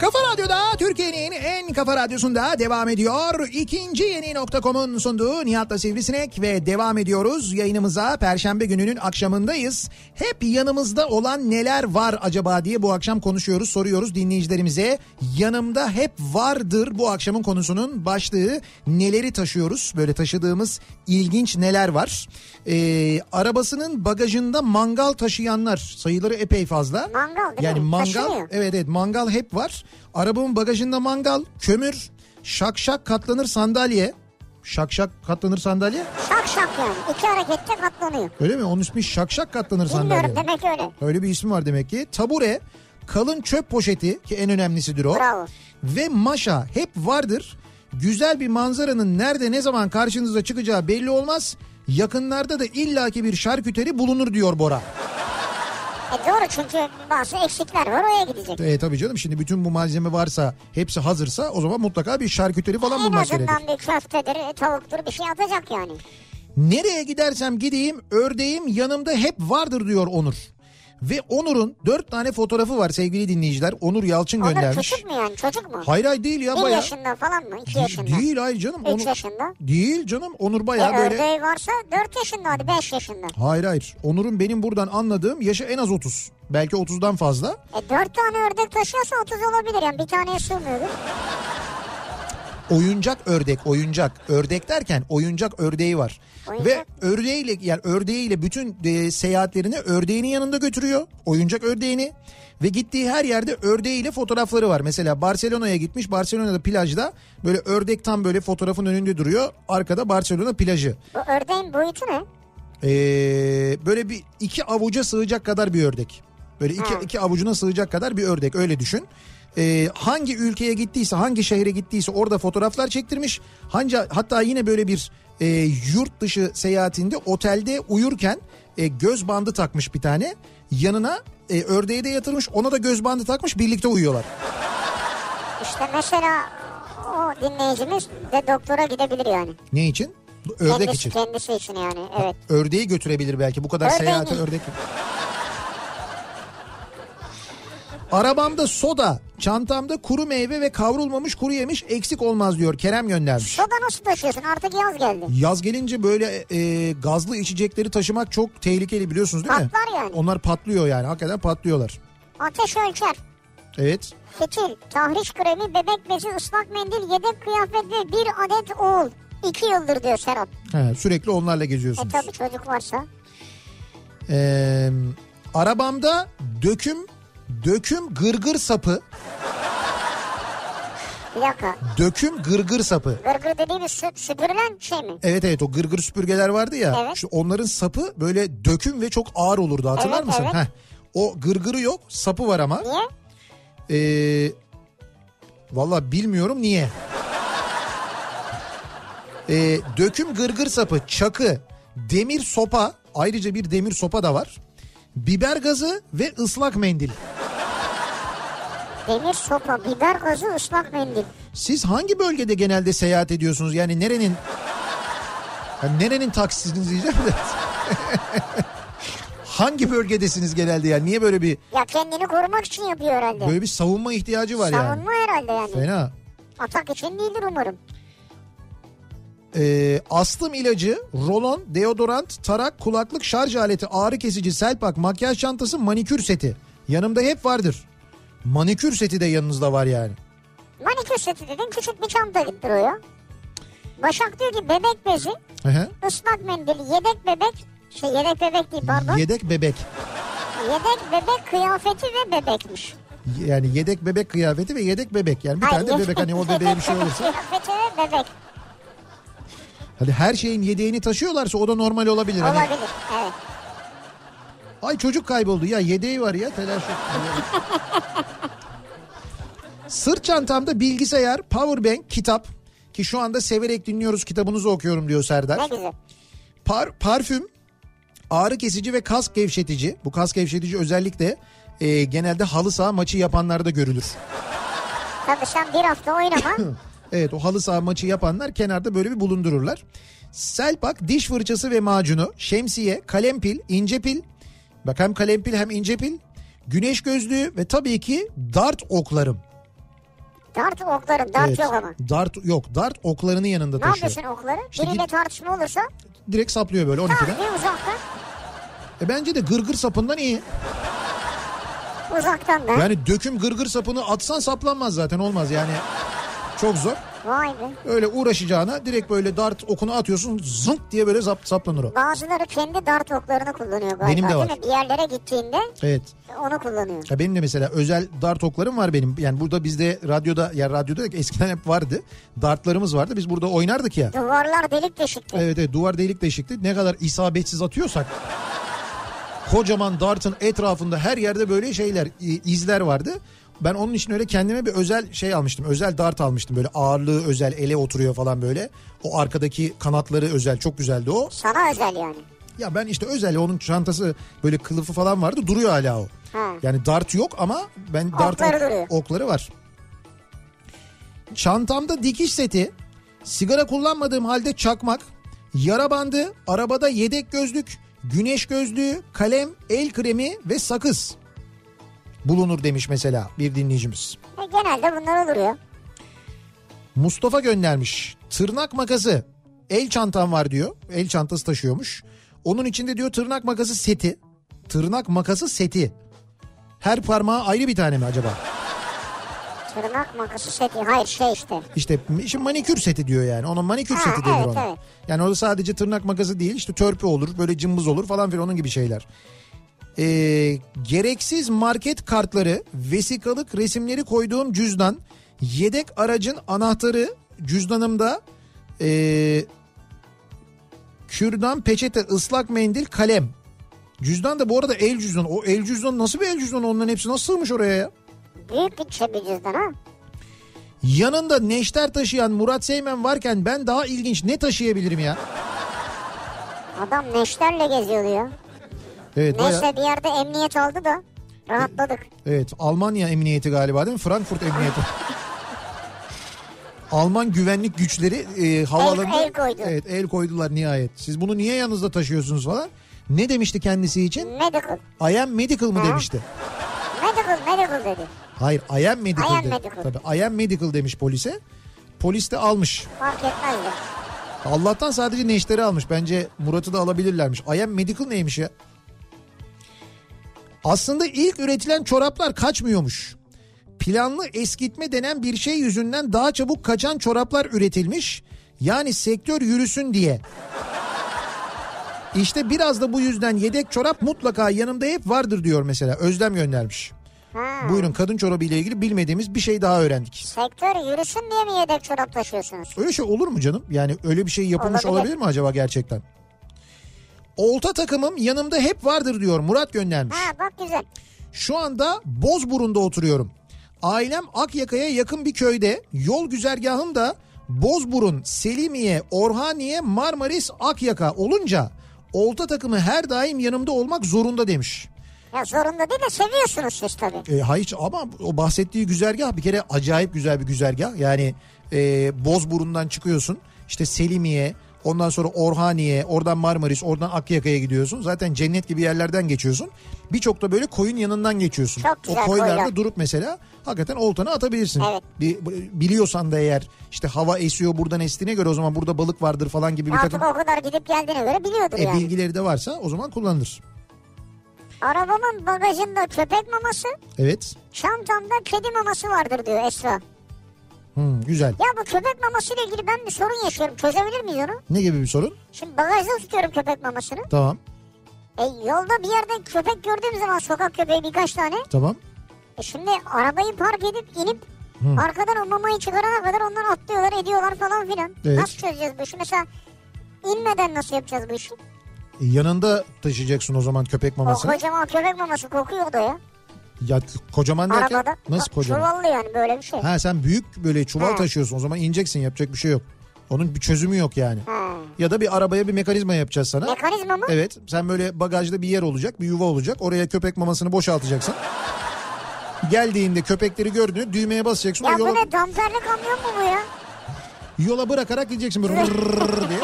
[SPEAKER 2] Kafa Radyo'da Türkiye'nin en kafa radyosunda devam ediyor. İkinci yeni nokta.com'un sunduğu Nihat'la Sivrisinek ve devam ediyoruz. Yayınımıza Perşembe gününün akşamındayız. Hep yanımızda olan neler var acaba diye bu akşam konuşuyoruz, soruyoruz dinleyicilerimize. Yanımda hep vardır bu akşamın konusunun başlığı. Neleri taşıyoruz? Böyle taşıdığımız ilginç neler var? Ee, arabasının bagajında mangal taşıyanlar sayıları epey fazla.
[SPEAKER 3] Mangal değil
[SPEAKER 2] Yani
[SPEAKER 3] mi?
[SPEAKER 2] mangal
[SPEAKER 3] Taşınıyor.
[SPEAKER 2] evet evet mangal hep var. Arabamın bagajında mangal, kömür, şakşak katlanır sandalye. Şakşak katlanır sandalye.
[SPEAKER 3] Şak şak yani. İki harekette katlanıyor.
[SPEAKER 2] Öyle mi? Onun ismi şakşak katlanır sandalye.
[SPEAKER 3] Bilmiyorum demek öyle.
[SPEAKER 2] Öyle bir ismi var demek ki. Tabure, kalın çöp poşeti ki en önemlisidir o.
[SPEAKER 3] Bravo.
[SPEAKER 2] Ve maşa hep vardır. Güzel bir manzaranın nerede ne zaman karşınıza çıkacağı belli olmaz. Yakınlarda da illaki bir şarküteri bulunur diyor Bora.
[SPEAKER 3] E doğru çünkü bazı eksikler var oraya gidecek.
[SPEAKER 2] E tabii canım şimdi bütün bu malzeme varsa hepsi hazırsa o zaman mutlaka bir şarküteri falan
[SPEAKER 3] en
[SPEAKER 2] bulmak gerekir.
[SPEAKER 3] azından bir köftedir, e, tavuktur bir şey atacak yani.
[SPEAKER 2] Nereye gidersem gideyim ördeğim yanımda hep vardır diyor Onur. Ve Onur'un dört tane fotoğrafı var sevgili dinleyiciler. Onur Yalçın
[SPEAKER 3] Onlar
[SPEAKER 2] göndermiş.
[SPEAKER 3] küçük mü yani çocuk mu?
[SPEAKER 2] Hayır hayır değil ya
[SPEAKER 3] Bir
[SPEAKER 2] bayağı.
[SPEAKER 3] yaşında falan mı? İki
[SPEAKER 2] Değil-
[SPEAKER 3] yaşında.
[SPEAKER 2] Değil hayır canım.
[SPEAKER 3] Üç yaşında.
[SPEAKER 2] Değil canım Onur
[SPEAKER 3] E,
[SPEAKER 2] bayağı böyle.
[SPEAKER 3] ördeği varsa 4 yaşında hadi 5 yaşında.
[SPEAKER 2] Hayır hayır. Onur'un benim buradan anladığım yaşı en az 30. Belki 30'dan fazla.
[SPEAKER 3] E 4 tane ördek taşıyorsa 30 olabilir yani bir taneye sığmıyordur.
[SPEAKER 2] Oyuncak ördek, oyuncak. Ördek derken oyuncak ördeği var.
[SPEAKER 3] Oyuncak.
[SPEAKER 2] Ve ördeğiyle yani ördeğiyle bütün e, seyahatlerini ördeğinin yanında götürüyor. Oyuncak ördeğini ve gittiği her yerde ördeğiyle fotoğrafları var. Mesela Barcelona'ya gitmiş. Barcelona'da plajda böyle ördek tam böyle fotoğrafın önünde duruyor. Arkada Barcelona plajı.
[SPEAKER 3] Bu ördeğin boyutu ne?
[SPEAKER 2] Ee, böyle bir iki avuca sığacak kadar bir ördek. Böyle iki, iki avucuna sığacak kadar bir ördek öyle düşün. Ee, hangi ülkeye gittiyse hangi şehre gittiyse orada fotoğraflar çektirmiş. Hanca, hatta yine böyle bir e, yurt dışı seyahatinde otelde uyurken e, göz bandı takmış bir tane. Yanına e, ördeği de yatırmış ona da göz bandı takmış birlikte uyuyorlar.
[SPEAKER 3] İşte mesela o dinleyicimiz de doktora gidebilir yani.
[SPEAKER 2] Ne için? Ördek
[SPEAKER 3] kendisi,
[SPEAKER 2] için.
[SPEAKER 3] Kendisi için yani evet.
[SPEAKER 2] Ördeği götürebilir belki bu kadar
[SPEAKER 3] Ördeğini.
[SPEAKER 2] seyahate ördek. Arabamda soda, çantamda kuru meyve ve kavrulmamış kuru yemiş eksik olmaz diyor Kerem göndermiş.
[SPEAKER 3] Soda nasıl taşıyorsun artık yaz geldi.
[SPEAKER 2] Yaz gelince böyle e, gazlı içecekleri taşımak çok tehlikeli biliyorsunuz değil mi?
[SPEAKER 3] Patlar yani.
[SPEAKER 2] Onlar patlıyor yani hakikaten patlıyorlar.
[SPEAKER 3] Ateş ölçer.
[SPEAKER 2] Evet.
[SPEAKER 3] Fitil, tahriş kremi, bebek bezi, ıslak mendil, yedek kıyafet ve bir adet oğul. İki yıldır diyor Serap.
[SPEAKER 2] He, sürekli onlarla
[SPEAKER 3] E
[SPEAKER 2] geziyorsunuz.
[SPEAKER 3] tabi çocuk varsa.
[SPEAKER 2] Ee, arabamda döküm döküm gırgır sapı,
[SPEAKER 3] Bir dakika.
[SPEAKER 2] döküm gırgır sapı.
[SPEAKER 3] Gırgır dediğimiz sü- süpürülen şey mi?
[SPEAKER 2] Evet evet o gırgır süpürgeler vardı ya.
[SPEAKER 3] Evet.
[SPEAKER 2] Şu onların sapı böyle döküm ve çok ağır olurdu hatırlar
[SPEAKER 3] Evet,
[SPEAKER 2] mısın?
[SPEAKER 3] evet.
[SPEAKER 2] Heh. O gırgırı yok sapı var ama.
[SPEAKER 3] Niye?
[SPEAKER 2] Ee, Valla bilmiyorum niye. Ee, döküm gırgır sapı, çakı, demir sopa ayrıca bir demir sopa da var. Biber gazı ve ıslak mendil.
[SPEAKER 3] Demir sopa, biber gazı, ıslak mendil.
[SPEAKER 2] Siz hangi bölgede genelde seyahat ediyorsunuz? Yani nerenin yani nerenin taksisiniz diyeceğim de. hangi bölgedesiniz genelde yani? Niye böyle bir
[SPEAKER 3] Ya kendini korumak için yapıyor herhalde.
[SPEAKER 2] böyle bir savunma ihtiyacı var yani?
[SPEAKER 3] Savunma herhalde yani.
[SPEAKER 2] Fena.
[SPEAKER 3] Atak için değildir umarım.
[SPEAKER 2] Ee, astım ilacı, rolon, deodorant, tarak, kulaklık, şarj aleti, ağrı kesici, selpak, makyaj çantası, manikür seti. Yanımda hep vardır. Manikür seti de yanınızda var yani.
[SPEAKER 3] Manikür seti dedin küçük bir çanta gittiriyor. Başak diyor ki bebek bezi,
[SPEAKER 2] Hı hı.
[SPEAKER 3] ıslak mendil, yedek bebek, şey yedek bebek değil pardon.
[SPEAKER 2] Yedek bebek.
[SPEAKER 3] yedek bebek kıyafeti ve bebekmiş.
[SPEAKER 2] Yani yedek bebek kıyafeti ve yedek bebek. Yani bir
[SPEAKER 3] Hayır,
[SPEAKER 2] tane de
[SPEAKER 3] yedek-
[SPEAKER 2] bebek hani o bebeğe bir şey
[SPEAKER 3] yedek
[SPEAKER 2] olursa.
[SPEAKER 3] Kıyafeti ve bebek
[SPEAKER 2] Hani her şeyin yedeğini taşıyorlarsa o da normal olabilir. Hani,
[SPEAKER 3] olabilir evet.
[SPEAKER 2] ay çocuk kayboldu ya yedeği var ya telaş yok. Sırt çantamda bilgisayar, powerbank, kitap ki şu anda severek dinliyoruz kitabınızı okuyorum diyor Serdar.
[SPEAKER 3] Ne güzel.
[SPEAKER 2] Par, parfüm, ağrı kesici ve kas gevşetici. Bu kas gevşetici özellikle e, genelde halı saha maçı yapanlarda görülür.
[SPEAKER 3] Tabii sen bir hafta oynama.
[SPEAKER 2] Evet o halı saha maçı yapanlar kenarda böyle bir bulundururlar. Selpak, diş fırçası ve macunu, şemsiye, kalem pil, ince pil. Bak hem kalem pil hem ince pil. Güneş gözlüğü ve tabii ki dart oklarım.
[SPEAKER 3] dart okların dart
[SPEAKER 2] Evet,
[SPEAKER 3] yok ama.
[SPEAKER 2] Dart yok. Dart oklarını yanında
[SPEAKER 3] Ne
[SPEAKER 2] taşıyor.
[SPEAKER 3] yapıyorsun okları?
[SPEAKER 2] İşte
[SPEAKER 3] Biriyle
[SPEAKER 2] git-
[SPEAKER 3] tartışma olursa
[SPEAKER 2] Direkt saplıyor böyle
[SPEAKER 3] tak
[SPEAKER 2] 12'den.
[SPEAKER 3] bir uzaktan.
[SPEAKER 2] E bence de gırgır sapından iyi.
[SPEAKER 3] Uzaktan da.
[SPEAKER 2] Yani döküm gırgır sapını atsan saplanmaz zaten olmaz yani. Çok zor.
[SPEAKER 3] Vay be.
[SPEAKER 2] Öyle uğraşacağına direkt böyle dart okunu atıyorsun zınk diye böyle zap, saplanır o.
[SPEAKER 3] Bazıları kendi dart oklarını kullanıyor galiba.
[SPEAKER 2] Benim de var.
[SPEAKER 3] Değil mi? Bir yerlere gittiğinde
[SPEAKER 2] Evet.
[SPEAKER 3] onu kullanıyor.
[SPEAKER 2] Ya benim de mesela özel dart oklarım var benim. Yani burada bizde radyoda ya radyoda da eskiden hep vardı. Dartlarımız vardı. Biz burada oynardık ya.
[SPEAKER 3] Duvarlar delik deşikti.
[SPEAKER 2] Evet evet duvar delik deşikti. Ne kadar isabetsiz atıyorsak kocaman dartın etrafında her yerde böyle şeyler i- izler vardı. Ben onun için öyle kendime bir özel şey almıştım. Özel dart almıştım. Böyle ağırlığı özel ele oturuyor falan böyle. O arkadaki kanatları özel. Çok güzeldi o.
[SPEAKER 3] Sana özel yani.
[SPEAKER 2] Ya ben işte özel onun çantası böyle kılıfı falan vardı duruyor hala o.
[SPEAKER 3] Ha.
[SPEAKER 2] Yani dart yok ama ben dart
[SPEAKER 3] Okları
[SPEAKER 2] ok-
[SPEAKER 3] duruyor.
[SPEAKER 2] okları var. Çantamda dikiş seti, sigara kullanmadığım halde çakmak, yara bandı, arabada yedek gözlük, güneş gözlüğü, kalem, el kremi ve sakız bulunur demiş mesela bir dinleyicimiz.
[SPEAKER 3] E, genelde bunlar olur ya.
[SPEAKER 2] Mustafa göndermiş. Tırnak makası. El çantam var diyor. El çantası taşıyormuş. Onun içinde diyor tırnak makası seti. Tırnak makası seti. Her parmağa ayrı bir tane mi acaba?
[SPEAKER 3] Tırnak makası seti. Hayır şey işte.
[SPEAKER 2] İşte şimdi manikür seti diyor yani. Ona manikür
[SPEAKER 3] Ha,
[SPEAKER 2] seti denir
[SPEAKER 3] evet,
[SPEAKER 2] ona.
[SPEAKER 3] evet.
[SPEAKER 2] Yani orada sadece tırnak makası değil işte törpü olur böyle cımbız olur falan filan onun gibi şeyler. Ee, gereksiz market kartları, vesikalık resimleri koyduğum cüzdan, yedek aracın anahtarı cüzdanımda ee, kürdan, peçete, ıslak mendil, kalem. Cüzdan da bu arada el cüzdanı. O el cüzdanı nasıl bir el cüzdanı? Onların hepsi nasıl sığmış oraya ya?
[SPEAKER 3] Büyük bir çebi cüzdan ha.
[SPEAKER 2] Yanında neşter taşıyan Murat Seymen varken ben daha ilginç ne taşıyabilirim ya?
[SPEAKER 3] Adam neşterle geziyordu ya.
[SPEAKER 2] Evet, E, bayağı-
[SPEAKER 3] Neyse bir yerde emniyet aldı da rahatladık.
[SPEAKER 2] evet Almanya emniyeti galiba değil mi? Frankfurt emniyeti. Alman güvenlik güçleri e, havalarında
[SPEAKER 3] El- el koydu.
[SPEAKER 2] Evet, el koydular nihayet. Siz bunu niye yanınızda taşıyorsunuz falan? Ne demişti kendisi için?
[SPEAKER 3] Medical.
[SPEAKER 2] I am medical mı
[SPEAKER 3] Ha.
[SPEAKER 2] demişti?
[SPEAKER 3] Medical medical dedi.
[SPEAKER 2] Hayır, I am medical.
[SPEAKER 3] I am
[SPEAKER 2] dedi.
[SPEAKER 3] medical.
[SPEAKER 2] Tabii I am medical demiş polise. Polis de almış.
[SPEAKER 3] Fark etmezdi.
[SPEAKER 2] Allah'tan sadece neşteri almış. Bence Murat'ı da alabilirlermiş. Ayem Medical neymiş ya? Aslında ilk üretilen çoraplar kaçmıyormuş. Planlı eskitme denen bir şey yüzünden daha çabuk kaçan çoraplar üretilmiş. Yani sektör yürüsün diye. İşte biraz da bu yüzden yedek çorap mutlaka yanımda hep vardır diyor mesela. Özlem göndermiş.
[SPEAKER 3] Ha.
[SPEAKER 2] Buyurun kadın çorabı ile ilgili bilmediğimiz bir şey daha öğrendik.
[SPEAKER 3] Sektör yürüsün diye mi yedek çorap taşıyorsunuz?
[SPEAKER 2] Öyle şey olur mu canım? Yani öyle bir şey yapılmış
[SPEAKER 3] Olabilir.
[SPEAKER 2] olabilir mi acaba gerçekten? Olta takımım yanımda hep vardır diyor Murat göndermiş.
[SPEAKER 3] Ha bak güzel.
[SPEAKER 2] Şu anda Bozburun'da oturuyorum. Ailem Akyaka'ya yakın bir köyde. Yol güzergahım da Bozburun, Selimiye, Orhaniye, Marmaris, Akyaka olunca olta takımı her daim yanımda olmak zorunda demiş.
[SPEAKER 3] Ya zorunda değil de seviyorsunuz siz tabii.
[SPEAKER 2] E, hayır ama o bahsettiği güzergah bir kere acayip güzel bir güzergah. Yani e, Bozburun'dan çıkıyorsun işte Selimiye ondan sonra Orhaniye oradan Marmaris oradan Akyaka'ya gidiyorsun. Zaten cennet gibi yerlerden geçiyorsun. Birçok da böyle koyun yanından geçiyorsun.
[SPEAKER 3] Çok güzel
[SPEAKER 2] o koylarda
[SPEAKER 3] koylar.
[SPEAKER 2] durup mesela hakikaten oltanı atabilirsin.
[SPEAKER 3] Evet.
[SPEAKER 2] Bir, biliyorsan da eğer işte hava esiyor buradan estiğine göre o zaman burada balık vardır falan gibi bir takım
[SPEAKER 3] Artık o kadar gidip geldiğine göre biliyordur
[SPEAKER 2] e,
[SPEAKER 3] yani.
[SPEAKER 2] bilgileri de varsa o zaman kullanılır.
[SPEAKER 3] Arabamın bagajında köpek maması,
[SPEAKER 2] Evet.
[SPEAKER 3] çantamda kedi maması vardır diyor Esra.
[SPEAKER 2] Hmm, güzel.
[SPEAKER 3] Ya bu köpek maması ile ilgili ben bir sorun yaşıyorum. Çözebilir miyiz onu?
[SPEAKER 2] Ne gibi bir sorun?
[SPEAKER 3] Şimdi bagajda tutuyorum köpek mamasını.
[SPEAKER 2] Tamam.
[SPEAKER 3] E yolda bir yerde köpek gördüğüm zaman sokak köpeği birkaç tane.
[SPEAKER 2] Tamam.
[SPEAKER 3] E şimdi arabayı park edip inip arkadan o mamayı çıkarana kadar onlar atlıyorlar ediyorlar falan filan.
[SPEAKER 2] Evet.
[SPEAKER 3] Nasıl çözeceğiz bu işi? Mesela inmeden nasıl yapacağız bu işi?
[SPEAKER 2] Yanında taşıyacaksın o zaman köpek
[SPEAKER 3] O
[SPEAKER 2] mamasını.
[SPEAKER 3] kocaman köpek maması kokuyor da ya.
[SPEAKER 2] Ya kocaman derken
[SPEAKER 3] Arabada.
[SPEAKER 2] nasıl
[SPEAKER 3] Bak,
[SPEAKER 2] kocaman?
[SPEAKER 3] Çuvallı yani böyle bir şey.
[SPEAKER 2] Ha sen büyük böyle çuval
[SPEAKER 3] Ha.
[SPEAKER 2] taşıyorsun o zaman ineceksin yapacak bir şey yok. Onun bir çözümü yok yani.
[SPEAKER 3] Ha.
[SPEAKER 2] Ya da bir arabaya bir mekanizma yapacağız sana.
[SPEAKER 3] Mekanizma mı?
[SPEAKER 2] Evet sen böyle bagajda bir yer olacak bir yuva olacak oraya köpek mamasını boşaltacaksın. Geldiğinde köpekleri gördüğünü düğmeye basacaksın
[SPEAKER 3] Ya
[SPEAKER 2] o yola,
[SPEAKER 3] bu ne damperli kamyon mu bu ya?
[SPEAKER 2] yola bırakarak gideceksin böyle rrrr diye.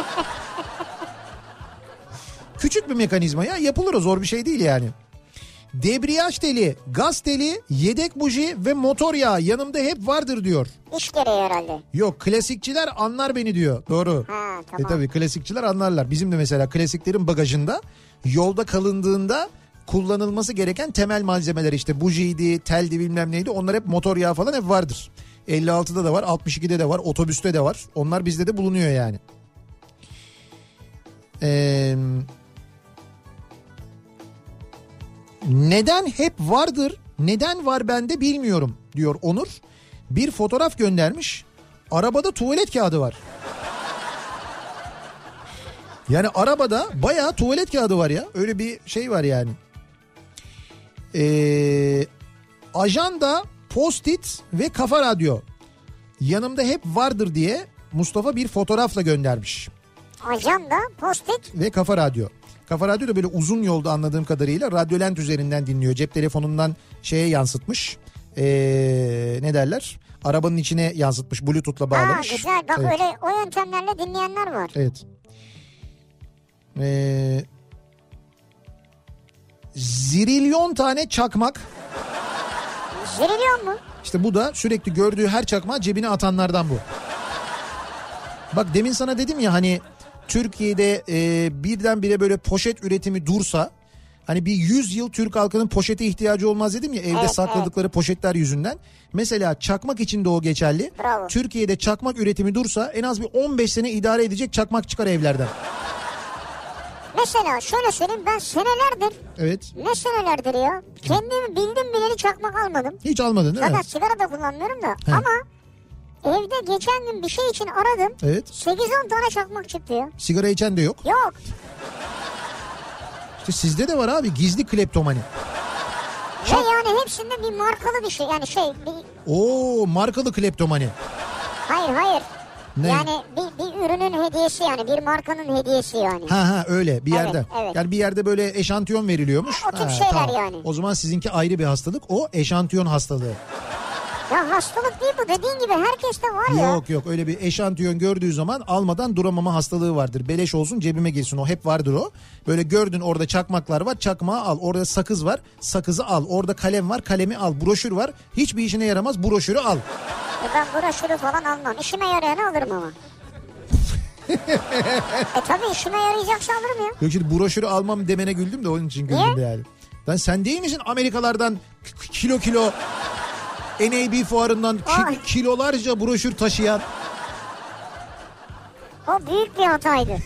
[SPEAKER 2] Küçük bir mekanizma ya yapılır o zor bir şey değil yani. Debriyaj teli, gaz teli, yedek buji ve motor yağı yanımda hep vardır diyor.
[SPEAKER 3] İş gereği herhalde.
[SPEAKER 2] Yok klasikçiler anlar beni diyor. Doğru.
[SPEAKER 3] Ha,
[SPEAKER 2] E
[SPEAKER 3] tamam.
[SPEAKER 2] tabii klasikçiler anlarlar. Bizim de mesela klasiklerin bagajında yolda kalındığında kullanılması gereken temel malzemeler işte bujiydi, teldi bilmem neydi onlar hep motor yağı falan hep vardır. 56'da da var, 62'de de var, otobüste de var. Onlar bizde de bulunuyor yani. Ee, neden hep vardır, neden var bende bilmiyorum diyor Onur. Bir fotoğraf göndermiş. Arabada tuvalet kağıdı var. Yani arabada bayağı tuvalet kağıdı var ya. Öyle bir şey var yani. Ee, ajanda, post-it ve kafa radyo. Yanımda hep vardır diye Mustafa bir fotoğrafla göndermiş.
[SPEAKER 3] Ajanda, postik.
[SPEAKER 2] Ve kafa radyo. Kafa radyo da böyle uzun yolda anladığım kadarıyla radyolent üzerinden dinliyor. Cep telefonundan şeye yansıtmış. Ee, ne derler? Arabanın içine yansıtmış. Bluetooth'la
[SPEAKER 3] Ha
[SPEAKER 2] bağlamış.
[SPEAKER 3] güzel bak
[SPEAKER 2] Evet.
[SPEAKER 3] öyle o yöntemlerle dinleyenler var.
[SPEAKER 2] Evet. Ee, zirilyon tane çakmak.
[SPEAKER 3] Ziriliyor mu?
[SPEAKER 2] İşte bu da sürekli gördüğü her çakmağı cebine atanlardan bu. Bak demin sana dedim ya hani Türkiye'de e, birdenbire böyle poşet üretimi dursa hani bir 100 yıl Türk halkının poşete ihtiyacı olmaz dedim ya evde
[SPEAKER 3] Evet,
[SPEAKER 2] sakladıkları poşetler yüzünden. Mesela çakmak için de o geçerli.
[SPEAKER 3] Bravo.
[SPEAKER 2] Türkiye'de çakmak üretimi dursa en az bir 15 sene idare edecek çakmak çıkar evlerden.
[SPEAKER 3] Mesela şöyle söyleyeyim ben senelerdir
[SPEAKER 2] Evet.
[SPEAKER 3] ne senelerdir ya kendimi bildim bileli çakmak almadım.
[SPEAKER 2] Hiç almadın değil mi?
[SPEAKER 3] Zaten sigara da kullanmıyorum da
[SPEAKER 2] He.
[SPEAKER 3] ama evde geçen gün bir şey için aradım.
[SPEAKER 2] Evet.
[SPEAKER 3] 8-10 tane çakmak çıktı ya.
[SPEAKER 2] Sigara içen de yok.
[SPEAKER 3] Yok
[SPEAKER 2] İşte sizde de var abi gizli kleptomani.
[SPEAKER 3] ve yani hepsinde bir markalı bir şey yani şey bir,
[SPEAKER 2] Oo markalı kleptomani.
[SPEAKER 3] hayır hayır.
[SPEAKER 2] Ne?
[SPEAKER 3] Yani bir, bir ürünün hediyesi yani bir markanın hediyesi yani.
[SPEAKER 2] Ha ha öyle bir
[SPEAKER 3] Evet,
[SPEAKER 2] yerden.
[SPEAKER 3] evet.
[SPEAKER 2] Yani bir yerde böyle eşantiyon veriliyormuş.
[SPEAKER 3] Ha, o tip
[SPEAKER 2] Ha,
[SPEAKER 3] şeyler yani.
[SPEAKER 2] O zaman sizinki ayrı bir hastalık. O eşantiyon hastalığı.
[SPEAKER 3] Ya hastalık değil bu dediğin gibi herkeste var ya.
[SPEAKER 2] Yok yok öyle bir eşantiyon gördüğü zaman almadan duramama hastalığı vardır. Beleş olsun cebime girsin o hep vardır o. Böyle gördün orada çakmaklar var çakmağı al. Orada sakız var sakızı al. Orada kalem var kalemi al. Broşür var hiçbir işine yaramaz broşürü al.
[SPEAKER 3] E Ben broşürü falan almam. İşime yarayanı alırım ama. e tabii işime yarayacaksa alırım ya.
[SPEAKER 2] Yok şimdi broşürü almam demene güldüm de onun için güldüm de yani. Lan sen değil misin Amerikalardan k- k- kilo kilo NAB fuarından ki-
[SPEAKER 3] Ay.
[SPEAKER 2] kilolarca broşür taşıyan
[SPEAKER 3] O büyük bir hataydı.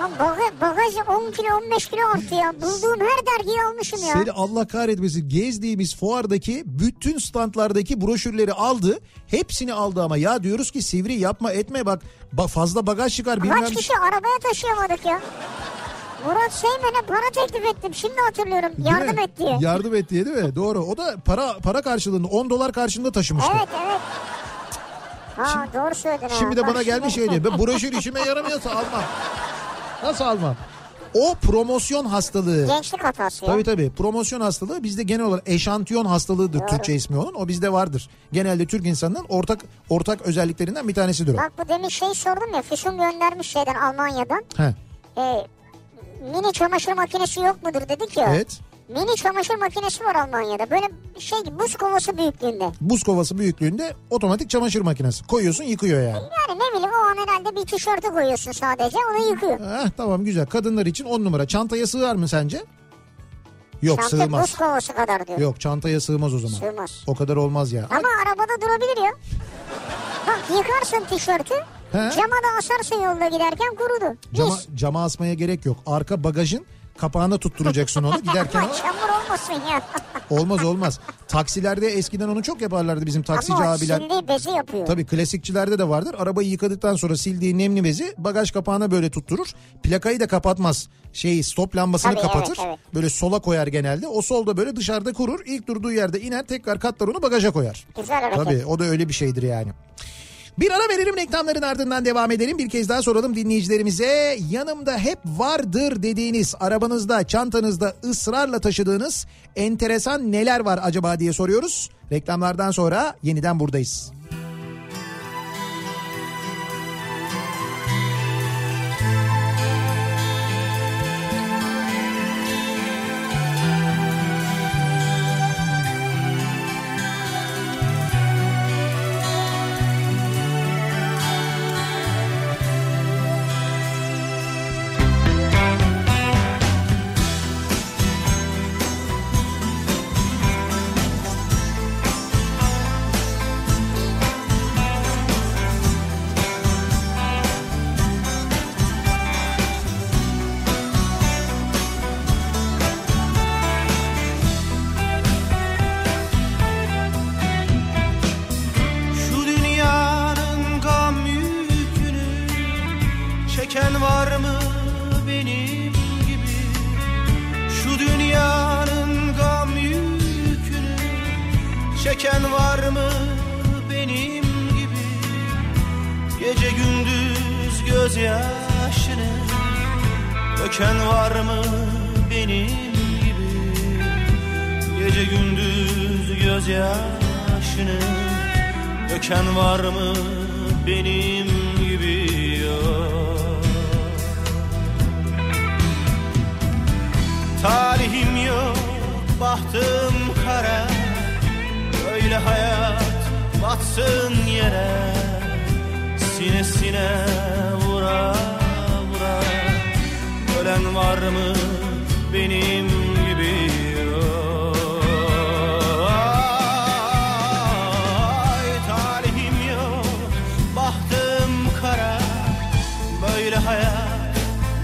[SPEAKER 3] Lan baga- bagajı 10 kilo 15 kilo arttı ya. Bulduğum her dergiyi almışım ya.
[SPEAKER 2] seni Allah kahretmesin gezdiğimiz fuardaki bütün standlardaki broşürleri aldı. Hepsini aldı ama ya diyoruz ki sivri yapma etme bak ba- fazla bagaj çıkar bilmem.
[SPEAKER 3] Kaç kişi arabaya taşıyamadık ya. Murat Seymen'e para teklif ettim. Şimdi hatırlıyorum.
[SPEAKER 2] Değil mi?
[SPEAKER 3] Yardım et diye.
[SPEAKER 2] Yardım et diye değil mi? Doğru. O da para para karşılığında 10 dolar karşılığında taşımıştı.
[SPEAKER 3] Evet evet. Ha doğru söyledin ha.
[SPEAKER 2] Şimdi de
[SPEAKER 3] Bak
[SPEAKER 2] bana gelmiş şey diyor. Ben broşür işime yaramıyorsa almam. Nasıl almam? O promosyon hastalığı.
[SPEAKER 3] Gençlik hatası ya.
[SPEAKER 2] Tabii tabii promosyon hastalığı bizde genel olarak eşantiyon hastalığıdır Türkçe ismi onun. O bizde vardır. Genelde Türk insanının ortak ortak özelliklerinden bir tanesidir o.
[SPEAKER 3] Bak bu demin şey sordum ya. Füsun göndermiş şeyden Almanya'dan.
[SPEAKER 2] He.
[SPEAKER 3] E, mini çamaşır makinesi yok mudur dedik ya.
[SPEAKER 2] Evet.
[SPEAKER 3] Mini çamaşır makinesi var Almanya'da. Böyle şey gibi buz kovası büyüklüğünde.
[SPEAKER 2] Buz kovası büyüklüğünde otomatik çamaşır makinesi. Koyuyorsun yıkıyor yani.
[SPEAKER 3] Yani ne bileyim o an herhalde bir tişörtü koyuyorsun sadece onu yıkıyor.
[SPEAKER 2] Heh, tamam güzel. Kadınlar için on numara. Çantaya sığar mı sence? Yok
[SPEAKER 3] Çanta buz
[SPEAKER 2] sığmaz.
[SPEAKER 3] kovası kadar diyor.
[SPEAKER 2] Yok çantaya sığmaz o zaman.
[SPEAKER 3] Sığmaz.
[SPEAKER 2] O kadar olmaz ya.
[SPEAKER 3] Ama arabada durabilir ya. Bak yıkarsın tişörtü.
[SPEAKER 2] He.
[SPEAKER 3] Cama da asarsın yolda giderken kurudu.
[SPEAKER 2] Cama,
[SPEAKER 3] Mis.
[SPEAKER 2] cama asmaya gerek yok. Arka bagajın kapağına tutturacaksın onu giderken
[SPEAKER 3] Ama
[SPEAKER 2] o.
[SPEAKER 3] çamur olmasın ya.
[SPEAKER 2] Olmaz olmaz. Taksilerde eskiden onu çok yaparlardı bizim taksici
[SPEAKER 3] Ama o
[SPEAKER 2] abiler.
[SPEAKER 3] şimdi bezi yapıyor.
[SPEAKER 2] Tabii klasikçilerde de vardır. Arabayı yıkadıktan sonra sildiği nemli bezi bagaj kapağına böyle tutturur. Plakayı da kapatmaz. Şey stop lambasını
[SPEAKER 3] Tabii, evet,
[SPEAKER 2] kapatır.
[SPEAKER 3] evet.
[SPEAKER 2] Böyle sola koyar genelde. O solda böyle dışarıda kurur. İlk durduğu yerde iner tekrar katlar onu bagaja koyar.
[SPEAKER 3] Güzel hareket.
[SPEAKER 2] Tabii o da öyle bir şeydir yani. Bir ara verelim reklamların ardından devam edelim. Bir kez daha soralım dinleyicilerimize. Yanımda hep vardır dediğiniz, arabanızda, çantanızda ısrarla taşıdığınız enteresan neler var acaba diye soruyoruz. Reklamlardan sonra yeniden buradayız.
[SPEAKER 6] Şu dünyanın gam yükünü çeken var mı benim gibi? Şu dünyanın gam yükünü çeken var mı benim gibi? Gece gündüz gözyaşını döken var mı benim gibi? Gece gündüz gözyaşını Döken var mı benim gibi Oh. yok Tarihim yok, bahtım kara Böyle hayat batsın yere Sine sine vura vura Ölen var mı benim gibi Ay, Tarihim yok, bahtım kara Böyle hayat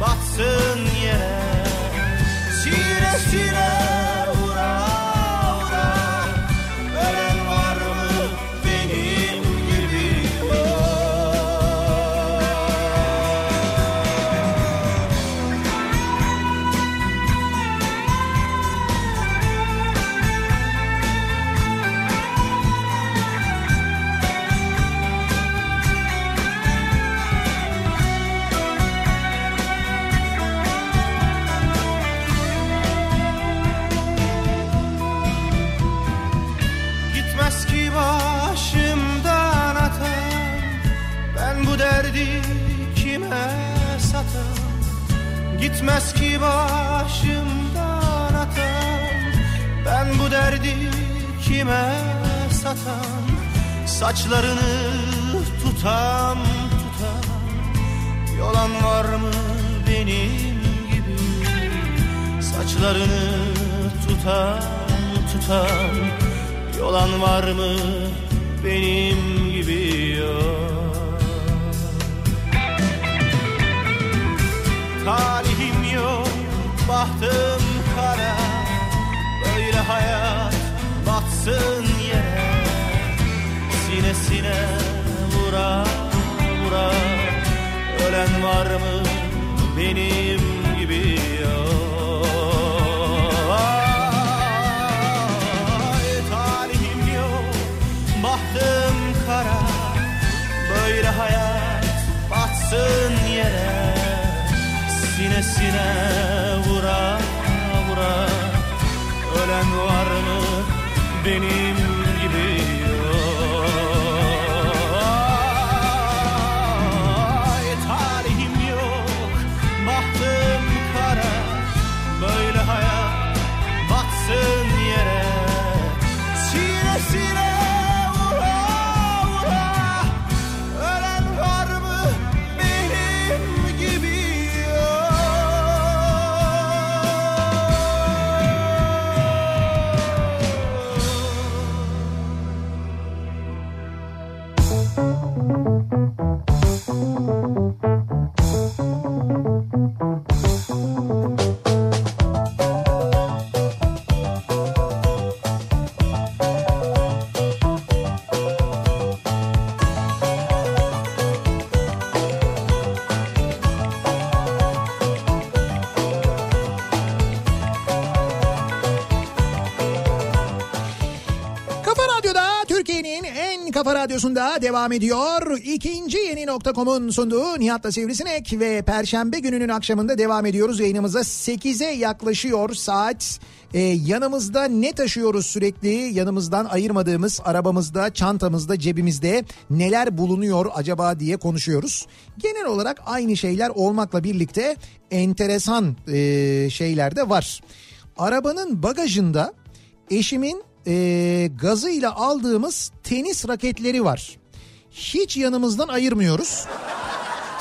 [SPEAKER 6] batsın yere Sine sine vura vura Ölen var mı benim gibi Gitmez ki başımdan atam Ben bu derdi kime satam Gitmez ki başımdan atam Ben bu derdi kime satam Saçlarını tutam tutam Yolan var mı benim gibi Saçlarını tutam tutam Yolan var mı benim gibi yok Talihim yok, bahtım kara Böyle hayat batsın yere Sine sine vura vura Ölen var mı benim gibi Ay, Talihim yok, bahtım kara Böyle hayat batsın yere Sine sine vura vura Ölen var mı benim gibi Ay, Tarihim yok, bahtım kara Böyle hayat batsın yere Sine sine vura vura Ölen var mı benim gibi yok
[SPEAKER 2] Kafa Radyosu'nda devam ediyor. İkinci yeni nokta.com'un sunduğu Nihat'la Sivrisinek ve Perşembe gününün akşamında devam ediyoruz. Yayınımıza 8'e yaklaşıyor saat. Ee, yanımızda ne taşıyoruz sürekli? Yanımızdan ayırmadığımız arabamızda, çantamızda, cebimizde neler bulunuyor acaba diye konuşuyoruz. Genel olarak aynı şeyler olmakla birlikte enteresan e, şeyler de var. Arabanın bagajında eşimin e, gazıyla aldığımız tenis raketleri var. Hiç yanımızdan ayırmıyoruz.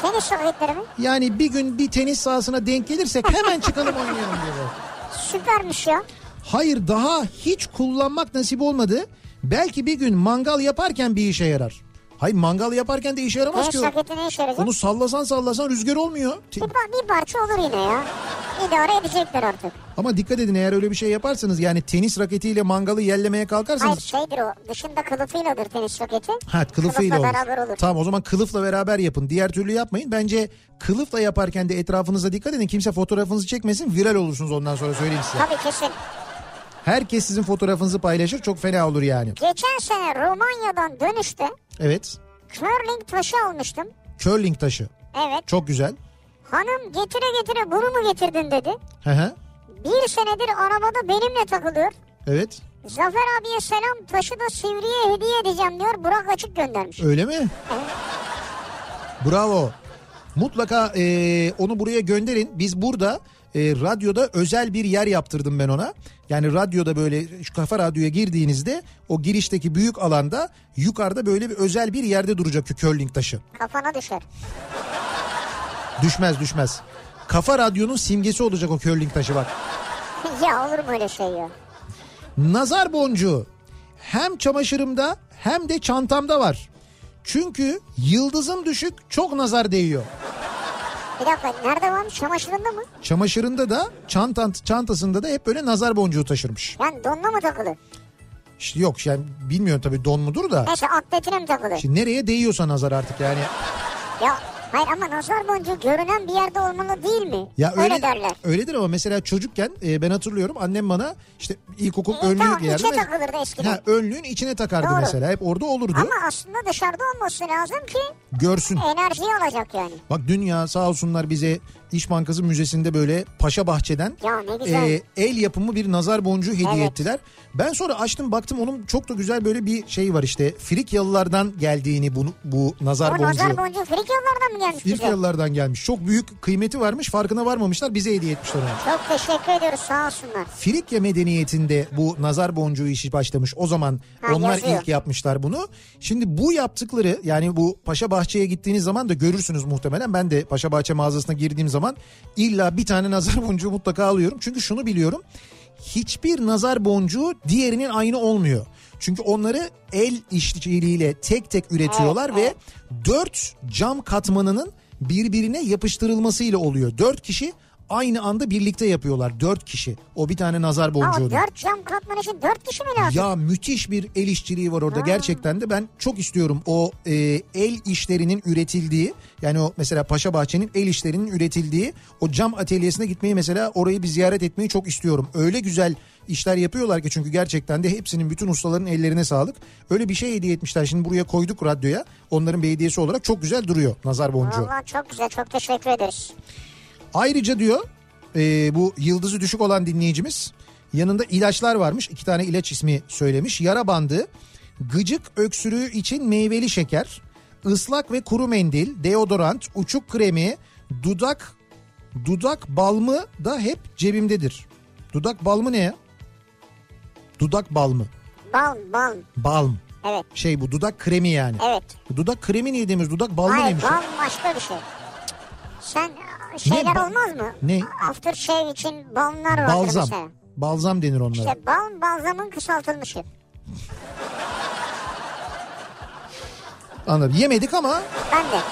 [SPEAKER 3] Tenis raketleri mi?
[SPEAKER 2] Yani bir gün bir tenis sahasına denk gelirsek hemen çıkalım oynayalım diyor.
[SPEAKER 3] Süpermiş ya.
[SPEAKER 2] Hayır daha hiç kullanmak nasip olmadı. Belki bir gün mangal yaparken bir işe yarar. Hayır mangal yaparken de işe yaramaz
[SPEAKER 3] Tenis
[SPEAKER 2] ki. o.
[SPEAKER 3] raketi ne işe yarayacak?
[SPEAKER 2] Onu sallasan sallasan rüzgar olmuyor. Te-
[SPEAKER 3] Bir, par- bir parça olur yine ya. İdare edecekler artık.
[SPEAKER 2] Ama dikkat edin eğer öyle bir şey yaparsanız yani tenis raketiyle mangalı yellemeye kalkarsanız.
[SPEAKER 3] Hayır şeydir o. Dışında kılıfıyladır tenis raketi.
[SPEAKER 2] Ha kılıfıyla olur.
[SPEAKER 3] beraber olur.
[SPEAKER 2] Tamam o zaman kılıfla beraber yapın. Diğer türlü yapmayın. Bence kılıfla yaparken de etrafınıza dikkat edin. Kimse fotoğrafınızı çekmesin. Viral olursunuz ondan sonra söyleyeyim size.
[SPEAKER 3] Tabii kesin.
[SPEAKER 2] Herkes sizin fotoğrafınızı paylaşır. Çok fena olur yani.
[SPEAKER 3] Geçen sene Romanya'dan dönüşte
[SPEAKER 2] Evet.
[SPEAKER 3] curling taşı almıştım.
[SPEAKER 2] Curling taşı.
[SPEAKER 3] Evet.
[SPEAKER 2] Çok güzel.
[SPEAKER 3] Hanım getire getire bunu mu getirdin dedi.
[SPEAKER 2] Hı hı.
[SPEAKER 3] Bir senedir arabada benimle takılıyor.
[SPEAKER 2] Evet.
[SPEAKER 3] Zafer abiye selam taşı da Sivri'ye hediye edeceğim diyor. Burak açık göndermiş.
[SPEAKER 2] Öyle mi? Bravo. Mutlaka e, onu buraya gönderin. Biz burada e, radyoda özel bir yer yaptırdım ben ona. Yani radyoda böyle şu kafa radyoya girdiğinizde o girişteki büyük alanda yukarıda böyle bir özel bir yerde duracak curling taşı.
[SPEAKER 3] Kafana düşer.
[SPEAKER 2] Düşmez düşmez. Kafa radyonun simgesi olacak o curling taşı bak.
[SPEAKER 3] ya olur mu öyle şey ya?
[SPEAKER 2] Nazar boncuğu hem çamaşırımda hem de çantamda var. Çünkü yıldızım düşük çok nazar değiyor.
[SPEAKER 3] Bir dakika nerede varmış? Çamaşırında mı?
[SPEAKER 2] Çamaşırında da çantan, çantasında da hep böyle nazar boncuğu taşırmış.
[SPEAKER 3] Yani donla mı takılı?
[SPEAKER 2] İşte yok yani bilmiyorum tabii don mudur da.
[SPEAKER 3] Neyse atletine mi takılı?
[SPEAKER 2] Şimdi nereye değiyorsa nazar artık yani.
[SPEAKER 3] Ya hayır ama nazar boncuğu görünen bir yerde olmalı değil mi?
[SPEAKER 2] Ya
[SPEAKER 3] öyle, derler.
[SPEAKER 2] Öyledir ama mesela çocukken e, ben hatırlıyorum annem bana işte ilkokul
[SPEAKER 3] E,
[SPEAKER 2] önlüğü
[SPEAKER 3] tamam,
[SPEAKER 2] giyerdi.
[SPEAKER 3] içe
[SPEAKER 2] ve-
[SPEAKER 3] takılırdı eskiden.
[SPEAKER 2] Ha, önlüğün içine takardı
[SPEAKER 3] Doğru.
[SPEAKER 2] mesela hep orada olurdu.
[SPEAKER 3] Ama aslında dışarıda olması lazım ki
[SPEAKER 2] Görsün.
[SPEAKER 3] enerjiyi alacak yani.
[SPEAKER 2] Bak dünya sağ olsunlar bize İş Bankası Müzesi'nde böyle Paşa Bahçe'den
[SPEAKER 3] Ya ne güzel.
[SPEAKER 2] Ee, el yapımı bir nazar boncuğu hediye
[SPEAKER 3] Evet.
[SPEAKER 2] ettiler. Ben sonra açtım baktım onun çok da güzel böyle bir şey var işte Frikyalılardan geldiğini bu, bu nazar
[SPEAKER 3] Bu
[SPEAKER 2] boncuğu.
[SPEAKER 3] nazar boncuğu frik yollardan mı gelmiş bize?
[SPEAKER 2] Frikyalılardan gelmiş. Çok büyük kıymeti varmış farkına varmamışlar bize hediye etmişler onu.
[SPEAKER 3] Çok teşekkür ediyoruz sağ olsunlar.
[SPEAKER 2] Frikya medeniyetinde bu nazar boncuğu işi başlamış. O zaman
[SPEAKER 3] Ha,
[SPEAKER 2] onlar
[SPEAKER 3] yazıyor.
[SPEAKER 2] ilk yapmışlar bunu. Şimdi bu yaptıkları yani bu Paşa Bahçe'ye gittiğiniz zaman da görürsünüz muhtemelen. Ben de Paşa Bahçe mağazasına girdiğim zaman illa bir tane nazar boncuğu mutlaka alıyorum. Çünkü şunu biliyorum. Hiçbir nazar boncuğu diğerinin aynı olmuyor. Çünkü onları el işçiliğiyle tek tek üretiyorlar ve dört cam katmanının birbirine yapıştırılmasıyla oluyor. Dört kişi aynı anda birlikte yapıyorlar. Dört kişi. O bir tane nazar
[SPEAKER 3] Ha,
[SPEAKER 2] boncuğu.
[SPEAKER 3] o dört cam katman için dört kişi mi lazım?
[SPEAKER 2] Ya müthiş bir el işçiliği var orada gerçekten de ben çok istiyorum o e, el işlerinin üretildiği yani o mesela Paşa Bahçe'nin el işlerinin üretildiği o cam atölyesine gitmeyi mesela orayı bir ziyaret etmeyi çok istiyorum. Öyle güzel işler yapıyorlar ki çünkü gerçekten de hepsinin bütün ustaların ellerine sağlık. Öyle bir şey hediye etmişler şimdi buraya koyduk radyoya onların bir hediyesi olarak çok güzel duruyor nazar boncuğu.
[SPEAKER 3] Vallahi çok güzel çok teşekkür ederiz.
[SPEAKER 2] Ayrıca diyor e, bu yıldızı düşük olan dinleyicimiz yanında ilaçlar varmış. İki tane ilaç ismi söylemiş. Yara bandı, gıcık öksürüğü için meyveli şeker, ıslak ve kuru mendil, deodorant, uçuk kremi, dudak dudak balmı da hep cebimdedir. Dudak balmı ne ya? Dudak balmı.
[SPEAKER 3] Bal bal
[SPEAKER 2] Balm.
[SPEAKER 3] evet
[SPEAKER 2] Şey bu dudak kremi yani.
[SPEAKER 3] evet.
[SPEAKER 2] Dudak kremi niye demiş? Dudak balmı
[SPEAKER 3] Hayır
[SPEAKER 2] demiş.
[SPEAKER 3] bal başka bir şey. Sen e, şeyler
[SPEAKER 2] ba-
[SPEAKER 3] olmaz mı?
[SPEAKER 2] Ne?
[SPEAKER 3] After shave için balmlar vardır
[SPEAKER 2] Balzam.
[SPEAKER 3] mesela.
[SPEAKER 2] Balzam denir onlara.
[SPEAKER 3] İşte bal balzamın kısaltılmışı.
[SPEAKER 2] Anladım. Yemedik ama
[SPEAKER 3] Ben de.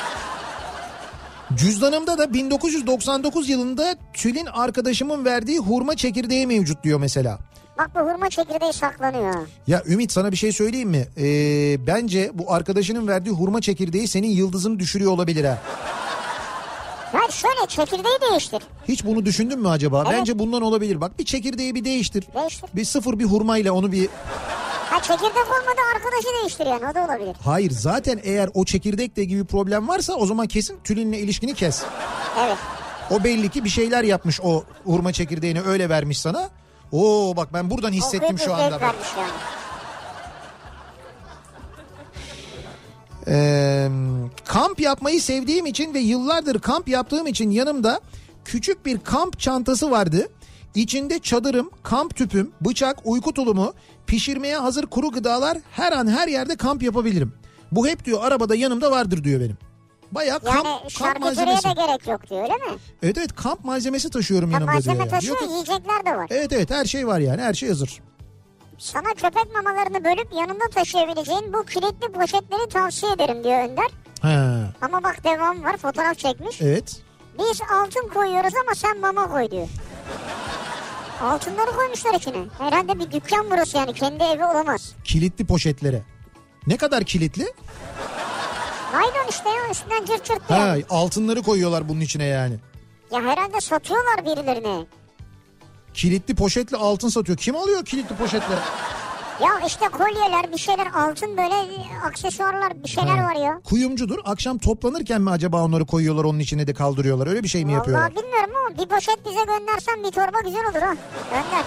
[SPEAKER 2] Cüzdanımda da 1999 yılında Tülin arkadaşımın verdiği hurma çekirdeği mevcut diyor mesela.
[SPEAKER 3] Bak bu hurma çekirdeği saklanıyor. ha.
[SPEAKER 2] Ya Ümit sana bir şey söyleyeyim mi? Ee, bence bu arkadaşının verdiği hurma çekirdeği senin yıldızını düşürüyor olabilir ha.
[SPEAKER 3] Hayır şöyle çekirdeği değiştir.
[SPEAKER 2] Hiç bunu düşündün mü acaba?
[SPEAKER 3] Evet.
[SPEAKER 2] Bence bundan olabilir. Bak bir çekirdeği bir değiştir.
[SPEAKER 3] Değiştir.
[SPEAKER 2] Bir sıfır bir hurmayla onu bir
[SPEAKER 3] Ha çekirdek olmadı arkadaşı değiştir yani o da olabilir.
[SPEAKER 2] Hayır zaten eğer o çekirdekle gibi problem varsa o zaman kesin tülinle ilişkini kes.
[SPEAKER 3] Evet.
[SPEAKER 2] O belli ki bir şeyler yapmış o hurma çekirdeğini öyle vermiş sana. Oo bak ben buradan
[SPEAKER 3] O
[SPEAKER 2] hissettim
[SPEAKER 3] büyük
[SPEAKER 2] şu
[SPEAKER 3] bir
[SPEAKER 2] anda.
[SPEAKER 3] zevk
[SPEAKER 2] bak.
[SPEAKER 3] vermiş yani.
[SPEAKER 2] Ee, kamp yapmayı sevdiğim için ve yıllardır kamp yaptığım için yanımda küçük bir kamp çantası vardı. İçinde çadırım, kamp tüpüm, bıçak, uyku tulumu, pişirmeye hazır kuru gıdalar her an her yerde kamp yapabilirim. Bu hep diyor arabada yanımda vardır diyor benim. Bayağı kamp,
[SPEAKER 3] Yani
[SPEAKER 2] kamp
[SPEAKER 3] şarküteriye
[SPEAKER 2] malzemesi.
[SPEAKER 3] de gerek yok diyor öyle mi?
[SPEAKER 2] Evet evet kamp malzemesi taşıyorum
[SPEAKER 3] Ya
[SPEAKER 2] yanımda diyor.
[SPEAKER 3] malzeme
[SPEAKER 2] yani.
[SPEAKER 3] taşıyor
[SPEAKER 2] Diyor ki-
[SPEAKER 3] yiyecekler de var.
[SPEAKER 2] Evet evet her şey var yani her şey hazır.
[SPEAKER 3] Sana köpek mamalarını bölüp yanında taşıyabileceğin bu kilitli poşetleri tavsiye ederim diyor Önder.
[SPEAKER 2] He,
[SPEAKER 3] Ama bak devam var fotoğraf çekmiş.
[SPEAKER 2] evet.
[SPEAKER 3] Biz altın koyuyoruz ama sen mama koy diyor. Altınları koymuşlar içine. Herhalde bir dükkan burası yani kendi evi olamaz.
[SPEAKER 2] Kilitli poşetlere. Ne kadar kilitli?
[SPEAKER 3] Naylon işte ya üstünden cırt cırt diyor.
[SPEAKER 2] Ha, altınları koyuyorlar bunun içine yani.
[SPEAKER 3] Ya herhalde satıyorlar birilerine.
[SPEAKER 2] Kilitli poşetle altın satıyor. Kim alıyor kilitli poşetle?
[SPEAKER 3] Ya işte kolyeler bir şeyler altın böyle e, aksesuarlar bir şeyler var ya.
[SPEAKER 2] Kuyumcudur. Akşam toplanırken mi acaba onları koyuyorlar onun içine de kaldırıyorlar? Öyle bir şey mi yapıyorlar?
[SPEAKER 3] Vallahi bilmiyorum ama bir poşet bize göndersen bir torba güzel olur ha. Gönder.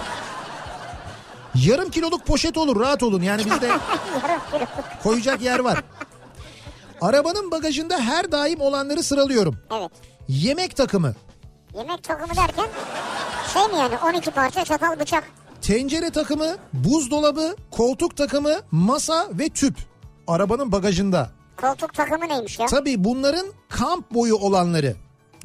[SPEAKER 2] Yarım kiloluk poşet olur rahat olun. Yani bizde
[SPEAKER 3] Yarım kilo.
[SPEAKER 2] koyacak yer var. Arabanın bagajında her daim olanları sıralıyorum.
[SPEAKER 3] Evet.
[SPEAKER 2] Yemek takımı,
[SPEAKER 3] Yemek takımı derken şey mi yani 12 parça çatal bıçak.
[SPEAKER 2] tencere takımı, buzdolabı, koltuk takımı, masa ve tüp. Arabanın bagajında.
[SPEAKER 3] Koltuk takımı neymiş ya?
[SPEAKER 2] Tabii bunların kamp boyu olanları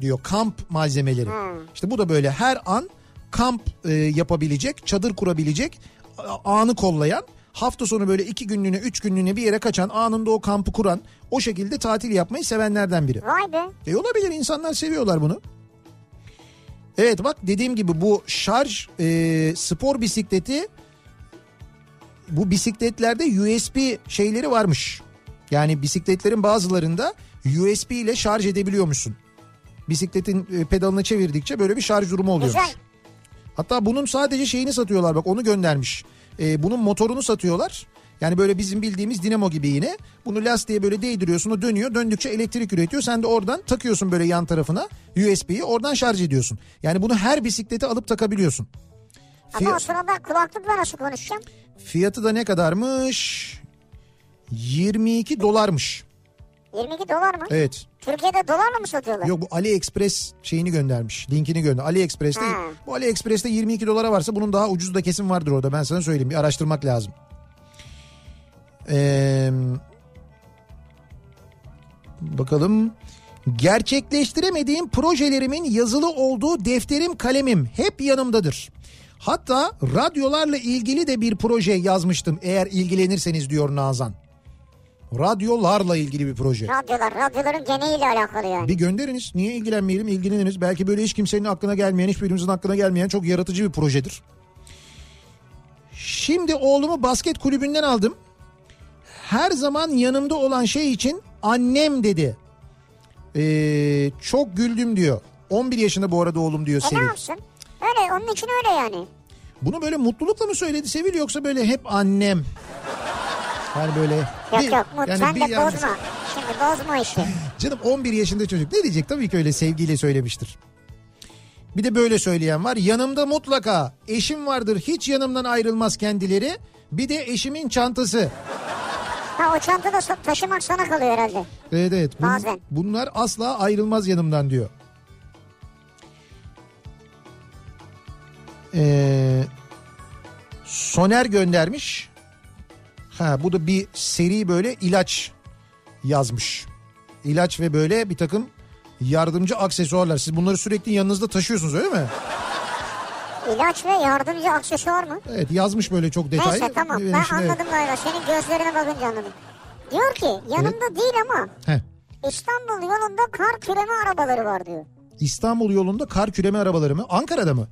[SPEAKER 2] diyor kamp malzemeleri. İşte bu da böyle her an kamp e, yapabilecek, çadır kurabilecek, a- anı kollayan, hafta sonu böyle iki günlüğüne, üç günlüğüne bir yere kaçan, anında o kampı kuran, o şekilde tatil yapmayı sevenlerden biri.
[SPEAKER 3] Vay be.
[SPEAKER 2] E olabilir insanlar seviyorlar bunu. Evet bak dediğim gibi bu şarj e, spor bisikleti bu bisikletlerde USB şeyleri varmış. Yani bisikletlerin bazılarında USB ile şarj edebiliyormuşsun. Bisikletin e, pedalını çevirdikçe böyle bir şarj durumu oluyormuş.
[SPEAKER 3] Güzel.
[SPEAKER 2] Hatta bunun sadece şeyini satıyorlar bak onu göndermiş. Ee, bunun motorunu satıyorlar. Yani böyle bizim bildiğimiz dinamo gibi yine. Bunu lastiğe böyle değdiriyorsun o dönüyor. Döndükçe elektrik üretiyor. Sen de oradan takıyorsun böyle yan tarafına USB'yi oradan şarj ediyorsun. Yani bunu her bisiklete alıp takabiliyorsun.
[SPEAKER 3] Ama o
[SPEAKER 2] Fiy-
[SPEAKER 3] sırada kulaklıkla nasıl konuşacağım?
[SPEAKER 2] fiyatı da ne kadarmış? 22 dolarmış.
[SPEAKER 3] 22 dolar mı?
[SPEAKER 2] Evet.
[SPEAKER 3] Türkiye'de dolarla mı satıyorlar?
[SPEAKER 2] E- Yok bu AliExpress şeyini göndermiş. Linkini gönder. AliExpress'te
[SPEAKER 3] Ha.
[SPEAKER 2] bu AliExpress'te 22 dolara varsa bunun daha ucuz da kesin vardır orada. Ben sana söyleyeyim. Bir araştırmak lazım. Ee, bakalım. Gerçekleştiremediğim projelerimin yazılı olduğu defterim kalemim hep yanımdadır. Hatta radyolarla ilgili de bir proje yazmıştım eğer ilgilenirseniz diyor Nazan. Radyolarla ilgili bir proje.
[SPEAKER 3] Radyolar, radyoların geneğiyle alakalı yani.
[SPEAKER 2] Bir gönderiniz. Niye ilgilenmeyelim? İlgileniriz. Belki böyle hiç kimsenin aklına gelmeyen, hiçbirimizin aklına gelmeyen çok yaratıcı bir projedir. Şimdi oğlumu basket kulübünden aldım. Her zaman yanımda olan şey için annem dedi. Ee, çok güldüm diyor. 11 yaşında bu arada oğlum diyor
[SPEAKER 3] E ne
[SPEAKER 2] Sevil.
[SPEAKER 3] yapsın? Öyle onun için öyle yani.
[SPEAKER 2] Bunu böyle mutlulukla mı söyledi Sevil yoksa böyle hep annem? Yani böyle...
[SPEAKER 3] Yok
[SPEAKER 2] bir-
[SPEAKER 3] yok Mut
[SPEAKER 2] yani
[SPEAKER 3] sen
[SPEAKER 2] bir
[SPEAKER 3] de
[SPEAKER 2] yalnız-
[SPEAKER 3] bozma. Şimdi bozma işi.
[SPEAKER 2] Canım 11 yaşında çocuk ne diyecek tabii ki öyle sevgiyle söylemiştir. Bir de böyle söyleyen var. Yanımda mutlaka eşim vardır hiç yanımdan ayrılmaz kendileri. Bir de eşimin çantası.
[SPEAKER 3] Ha o çantada so- taşımak sana kalıyor herhalde.
[SPEAKER 2] Evet evet. Bun-
[SPEAKER 3] Bazen.
[SPEAKER 2] bunlar asla ayrılmaz yanımdan diyor. Ee, Soner göndermiş. Ha bu da bir seri böyle ilaç yazmış. İlaç ve böyle bir takım yardımcı aksesuarlar. Siz bunları sürekli yanınızda taşıyorsunuz öyle mi?
[SPEAKER 3] İlaç ve yardımcı aksesuar mı?
[SPEAKER 2] Evet yazmış böyle çok detaylı.
[SPEAKER 3] Neyse tamam
[SPEAKER 2] E, Benim
[SPEAKER 3] ben
[SPEAKER 2] için- evet.
[SPEAKER 3] anladım galiba. Senin gözlerine bakınca anladım. Diyor ki yanımda değil ama
[SPEAKER 2] Heh.
[SPEAKER 3] İstanbul yolunda kar küreme arabaları var diyor.
[SPEAKER 2] İstanbul yolunda kar küreme arabaları mı? Ankara'da mı?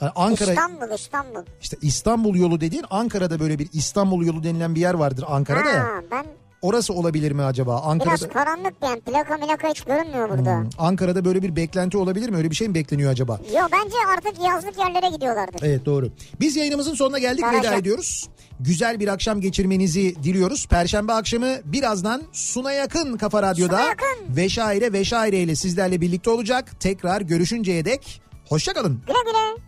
[SPEAKER 2] Yani Ankara
[SPEAKER 3] İstanbul İstanbul.
[SPEAKER 2] İşte İstanbul yolu dediğin Ankara'da böyle bir İstanbul yolu denilen bir yer vardır Ankara'da ya.
[SPEAKER 3] Ha, ben
[SPEAKER 2] Orası olabilir mi acaba?
[SPEAKER 3] biraz
[SPEAKER 2] Ankara'da
[SPEAKER 3] karanlık yani plaka milaka hiç görünmüyor burada.
[SPEAKER 2] Hmm. Ankara'da böyle bir beklenti olabilir mi? Öyle bir şey mi bekleniyor acaba?
[SPEAKER 3] Yo bence artık yazlık yerlere gidiyorlardır.
[SPEAKER 2] Evet doğru. Biz yayınımızın sonuna geldik
[SPEAKER 3] Garaj
[SPEAKER 2] veda
[SPEAKER 3] yap.
[SPEAKER 2] ediyoruz. güzel bir akşam geçirmenizi diliyoruz. Perşembe akşamı birazdan Suna Yakın Kafa Radyo'da
[SPEAKER 3] Suna Yakın.
[SPEAKER 2] Veşaire Veşaire ile sizlerle birlikte olacak. Tekrar görüşünceye dek hoşçakalın.
[SPEAKER 3] Güle güle.